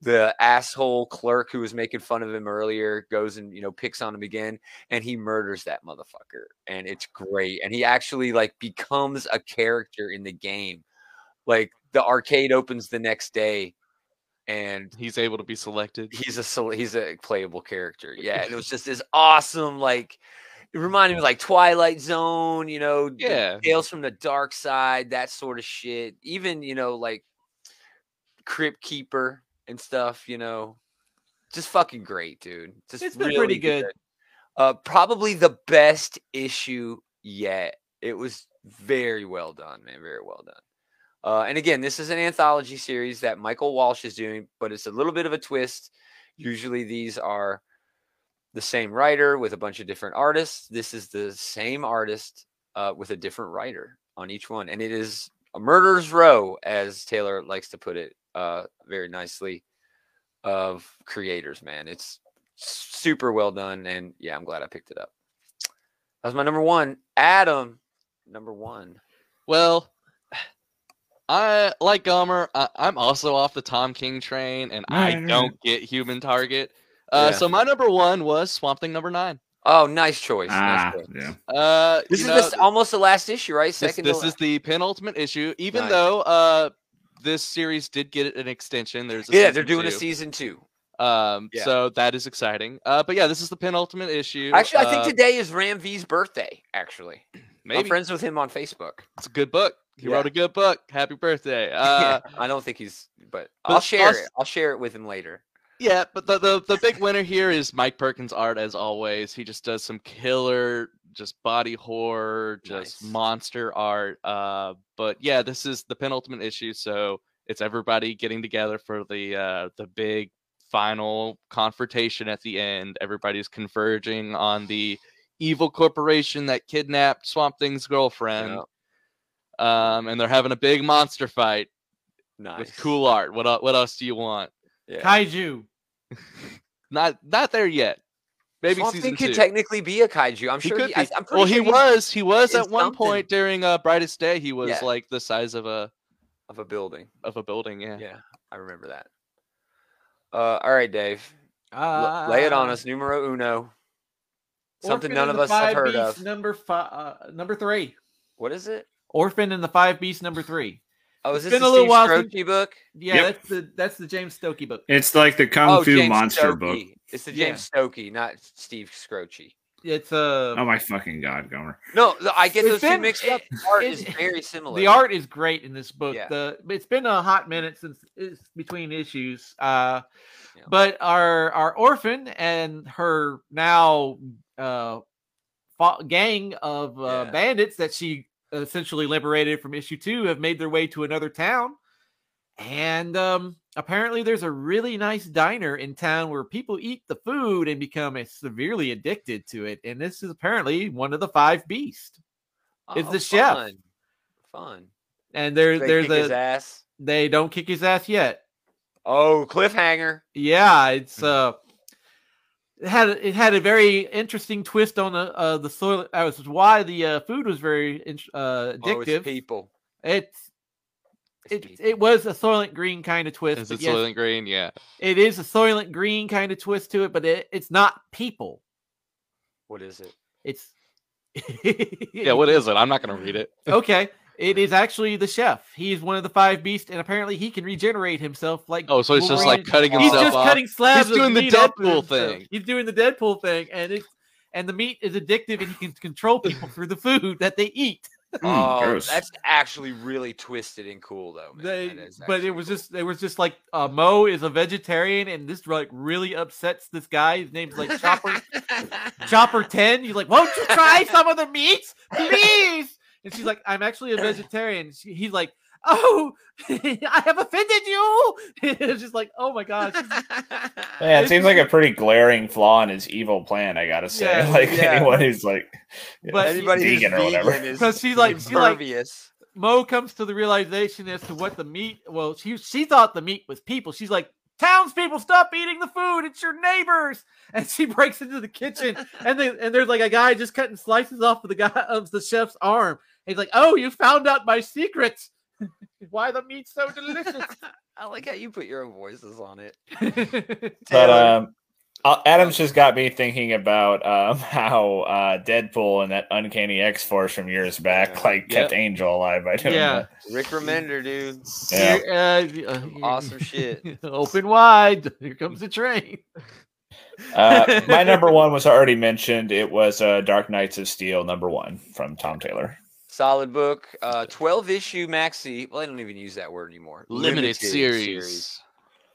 [SPEAKER 1] The asshole clerk who was making fun of him earlier goes and you know picks on him again, and he murders that motherfucker, and it's great. And he actually like becomes a character in the game. Like the arcade opens the next day, and
[SPEAKER 5] He's able to be selected.
[SPEAKER 1] he's a sol- he's a playable character. Yeah, and it was just this awesome like it reminded me of, like Twilight Zone, you know, d-
[SPEAKER 5] Yeah.
[SPEAKER 1] Tales from the Dark Side, that sort of shit. Even you know like Crypt Keeper and stuff, you know. Just fucking great, dude. Just
[SPEAKER 2] It's been
[SPEAKER 1] really
[SPEAKER 2] pretty good.
[SPEAKER 1] Uh probably the best issue yet. It was very well done, man. Very well done. Uh, and again, this is an anthology series that Michael Walsh is doing, but it's a little bit of a twist. Usually these are the same writer with a bunch of different artists. This is the same artist uh, with a different writer on each one. And it is a murderer's row, as Taylor likes to put it uh, very nicely. of creators, man. It's super well done, and yeah, I'm glad I picked it up. That was my number one, Adam. Number one.
[SPEAKER 5] Well, I like Gomer. I, I'm also off the Tom King train, and I
[SPEAKER 7] Right, right.
[SPEAKER 5] don't get Human Target. Uh,
[SPEAKER 1] Yeah.
[SPEAKER 5] So my number one was Swamp Thing number nine.
[SPEAKER 1] Oh, nice choice.
[SPEAKER 7] Ah,
[SPEAKER 1] nice choice.
[SPEAKER 7] yeah.
[SPEAKER 5] Uh,
[SPEAKER 1] This
[SPEAKER 5] you
[SPEAKER 1] is
[SPEAKER 5] know,
[SPEAKER 1] the s- almost the last issue, right?
[SPEAKER 5] this,
[SPEAKER 1] Second. to
[SPEAKER 5] this
[SPEAKER 1] la-
[SPEAKER 5] is the penultimate issue. Even
[SPEAKER 1] Nice.
[SPEAKER 5] though uh, this series did get an extension, there's a
[SPEAKER 1] yeah, they're
[SPEAKER 5] season
[SPEAKER 1] doing a
[SPEAKER 5] two.
[SPEAKER 1] season two.
[SPEAKER 5] Um,
[SPEAKER 1] Yeah.
[SPEAKER 5] so that is exciting. Uh, but yeah, this is the penultimate issue.
[SPEAKER 1] Actually, I think
[SPEAKER 5] Uh,
[SPEAKER 1] today is Ram V's birthday. Actually, I'm
[SPEAKER 5] maybe
[SPEAKER 1] friends with him on Facebook.
[SPEAKER 5] it's a good book. He
[SPEAKER 1] Yeah.
[SPEAKER 5] wrote a good book. Happy birthday.
[SPEAKER 1] Yeah,
[SPEAKER 5] Uh,
[SPEAKER 1] I don't think he's, but
[SPEAKER 5] but
[SPEAKER 1] I'll share
[SPEAKER 5] us-
[SPEAKER 1] it. I'll share it with him later.
[SPEAKER 5] yeah, but the, the the big winner here is Mike Perkins' art as always. He just does some killer, just body horror, just
[SPEAKER 1] Nice.
[SPEAKER 5] monster art. Uh, but yeah, this is the penultimate issue, so it's everybody getting together for the uh the big final confrontation at the end. Everybody's converging on the evil corporation that kidnapped Swamp Thing's girlfriend.
[SPEAKER 1] Yeah.
[SPEAKER 5] Um, and they're having a big monster fight
[SPEAKER 1] Nice,
[SPEAKER 5] with cool art. What el- what else do you want?
[SPEAKER 1] Yeah.
[SPEAKER 2] Kaiju.
[SPEAKER 5] Not not there yet. Maybe
[SPEAKER 1] Swamp
[SPEAKER 5] season
[SPEAKER 1] Thing could
[SPEAKER 5] two.
[SPEAKER 1] technically be a kaiju. I'm
[SPEAKER 5] He
[SPEAKER 1] sure.
[SPEAKER 5] could
[SPEAKER 1] He, I,
[SPEAKER 5] be.
[SPEAKER 1] I'm pretty
[SPEAKER 5] well,
[SPEAKER 1] sure
[SPEAKER 5] he
[SPEAKER 1] he's
[SPEAKER 5] was. He was
[SPEAKER 1] in
[SPEAKER 5] at one
[SPEAKER 1] something.
[SPEAKER 5] point during uh, Brightest Day. He was
[SPEAKER 1] Yeah.
[SPEAKER 5] like the size of a
[SPEAKER 1] of a building.
[SPEAKER 5] of a building. Yeah.
[SPEAKER 1] Yeah, I remember that. Uh, all right, Dave, L- lay it on
[SPEAKER 2] Ah.
[SPEAKER 1] us. Numero uno. Something
[SPEAKER 2] Orphan
[SPEAKER 1] none
[SPEAKER 2] and
[SPEAKER 1] of
[SPEAKER 2] the
[SPEAKER 1] us have
[SPEAKER 2] Five
[SPEAKER 1] heard
[SPEAKER 2] Beasts,
[SPEAKER 1] of.
[SPEAKER 2] Number five, uh, number three.
[SPEAKER 1] What is it?
[SPEAKER 2] Orphan and the Five Beasts, number three.
[SPEAKER 1] Oh, is
[SPEAKER 2] It's
[SPEAKER 1] this
[SPEAKER 2] been
[SPEAKER 1] the
[SPEAKER 2] a little
[SPEAKER 1] Steve
[SPEAKER 2] while since-
[SPEAKER 1] Strokey book?
[SPEAKER 2] Yeah,
[SPEAKER 7] Yep.
[SPEAKER 2] that's the that's the James Stokey book.
[SPEAKER 7] It's like the Kung
[SPEAKER 1] oh,
[SPEAKER 7] Fu
[SPEAKER 1] James
[SPEAKER 7] Monster
[SPEAKER 1] Stokey.
[SPEAKER 7] book.
[SPEAKER 1] It's the
[SPEAKER 2] Yeah.
[SPEAKER 1] James Stokey, not Steve Scroce.
[SPEAKER 2] It's uh,
[SPEAKER 7] Oh my fucking god, Gomer!
[SPEAKER 1] No, th- I get
[SPEAKER 2] It's
[SPEAKER 1] those two
[SPEAKER 2] been-
[SPEAKER 1] mixed up.
[SPEAKER 2] it-
[SPEAKER 1] The Art
[SPEAKER 2] it-
[SPEAKER 1] is very similar.
[SPEAKER 2] the art is great in this book.
[SPEAKER 1] Yeah.
[SPEAKER 2] The but it's been a hot minute since it's between issues. Uh,
[SPEAKER 1] Yeah.
[SPEAKER 2] but our our orphan and her now uh fa- gang of uh,
[SPEAKER 1] Yeah.
[SPEAKER 2] bandits that she essentially liberated from issue two have made their way to another town, and um apparently there's a really nice diner in town where people eat the food and become uh, severely addicted to it. And this is apparently one of the five beasts. is
[SPEAKER 1] Oh,
[SPEAKER 2] the chef.
[SPEAKER 1] Fun. fun.
[SPEAKER 2] And there,
[SPEAKER 1] Do they
[SPEAKER 2] there's
[SPEAKER 1] kick his
[SPEAKER 2] a
[SPEAKER 1] ass.
[SPEAKER 2] they don't kick his ass yet.
[SPEAKER 1] Oh, cliffhanger.
[SPEAKER 2] Yeah, it's uh, it had it had a very interesting twist on the uh, the soil. That was why the uh, food was very in- uh,
[SPEAKER 1] Oh, it's
[SPEAKER 2] addictive.
[SPEAKER 1] people.
[SPEAKER 2] it's
[SPEAKER 1] It's
[SPEAKER 2] it,
[SPEAKER 1] people.
[SPEAKER 2] it was a Soylent Green kind of twist.
[SPEAKER 5] Is
[SPEAKER 2] but
[SPEAKER 5] it
[SPEAKER 2] yes,
[SPEAKER 5] Soylent Green? Yeah.
[SPEAKER 2] It is a Soylent Green kind of twist to it, but it, it's not people.
[SPEAKER 1] What is it?
[SPEAKER 2] It's
[SPEAKER 5] Yeah. What is it? I'm not gonna read it.
[SPEAKER 2] okay. It is actually the chef. He's one of the five beasts, and apparently he can regenerate himself. Like
[SPEAKER 5] Oh, so he's just
[SPEAKER 2] Wolverine
[SPEAKER 5] like cutting
[SPEAKER 2] he's
[SPEAKER 5] himself
[SPEAKER 2] just
[SPEAKER 5] off.
[SPEAKER 2] cutting slabs.
[SPEAKER 5] He's
[SPEAKER 2] of
[SPEAKER 5] doing the
[SPEAKER 2] meat up
[SPEAKER 5] Deadpool
[SPEAKER 2] and stuff.
[SPEAKER 5] thing.
[SPEAKER 2] He's doing the Deadpool thing, and it's and the meat is addictive, and he can control people through the food that they eat.
[SPEAKER 7] Mm,
[SPEAKER 1] oh,
[SPEAKER 7] gross.
[SPEAKER 1] that's actually really twisted and cool, though. Oh, man.
[SPEAKER 2] They,
[SPEAKER 1] That is
[SPEAKER 2] but
[SPEAKER 1] actually
[SPEAKER 2] it was
[SPEAKER 1] cool.
[SPEAKER 2] just it was just like uh, Mo is a vegetarian, and this like really upsets this guy. His name's like Chopper Chopper Ten. He's like, "Won't you try some of the meats, please?" And she's like, "I'm actually a vegetarian." She, he's like. Oh, I have offended you! it's just like, oh my gosh,
[SPEAKER 3] Yeah, it
[SPEAKER 2] This
[SPEAKER 3] seems
[SPEAKER 2] is
[SPEAKER 3] like a
[SPEAKER 2] the-
[SPEAKER 3] pretty glaring flaw in his evil plan. I gotta say,
[SPEAKER 2] Yeah,
[SPEAKER 3] like
[SPEAKER 1] yeah.
[SPEAKER 3] anyone who's like,
[SPEAKER 2] But-
[SPEAKER 1] Anybody who's
[SPEAKER 3] Vegan or whatever.
[SPEAKER 1] vegan is
[SPEAKER 2] 'Cause she's like- she's like-
[SPEAKER 1] impervious.
[SPEAKER 2] Mo comes to the realization as to what the meat. Well, she she thought the meat was people. She's like, townspeople, stop eating the food. It's your neighbors. And she breaks into the kitchen, and they and there's like a guy just cutting slices off of the guy of the chef's arm. And he's like, oh, you found out my secret. Why the meat's so
[SPEAKER 1] I like how you put your own voices on it.
[SPEAKER 2] delicious.
[SPEAKER 3] but
[SPEAKER 1] Taylor.
[SPEAKER 3] um, uh, Adams just got me thinking about um, how uh, Deadpool and that Uncanny X Force from years back
[SPEAKER 1] Yeah.
[SPEAKER 3] like kept Angel alive by doing
[SPEAKER 2] Yeah.
[SPEAKER 3] that.
[SPEAKER 1] Rick Remender, dude.
[SPEAKER 3] Yeah.
[SPEAKER 2] Here, uh, uh, here-
[SPEAKER 1] Awesome shit.
[SPEAKER 2] Open wide. Here comes the train.
[SPEAKER 3] Uh, my number one was already mentioned. It was uh, Dark Knights of Steel number one from Tom Taylor.
[SPEAKER 1] Solid book. Uh, 12 issue maxi. Well, I don't even use that word anymore.
[SPEAKER 5] Limited, series.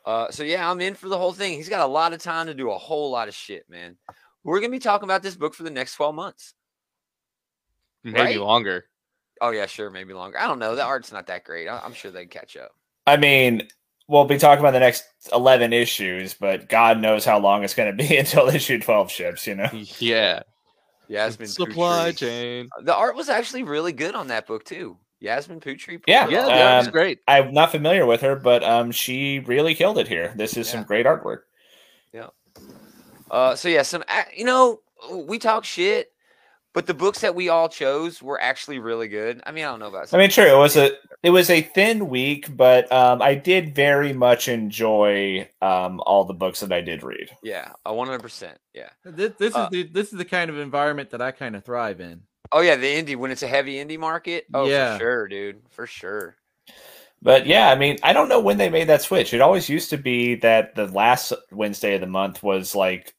[SPEAKER 1] Uh, so yeah, I'm in for the whole thing. He's got a lot of time to do a whole lot of shit, man. We're gonna be talking about this book for the next 12 months.
[SPEAKER 5] Maybe
[SPEAKER 1] Right?
[SPEAKER 5] longer.
[SPEAKER 1] Oh yeah, sure, maybe longer. I don't know. The art's not that great. I- I'm sure they catch up.
[SPEAKER 3] I mean, we'll be talking about the next eleven issues, but God knows how long it's going to be until issue twelve ships. You know,
[SPEAKER 5] Yeah.
[SPEAKER 1] Yeah, it's been
[SPEAKER 5] Supply
[SPEAKER 1] Kutchery.
[SPEAKER 5] chain.
[SPEAKER 1] The art was actually really good on that book too. Yasmin Putri.
[SPEAKER 3] Yeah,
[SPEAKER 5] Yeah,
[SPEAKER 3] Um,
[SPEAKER 5] that was great.
[SPEAKER 3] I'm not familiar with her, but um, she really killed it here. This is some
[SPEAKER 1] Yeah.
[SPEAKER 3] great artwork.
[SPEAKER 1] Uh, so yeah, some ac- you know we talk shit, but the books that we all chose were actually really good. I mean, I don't know about.
[SPEAKER 3] I
[SPEAKER 1] some-
[SPEAKER 3] mean, sure, it was a it was a thin week, but um, I did very much enjoy um, all the books that I did read.
[SPEAKER 1] yeah, a one hundred percent. Yeah.
[SPEAKER 2] This, this
[SPEAKER 1] Uh,
[SPEAKER 2] is the, this is the kind of environment that I kind of thrive in.
[SPEAKER 1] Oh yeah, the indie when it's a heavy indie market. Oh
[SPEAKER 2] Yeah.
[SPEAKER 1] for sure, dude, for sure.
[SPEAKER 3] But yeah, I mean, I don't know when they made that switch. It always used to be that the last Wednesday of the month was like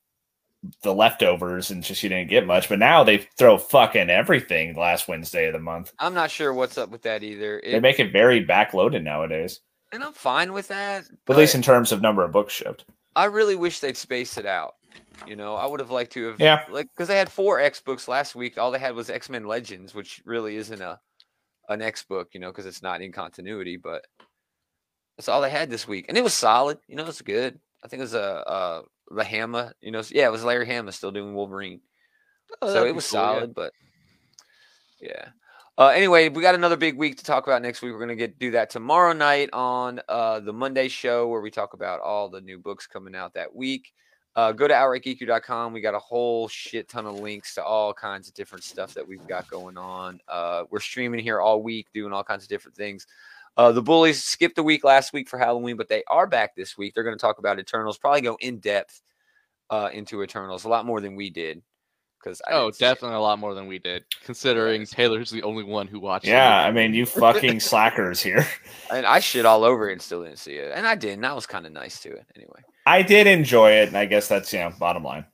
[SPEAKER 3] the leftovers and just you didn't get much. But now they throw fucking everything last Wednesday of the month.
[SPEAKER 1] I'm not sure what's up with that either.
[SPEAKER 3] they
[SPEAKER 1] It-
[SPEAKER 3] make it very backloaded nowadays,
[SPEAKER 1] and I'm fine with that.
[SPEAKER 3] at
[SPEAKER 1] but
[SPEAKER 3] least in terms of number of books shipped.
[SPEAKER 1] I really wish they'd space it out. You know, I would have liked to have.
[SPEAKER 3] Yeah.
[SPEAKER 1] Like because they had four X books last week. All they had was X Men Legends, which really isn't a an X book, you know, because it's not in continuity. But that's all they had this week, and it was solid. You know, it's good. I think it was a uh, the Hama. You know, s- yeah, it was Larry Hama still doing Wolverine.
[SPEAKER 5] Oh,
[SPEAKER 1] so
[SPEAKER 5] that'd
[SPEAKER 1] it
[SPEAKER 5] be
[SPEAKER 1] was
[SPEAKER 5] cool, yeah.
[SPEAKER 1] solid, but yeah. Uh, anyway, we got another big week to talk about next week. We're gonna get do that tomorrow night on uh, the Monday show where we talk about all the new books coming out that week. Uh, go to outrightgeeker.com. We got a whole shit ton of links to all kinds of different stuff that we've got going on. Uh, we're streaming here all week, doing all kinds of different things. Uh, the Bullies skipped a week last week for Halloween, but they are back this week. They're going to talk about Eternals, probably go in depth uh, into Eternals a lot more than we did. Because
[SPEAKER 5] Oh, definitely a lot more than we did, considering Taylor's the only one who watched. the
[SPEAKER 3] Yeah,
[SPEAKER 5] movie.
[SPEAKER 3] I mean, you fucking slackers here.
[SPEAKER 1] And I shit all over it and still didn't see it. And I did, and I was kind of nice to it anyway.
[SPEAKER 3] I did enjoy it, and I guess that's you know bottom line.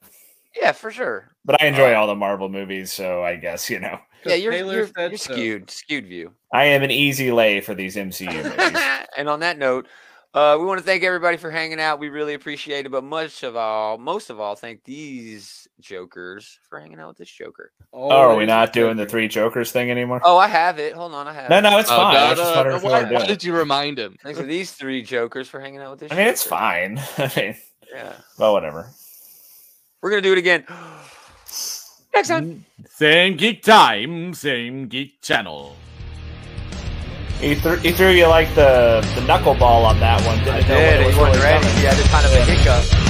[SPEAKER 1] Yeah, for sure.
[SPEAKER 3] But I enjoy all the Marvel movies, so I guess you know
[SPEAKER 1] Yeah, you're,
[SPEAKER 2] Taylor
[SPEAKER 1] you're,
[SPEAKER 2] said
[SPEAKER 1] you're
[SPEAKER 2] so.
[SPEAKER 1] skewed, skewed view.
[SPEAKER 3] I am an easy lay for these MCU movies.
[SPEAKER 1] and on that note, uh, we want to thank everybody for hanging out. We really appreciate it. But much of all, most of all, thank these jokers for hanging out with this joker.
[SPEAKER 2] Oh,
[SPEAKER 3] Oh, are we not doing the three Jokers thing anymore?
[SPEAKER 1] Oh, I have it. Hold on, I have
[SPEAKER 3] No,
[SPEAKER 1] it.
[SPEAKER 3] no, it's
[SPEAKER 5] Oh,
[SPEAKER 3] fine. I was
[SPEAKER 5] no,
[SPEAKER 3] just
[SPEAKER 5] no,
[SPEAKER 3] wondering
[SPEAKER 5] no,
[SPEAKER 3] if we
[SPEAKER 5] why,
[SPEAKER 3] were
[SPEAKER 5] why
[SPEAKER 3] doing it.
[SPEAKER 5] did you remind him?
[SPEAKER 1] Thanks to these three jokers for hanging out with this
[SPEAKER 3] I mean, it's
[SPEAKER 1] Joker.
[SPEAKER 3] fine. I mean,
[SPEAKER 1] Yeah.
[SPEAKER 3] well, whatever.
[SPEAKER 1] We're going to do it again. Next time.
[SPEAKER 2] Same geek time, same geek channel.
[SPEAKER 3] He, th- he threw you like the the knuckleball on that one. Didn't
[SPEAKER 1] I
[SPEAKER 3] know when
[SPEAKER 1] did.
[SPEAKER 3] it
[SPEAKER 1] It
[SPEAKER 3] was
[SPEAKER 1] wasn't
[SPEAKER 3] really
[SPEAKER 1] ready.
[SPEAKER 3] coming.
[SPEAKER 1] Yeah, just kind of a hiccup. Oh,
[SPEAKER 3] Oh.